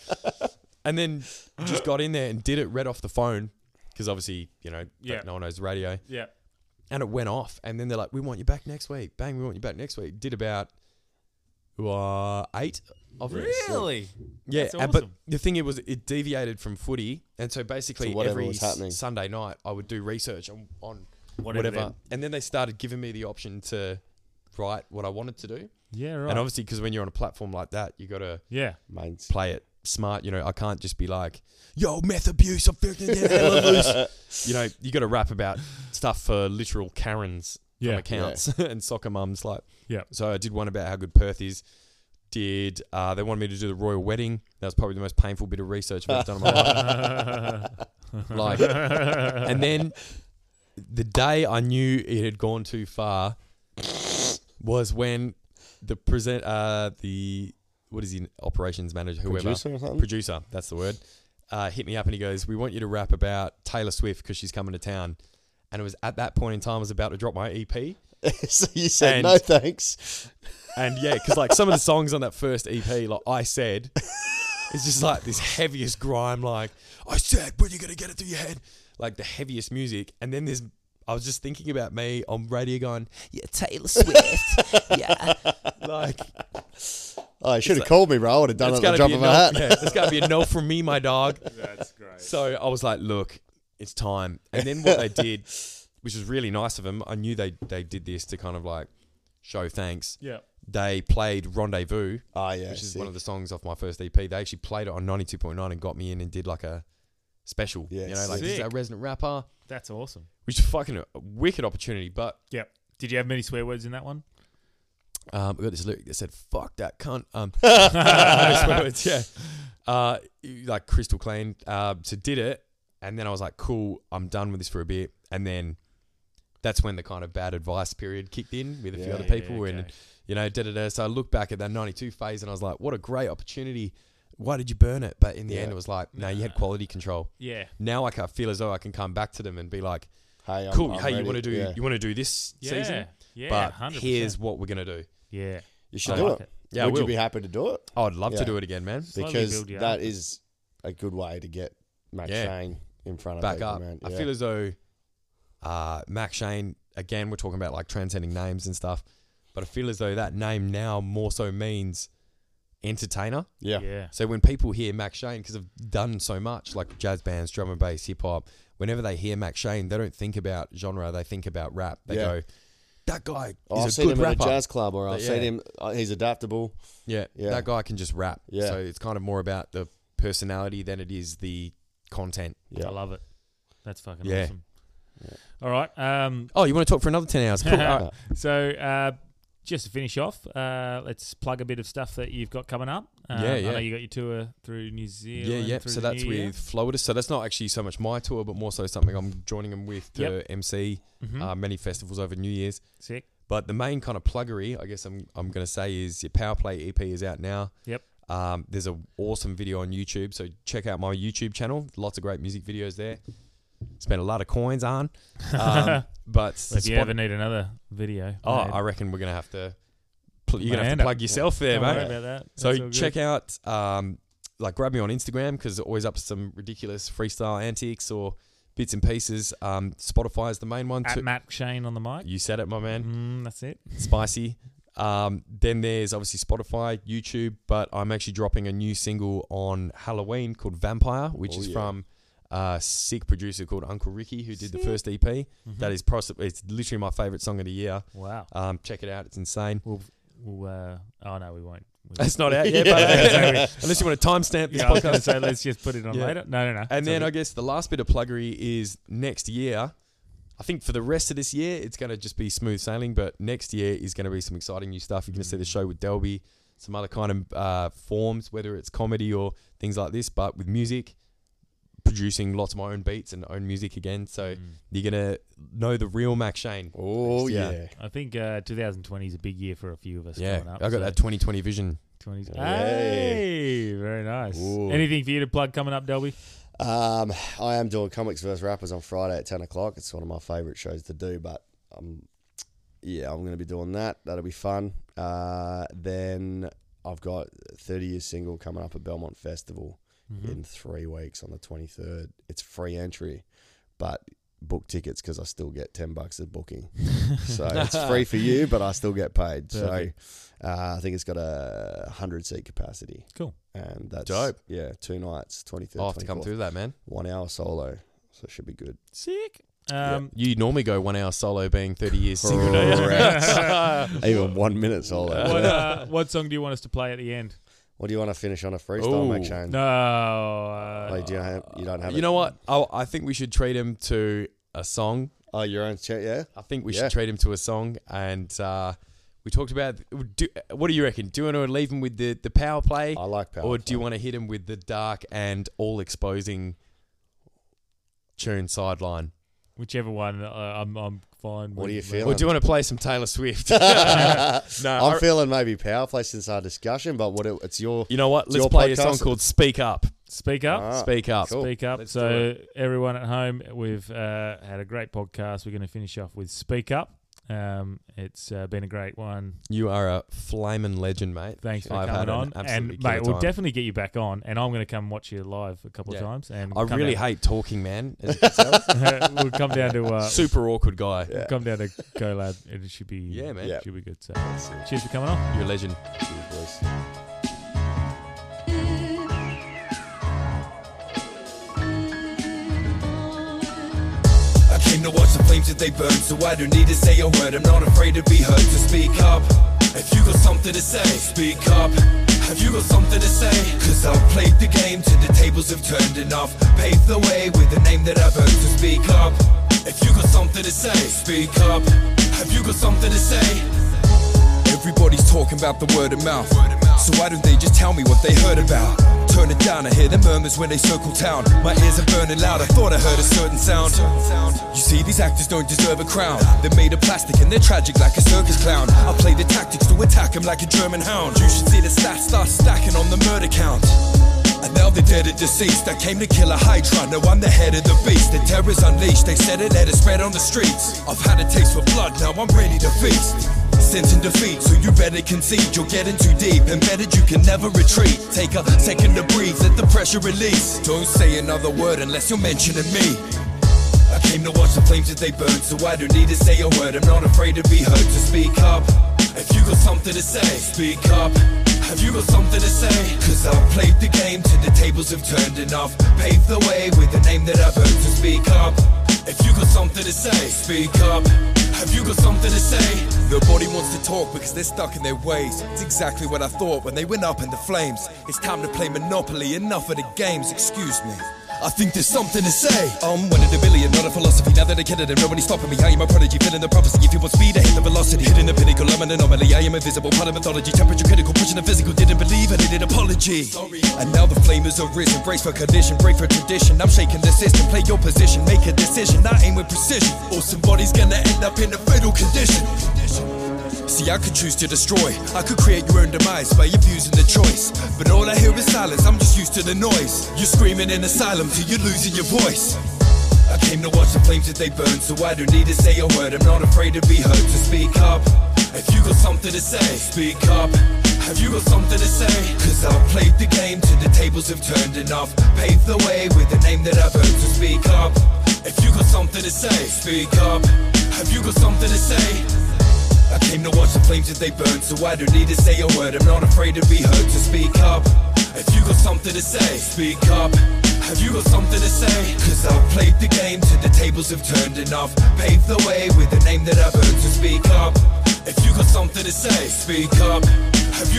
[SPEAKER 4] and then just got in there and did it, read off the phone, because obviously, you know,
[SPEAKER 1] Yeah.
[SPEAKER 4] no one knows radio,
[SPEAKER 1] Yep.
[SPEAKER 4] and it went off. And then they're like, "We want you back next week." Bang, we want you back next week. Did about uh, eight of us.
[SPEAKER 1] Really?
[SPEAKER 4] Yeah,
[SPEAKER 1] That's
[SPEAKER 4] and-
[SPEAKER 1] awesome.
[SPEAKER 4] but the thing it was it deviated from footy, and so basically
[SPEAKER 2] To whatever
[SPEAKER 4] every
[SPEAKER 2] was
[SPEAKER 4] s-
[SPEAKER 2] happening.
[SPEAKER 4] Sunday night I would do research on, on
[SPEAKER 1] Whatever
[SPEAKER 4] whatever,
[SPEAKER 1] then.
[SPEAKER 4] and then they started giving me the option to write what I wanted to do,
[SPEAKER 1] Yeah. Right.
[SPEAKER 4] and obviously because when you're on a platform like that, you got to
[SPEAKER 1] yeah.
[SPEAKER 2] Mates.
[SPEAKER 4] play it smart. You know, I can't just be like, "Yo, meth abuse, I'm fucking getting hella loose." You know, you got to rap about stuff for literal Karens
[SPEAKER 1] Yeah.
[SPEAKER 4] from accounts and soccer mums. Like,
[SPEAKER 1] Yeah.
[SPEAKER 4] So I did one about how good Perth is. Did uh, they wanted me to do the royal wedding? That was probably the most painful bit of research I've ever done in my life. like, and then the day I knew it had gone too far was when the present uh, the what is he operations manager whoever
[SPEAKER 2] Producer or something?
[SPEAKER 4] producer that's the word uh, hit me up and he goes we want you to rap about Taylor Swift because she's coming to town and it was at that point in time I was about to drop my E EP
[SPEAKER 2] so you said
[SPEAKER 4] And-
[SPEAKER 2] no thanks.
[SPEAKER 4] and yeah, because like some of the songs on that first EP, like I said, it's just like this heaviest grime. Like I said, when you gonna get it through your head? Like the heaviest music, and then there's. I was just thinking about me on radio going,
[SPEAKER 7] Yeah, Taylor Swift. yeah.
[SPEAKER 4] like,
[SPEAKER 2] Oh, you should have called me, bro. I would have done it at the drop
[SPEAKER 4] be a
[SPEAKER 2] of
[SPEAKER 4] no.
[SPEAKER 2] a hat.
[SPEAKER 4] Yeah, it's gotta be a no from me, my dog.
[SPEAKER 1] That's great.
[SPEAKER 4] So I was like, look, it's time. And then what they did, which was really nice of them, I knew they they did this to kind of like show thanks.
[SPEAKER 1] Yeah.
[SPEAKER 4] They played Rendezvous,
[SPEAKER 2] Oh, yeah.
[SPEAKER 4] which is
[SPEAKER 2] sick.
[SPEAKER 4] one of the songs off my first EP. They actually played it on 92.9 and got me in and did like a special.
[SPEAKER 2] Yeah,
[SPEAKER 4] you know, like this is
[SPEAKER 1] sick.
[SPEAKER 4] our resident rapper,
[SPEAKER 1] That's awesome.
[SPEAKER 4] which is fucking a wicked opportunity. But
[SPEAKER 1] Yep. Did you have many swear words in that one?
[SPEAKER 4] um, we got this lyric that said "fuck that cunt." Um, I swear words, yeah, uh, like crystal clean. Uh, so did it, and then I was like, "Cool, I'm done with this for a bit." And then that's when the kind of bad advice period kicked in with a few
[SPEAKER 2] Yeah.
[SPEAKER 4] other people,
[SPEAKER 1] Yeah,
[SPEAKER 4] and
[SPEAKER 1] okay.
[SPEAKER 4] you know, da da da. So I look back at that '92 phase, and I was like, "What a great opportunity! Why did you burn it?" But in the end, it was like, "No, you had quality control."
[SPEAKER 1] Yeah.
[SPEAKER 4] Now I can feel as though I can come back to them and be like,
[SPEAKER 2] Hey, I'm,
[SPEAKER 4] "Cool,
[SPEAKER 2] I'm
[SPEAKER 4] hey,
[SPEAKER 2] ready.
[SPEAKER 4] you want to do
[SPEAKER 2] Yeah.
[SPEAKER 4] you want to do this
[SPEAKER 1] Yeah.
[SPEAKER 4] season?"
[SPEAKER 1] Yeah.
[SPEAKER 4] but
[SPEAKER 1] 100%.
[SPEAKER 4] here's what we're gonna do.
[SPEAKER 1] Yeah.
[SPEAKER 2] You should
[SPEAKER 4] I
[SPEAKER 2] do
[SPEAKER 1] like
[SPEAKER 2] it.
[SPEAKER 1] it.
[SPEAKER 4] Yeah, I
[SPEAKER 2] would you
[SPEAKER 4] will.
[SPEAKER 2] be happy to do it?
[SPEAKER 4] Oh, I'd love
[SPEAKER 2] Yeah.
[SPEAKER 4] to do it again, man.
[SPEAKER 1] Slowly
[SPEAKER 2] Because
[SPEAKER 1] build you
[SPEAKER 2] that
[SPEAKER 1] up.
[SPEAKER 2] is a good way to get Matt
[SPEAKER 4] Yeah.
[SPEAKER 2] Shane in front of
[SPEAKER 4] Back
[SPEAKER 2] people,
[SPEAKER 4] up.
[SPEAKER 2] man.
[SPEAKER 4] I
[SPEAKER 2] Yeah.
[SPEAKER 4] feel as though uh, Mac Shane, again, we're talking about like transcending names and stuff, but I feel as though that name now more so means entertainer.
[SPEAKER 2] yeah.
[SPEAKER 1] Yeah.
[SPEAKER 4] So when people hear Mac Shane, because I've done so much like jazz bands, drum and bass, hip hop, whenever they hear Max Shane, they don't think about genre. They think about rap. They
[SPEAKER 2] Yeah.
[SPEAKER 4] go, that guy
[SPEAKER 2] Oh, I've
[SPEAKER 4] is a
[SPEAKER 2] seen
[SPEAKER 4] good
[SPEAKER 2] him
[SPEAKER 4] rapper.
[SPEAKER 2] at a jazz club, or I've
[SPEAKER 4] Yeah.
[SPEAKER 2] seen him. uh, He's adaptable.
[SPEAKER 4] Yeah,
[SPEAKER 2] Yeah.
[SPEAKER 4] that guy can just rap.
[SPEAKER 2] Yeah.
[SPEAKER 4] So it's kind of more about the personality than it is the content.
[SPEAKER 2] Yeah.
[SPEAKER 1] I love it. That's fucking
[SPEAKER 4] Yeah.
[SPEAKER 1] awesome. All right. Um,
[SPEAKER 4] Oh, you want to talk for another 10 hours? Cool. All right.
[SPEAKER 1] so uh, just to finish off, uh, let's plug a bit of stuff that you've got coming up. Um,
[SPEAKER 4] Yeah,
[SPEAKER 1] I
[SPEAKER 4] yeah.
[SPEAKER 1] know you got your tour through New Zealand.
[SPEAKER 4] Yeah, yeah.
[SPEAKER 1] through
[SPEAKER 4] So
[SPEAKER 1] the
[SPEAKER 4] that's
[SPEAKER 1] new
[SPEAKER 4] with
[SPEAKER 1] year.
[SPEAKER 4] Flowidus. So that's not actually so much my tour, but more so something I'm joining them with to
[SPEAKER 1] Yep.
[SPEAKER 4] MC
[SPEAKER 1] Mhm.
[SPEAKER 4] uh, many festivals over New Year's.
[SPEAKER 1] Sick.
[SPEAKER 4] But the main kind of pluggery, I guess I'm I'm gonna say, is your Power Play EP is out now.
[SPEAKER 1] Yep.
[SPEAKER 4] Um, there's an awesome video on YouTube, so check out my YouTube channel. Lots of great music videos there. Spent a lot of coins on, um, but
[SPEAKER 1] If you
[SPEAKER 4] spot-
[SPEAKER 1] ever need another video,
[SPEAKER 4] oh,
[SPEAKER 1] made,
[SPEAKER 4] I reckon we're gonna have to. Pl- you're
[SPEAKER 1] My
[SPEAKER 4] gonna have
[SPEAKER 1] hand
[SPEAKER 4] to
[SPEAKER 1] up.
[SPEAKER 4] plug yourself there,
[SPEAKER 1] don't
[SPEAKER 4] mate.
[SPEAKER 1] worry about that. That's all
[SPEAKER 4] eh? So
[SPEAKER 1] good.
[SPEAKER 4] check out, um, like, grab me on Instagram because always up to some ridiculous freestyle antics or bits and pieces. Um, Spotify is the main one.
[SPEAKER 1] at
[SPEAKER 4] too.
[SPEAKER 1] Matt Shane on the mic.
[SPEAKER 4] you said it, my man.
[SPEAKER 1] Mm, that's it.
[SPEAKER 4] Spicy. Um, then there's obviously Spotify, YouTube, but I'm actually dropping a new single on Halloween called Vampire, which
[SPEAKER 2] Oh,
[SPEAKER 4] is
[SPEAKER 2] yeah.
[SPEAKER 4] from a sick producer called Uncle Ricky who did the first EP.
[SPEAKER 2] Mm-hmm.
[SPEAKER 4] That is possibly it's literally my favorite song of the year.
[SPEAKER 1] Wow.
[SPEAKER 4] Um, check it out; it's insane.
[SPEAKER 1] We'll, we'll, uh, oh no, we won't. We'll-
[SPEAKER 4] It's not out yet, but unless you want to timestamp this
[SPEAKER 1] yeah, I was going to
[SPEAKER 4] podcast.
[SPEAKER 1] say let's just put it on
[SPEAKER 4] Yeah.
[SPEAKER 1] later. No, no, no.
[SPEAKER 4] And
[SPEAKER 1] It's all
[SPEAKER 4] then I
[SPEAKER 1] good.
[SPEAKER 4] guess the last bit of pluggery is next year. I think for the rest of this year, it's going to just be smooth sailing, but next year is going to be some exciting new stuff. You're going to see the show with Delby, some other kind of uh, forms, whether it's comedy or things like this, but with music, producing lots of my own beats and own music again. So
[SPEAKER 1] Mm.
[SPEAKER 4] you're going to know the real Mac Shane.
[SPEAKER 2] Oh
[SPEAKER 4] Yeah.
[SPEAKER 2] yeah.
[SPEAKER 1] I think uh, 2020 is a big year for a few of us.
[SPEAKER 4] Yeah,
[SPEAKER 1] coming up,
[SPEAKER 4] I got
[SPEAKER 1] so
[SPEAKER 4] that 2020 vision.
[SPEAKER 1] 20s.
[SPEAKER 2] Hey.
[SPEAKER 1] Hey, very nice.
[SPEAKER 2] Ooh.
[SPEAKER 1] Anything for you to plug coming up, Delby?
[SPEAKER 2] Um, I am doing comics versus rappers on Friday at ten o'clock. It's one of my favourite shows to do, but um, yeah, I'm going to be doing that. That'll be fun. Uh, then I've got thirty year single coming up at Belmont Festival
[SPEAKER 4] Mm.
[SPEAKER 2] in three weeks on the twenty third. It's free entry, but book tickets because I still get ten bucks at booking, so it's free for you, but I still get paid. So uh, I think it's got a hundred seat capacity.
[SPEAKER 1] Cool.
[SPEAKER 2] And that's
[SPEAKER 4] Dope.
[SPEAKER 2] Yeah, two nights, twenty third.
[SPEAKER 4] I'll have to come through that, man.
[SPEAKER 2] One hour solo, so it should be good.
[SPEAKER 1] Sick. Um,
[SPEAKER 4] You normally go one hour solo being 30 years single. don't you?
[SPEAKER 2] Correct. Even one minute solo.
[SPEAKER 1] What,
[SPEAKER 2] Yeah.
[SPEAKER 1] uh, what song do you want us to play at the end?
[SPEAKER 2] What do you want to finish on a freestyle,
[SPEAKER 4] Ooh.
[SPEAKER 2] Mac Shane?
[SPEAKER 1] No. Uh,
[SPEAKER 2] Like, do you, have, you don't have
[SPEAKER 4] You
[SPEAKER 2] it?
[SPEAKER 4] know what? I, I think we should treat him to a song.
[SPEAKER 2] Oh, your own chat, yeah?
[SPEAKER 4] I think we
[SPEAKER 2] Yeah.
[SPEAKER 4] should treat him to a song. And uh, we talked about do, what do you reckon? Do you want to leave him with the, the power play?
[SPEAKER 2] I like Oh, power
[SPEAKER 4] Or do you
[SPEAKER 2] play.
[SPEAKER 4] want to hit him with the dark and all exposing tune sideline?
[SPEAKER 1] Whichever one. Uh, I'm, I'm fine.
[SPEAKER 2] What
[SPEAKER 1] with-
[SPEAKER 2] do you feel?
[SPEAKER 4] Or do you want to play some Taylor Swift? no,
[SPEAKER 2] I'm
[SPEAKER 4] I-
[SPEAKER 2] feeling maybe power play since our discussion, but what it, it's your.
[SPEAKER 4] you know what?
[SPEAKER 2] It's
[SPEAKER 4] Let's
[SPEAKER 2] your
[SPEAKER 4] play a
[SPEAKER 2] podcast.
[SPEAKER 4] song called Speak Up.
[SPEAKER 1] Speak up.
[SPEAKER 2] Ah,
[SPEAKER 4] Speak Up.
[SPEAKER 2] cool.
[SPEAKER 1] Speak up.
[SPEAKER 4] Let's
[SPEAKER 1] so everyone at home, we've uh, had a great podcast. We're going to finish off with Speak Up. Um, it's uh, been a great one.
[SPEAKER 4] You are a flaming legend, mate.
[SPEAKER 1] Thanks for
[SPEAKER 4] I've had
[SPEAKER 1] coming on,
[SPEAKER 4] an
[SPEAKER 1] and
[SPEAKER 4] absolutely
[SPEAKER 1] mate,
[SPEAKER 4] killer
[SPEAKER 1] we'll
[SPEAKER 4] time.
[SPEAKER 1] definitely get you back on. And I'm going to come watch you live a couple
[SPEAKER 4] Yeah.
[SPEAKER 1] of times. And
[SPEAKER 4] I
[SPEAKER 1] we'll come
[SPEAKER 4] really
[SPEAKER 1] down,
[SPEAKER 4] hate talking, man. As-
[SPEAKER 1] we'll come down to uh,
[SPEAKER 4] Super awkward guy.
[SPEAKER 1] we'll come down to GoLab, and it should be
[SPEAKER 4] Yeah, man.
[SPEAKER 2] Yeah.
[SPEAKER 1] should be good. So, cheers for coming on.
[SPEAKER 4] You're a legend.
[SPEAKER 2] Cheers, boys.
[SPEAKER 8] I came to watch the flames that they burn, so I don't need to say a word. I'm not afraid to be heard, so speak up. If you got something to say, speak up. Have you got something to say? Cause I've played the game till the tables have turned and I've paved the way with the name that I've earned, so speak up. If you got something to say, speak up. Have you got something to say? Everybody's talking about the word of mouth. So why don't they just tell me what they heard about? Turn it down, I hear the murmurs when they circle town. My ears are burning loud, I thought I heard a certain sound. You see, these actors don't deserve a crown. They're made of plastic and they're tragic like a circus clown. I play the tactics to attack them like a German hound. You should see the stats start stacking on the murder count. And now they're dead and deceased. I came to kill a Hydra. Now I'm the head of the beast. The terror's unleashed. They said it, let it spread on the streets. I've had a taste for blood. Now I'm ready to feast. Sins and defeat, so you better concede. You're getting too deep. Embedded, you can never retreat. Take a second to breathe. Let the pressure release. Don't say another word unless you're mentioning me. I came to watch the flames as they burn, so I don't need to say a word. I'm not afraid to be heard, so speak up. If you got something to say, speak up. Have you got something to say? Cause I've played the game till the tables have turned and I've paved the way with the name that I've earned to speak up. If you got something to say, speak up. Have you got something to say?
[SPEAKER 5] Nobody wants to talk because they're stuck in their ways. It's exactly what I thought when they went up in the flames. It's time to play Monopoly, enough of the games, excuse me.
[SPEAKER 8] I think there's something to say.
[SPEAKER 5] I'm one of the billion, not a philosophy. Now that I get it, and nobody's stopping me. I am a prodigy, feeling the prophecy. If you want speed, I hit the velocity. Hitting the pinnacle, I'm an anomaly. I am invisible, part of mythology. Temperature critical, pushing the physical. Didn't believe, I needed apology. And now the flame has arisen. Brace for condition, break for tradition. I'm shaking the system. Play your position, make a decision. I aim with precision. Or somebody's gonna end up in a fatal condition. See, I could choose to destroy. I could create your own demise by abusing the choice. But all I hear is silence, I'm just used to the noise. You're screaming in asylum till you're losing your voice.
[SPEAKER 8] I came to watch the flames that they burn, so I don't need to say a word. I'm not afraid to be heard, so speak up. If you got something to say, speak up. Have you got something to say? Cause I've played the game till the tables have turned and I've paved the way with the name that I've earned, so speak up. If you got something to say, speak up. Have you got something to say? I came to watch the flames that they burn, so I don't need to say a word. I'm not afraid to be heard, to speak up. If you got something to say, speak up. Have you got something to say? Cause I've played the game till the tables have turned and I've paved the way with the name that I've earned. So speak up. If you got something to say, speak up. Have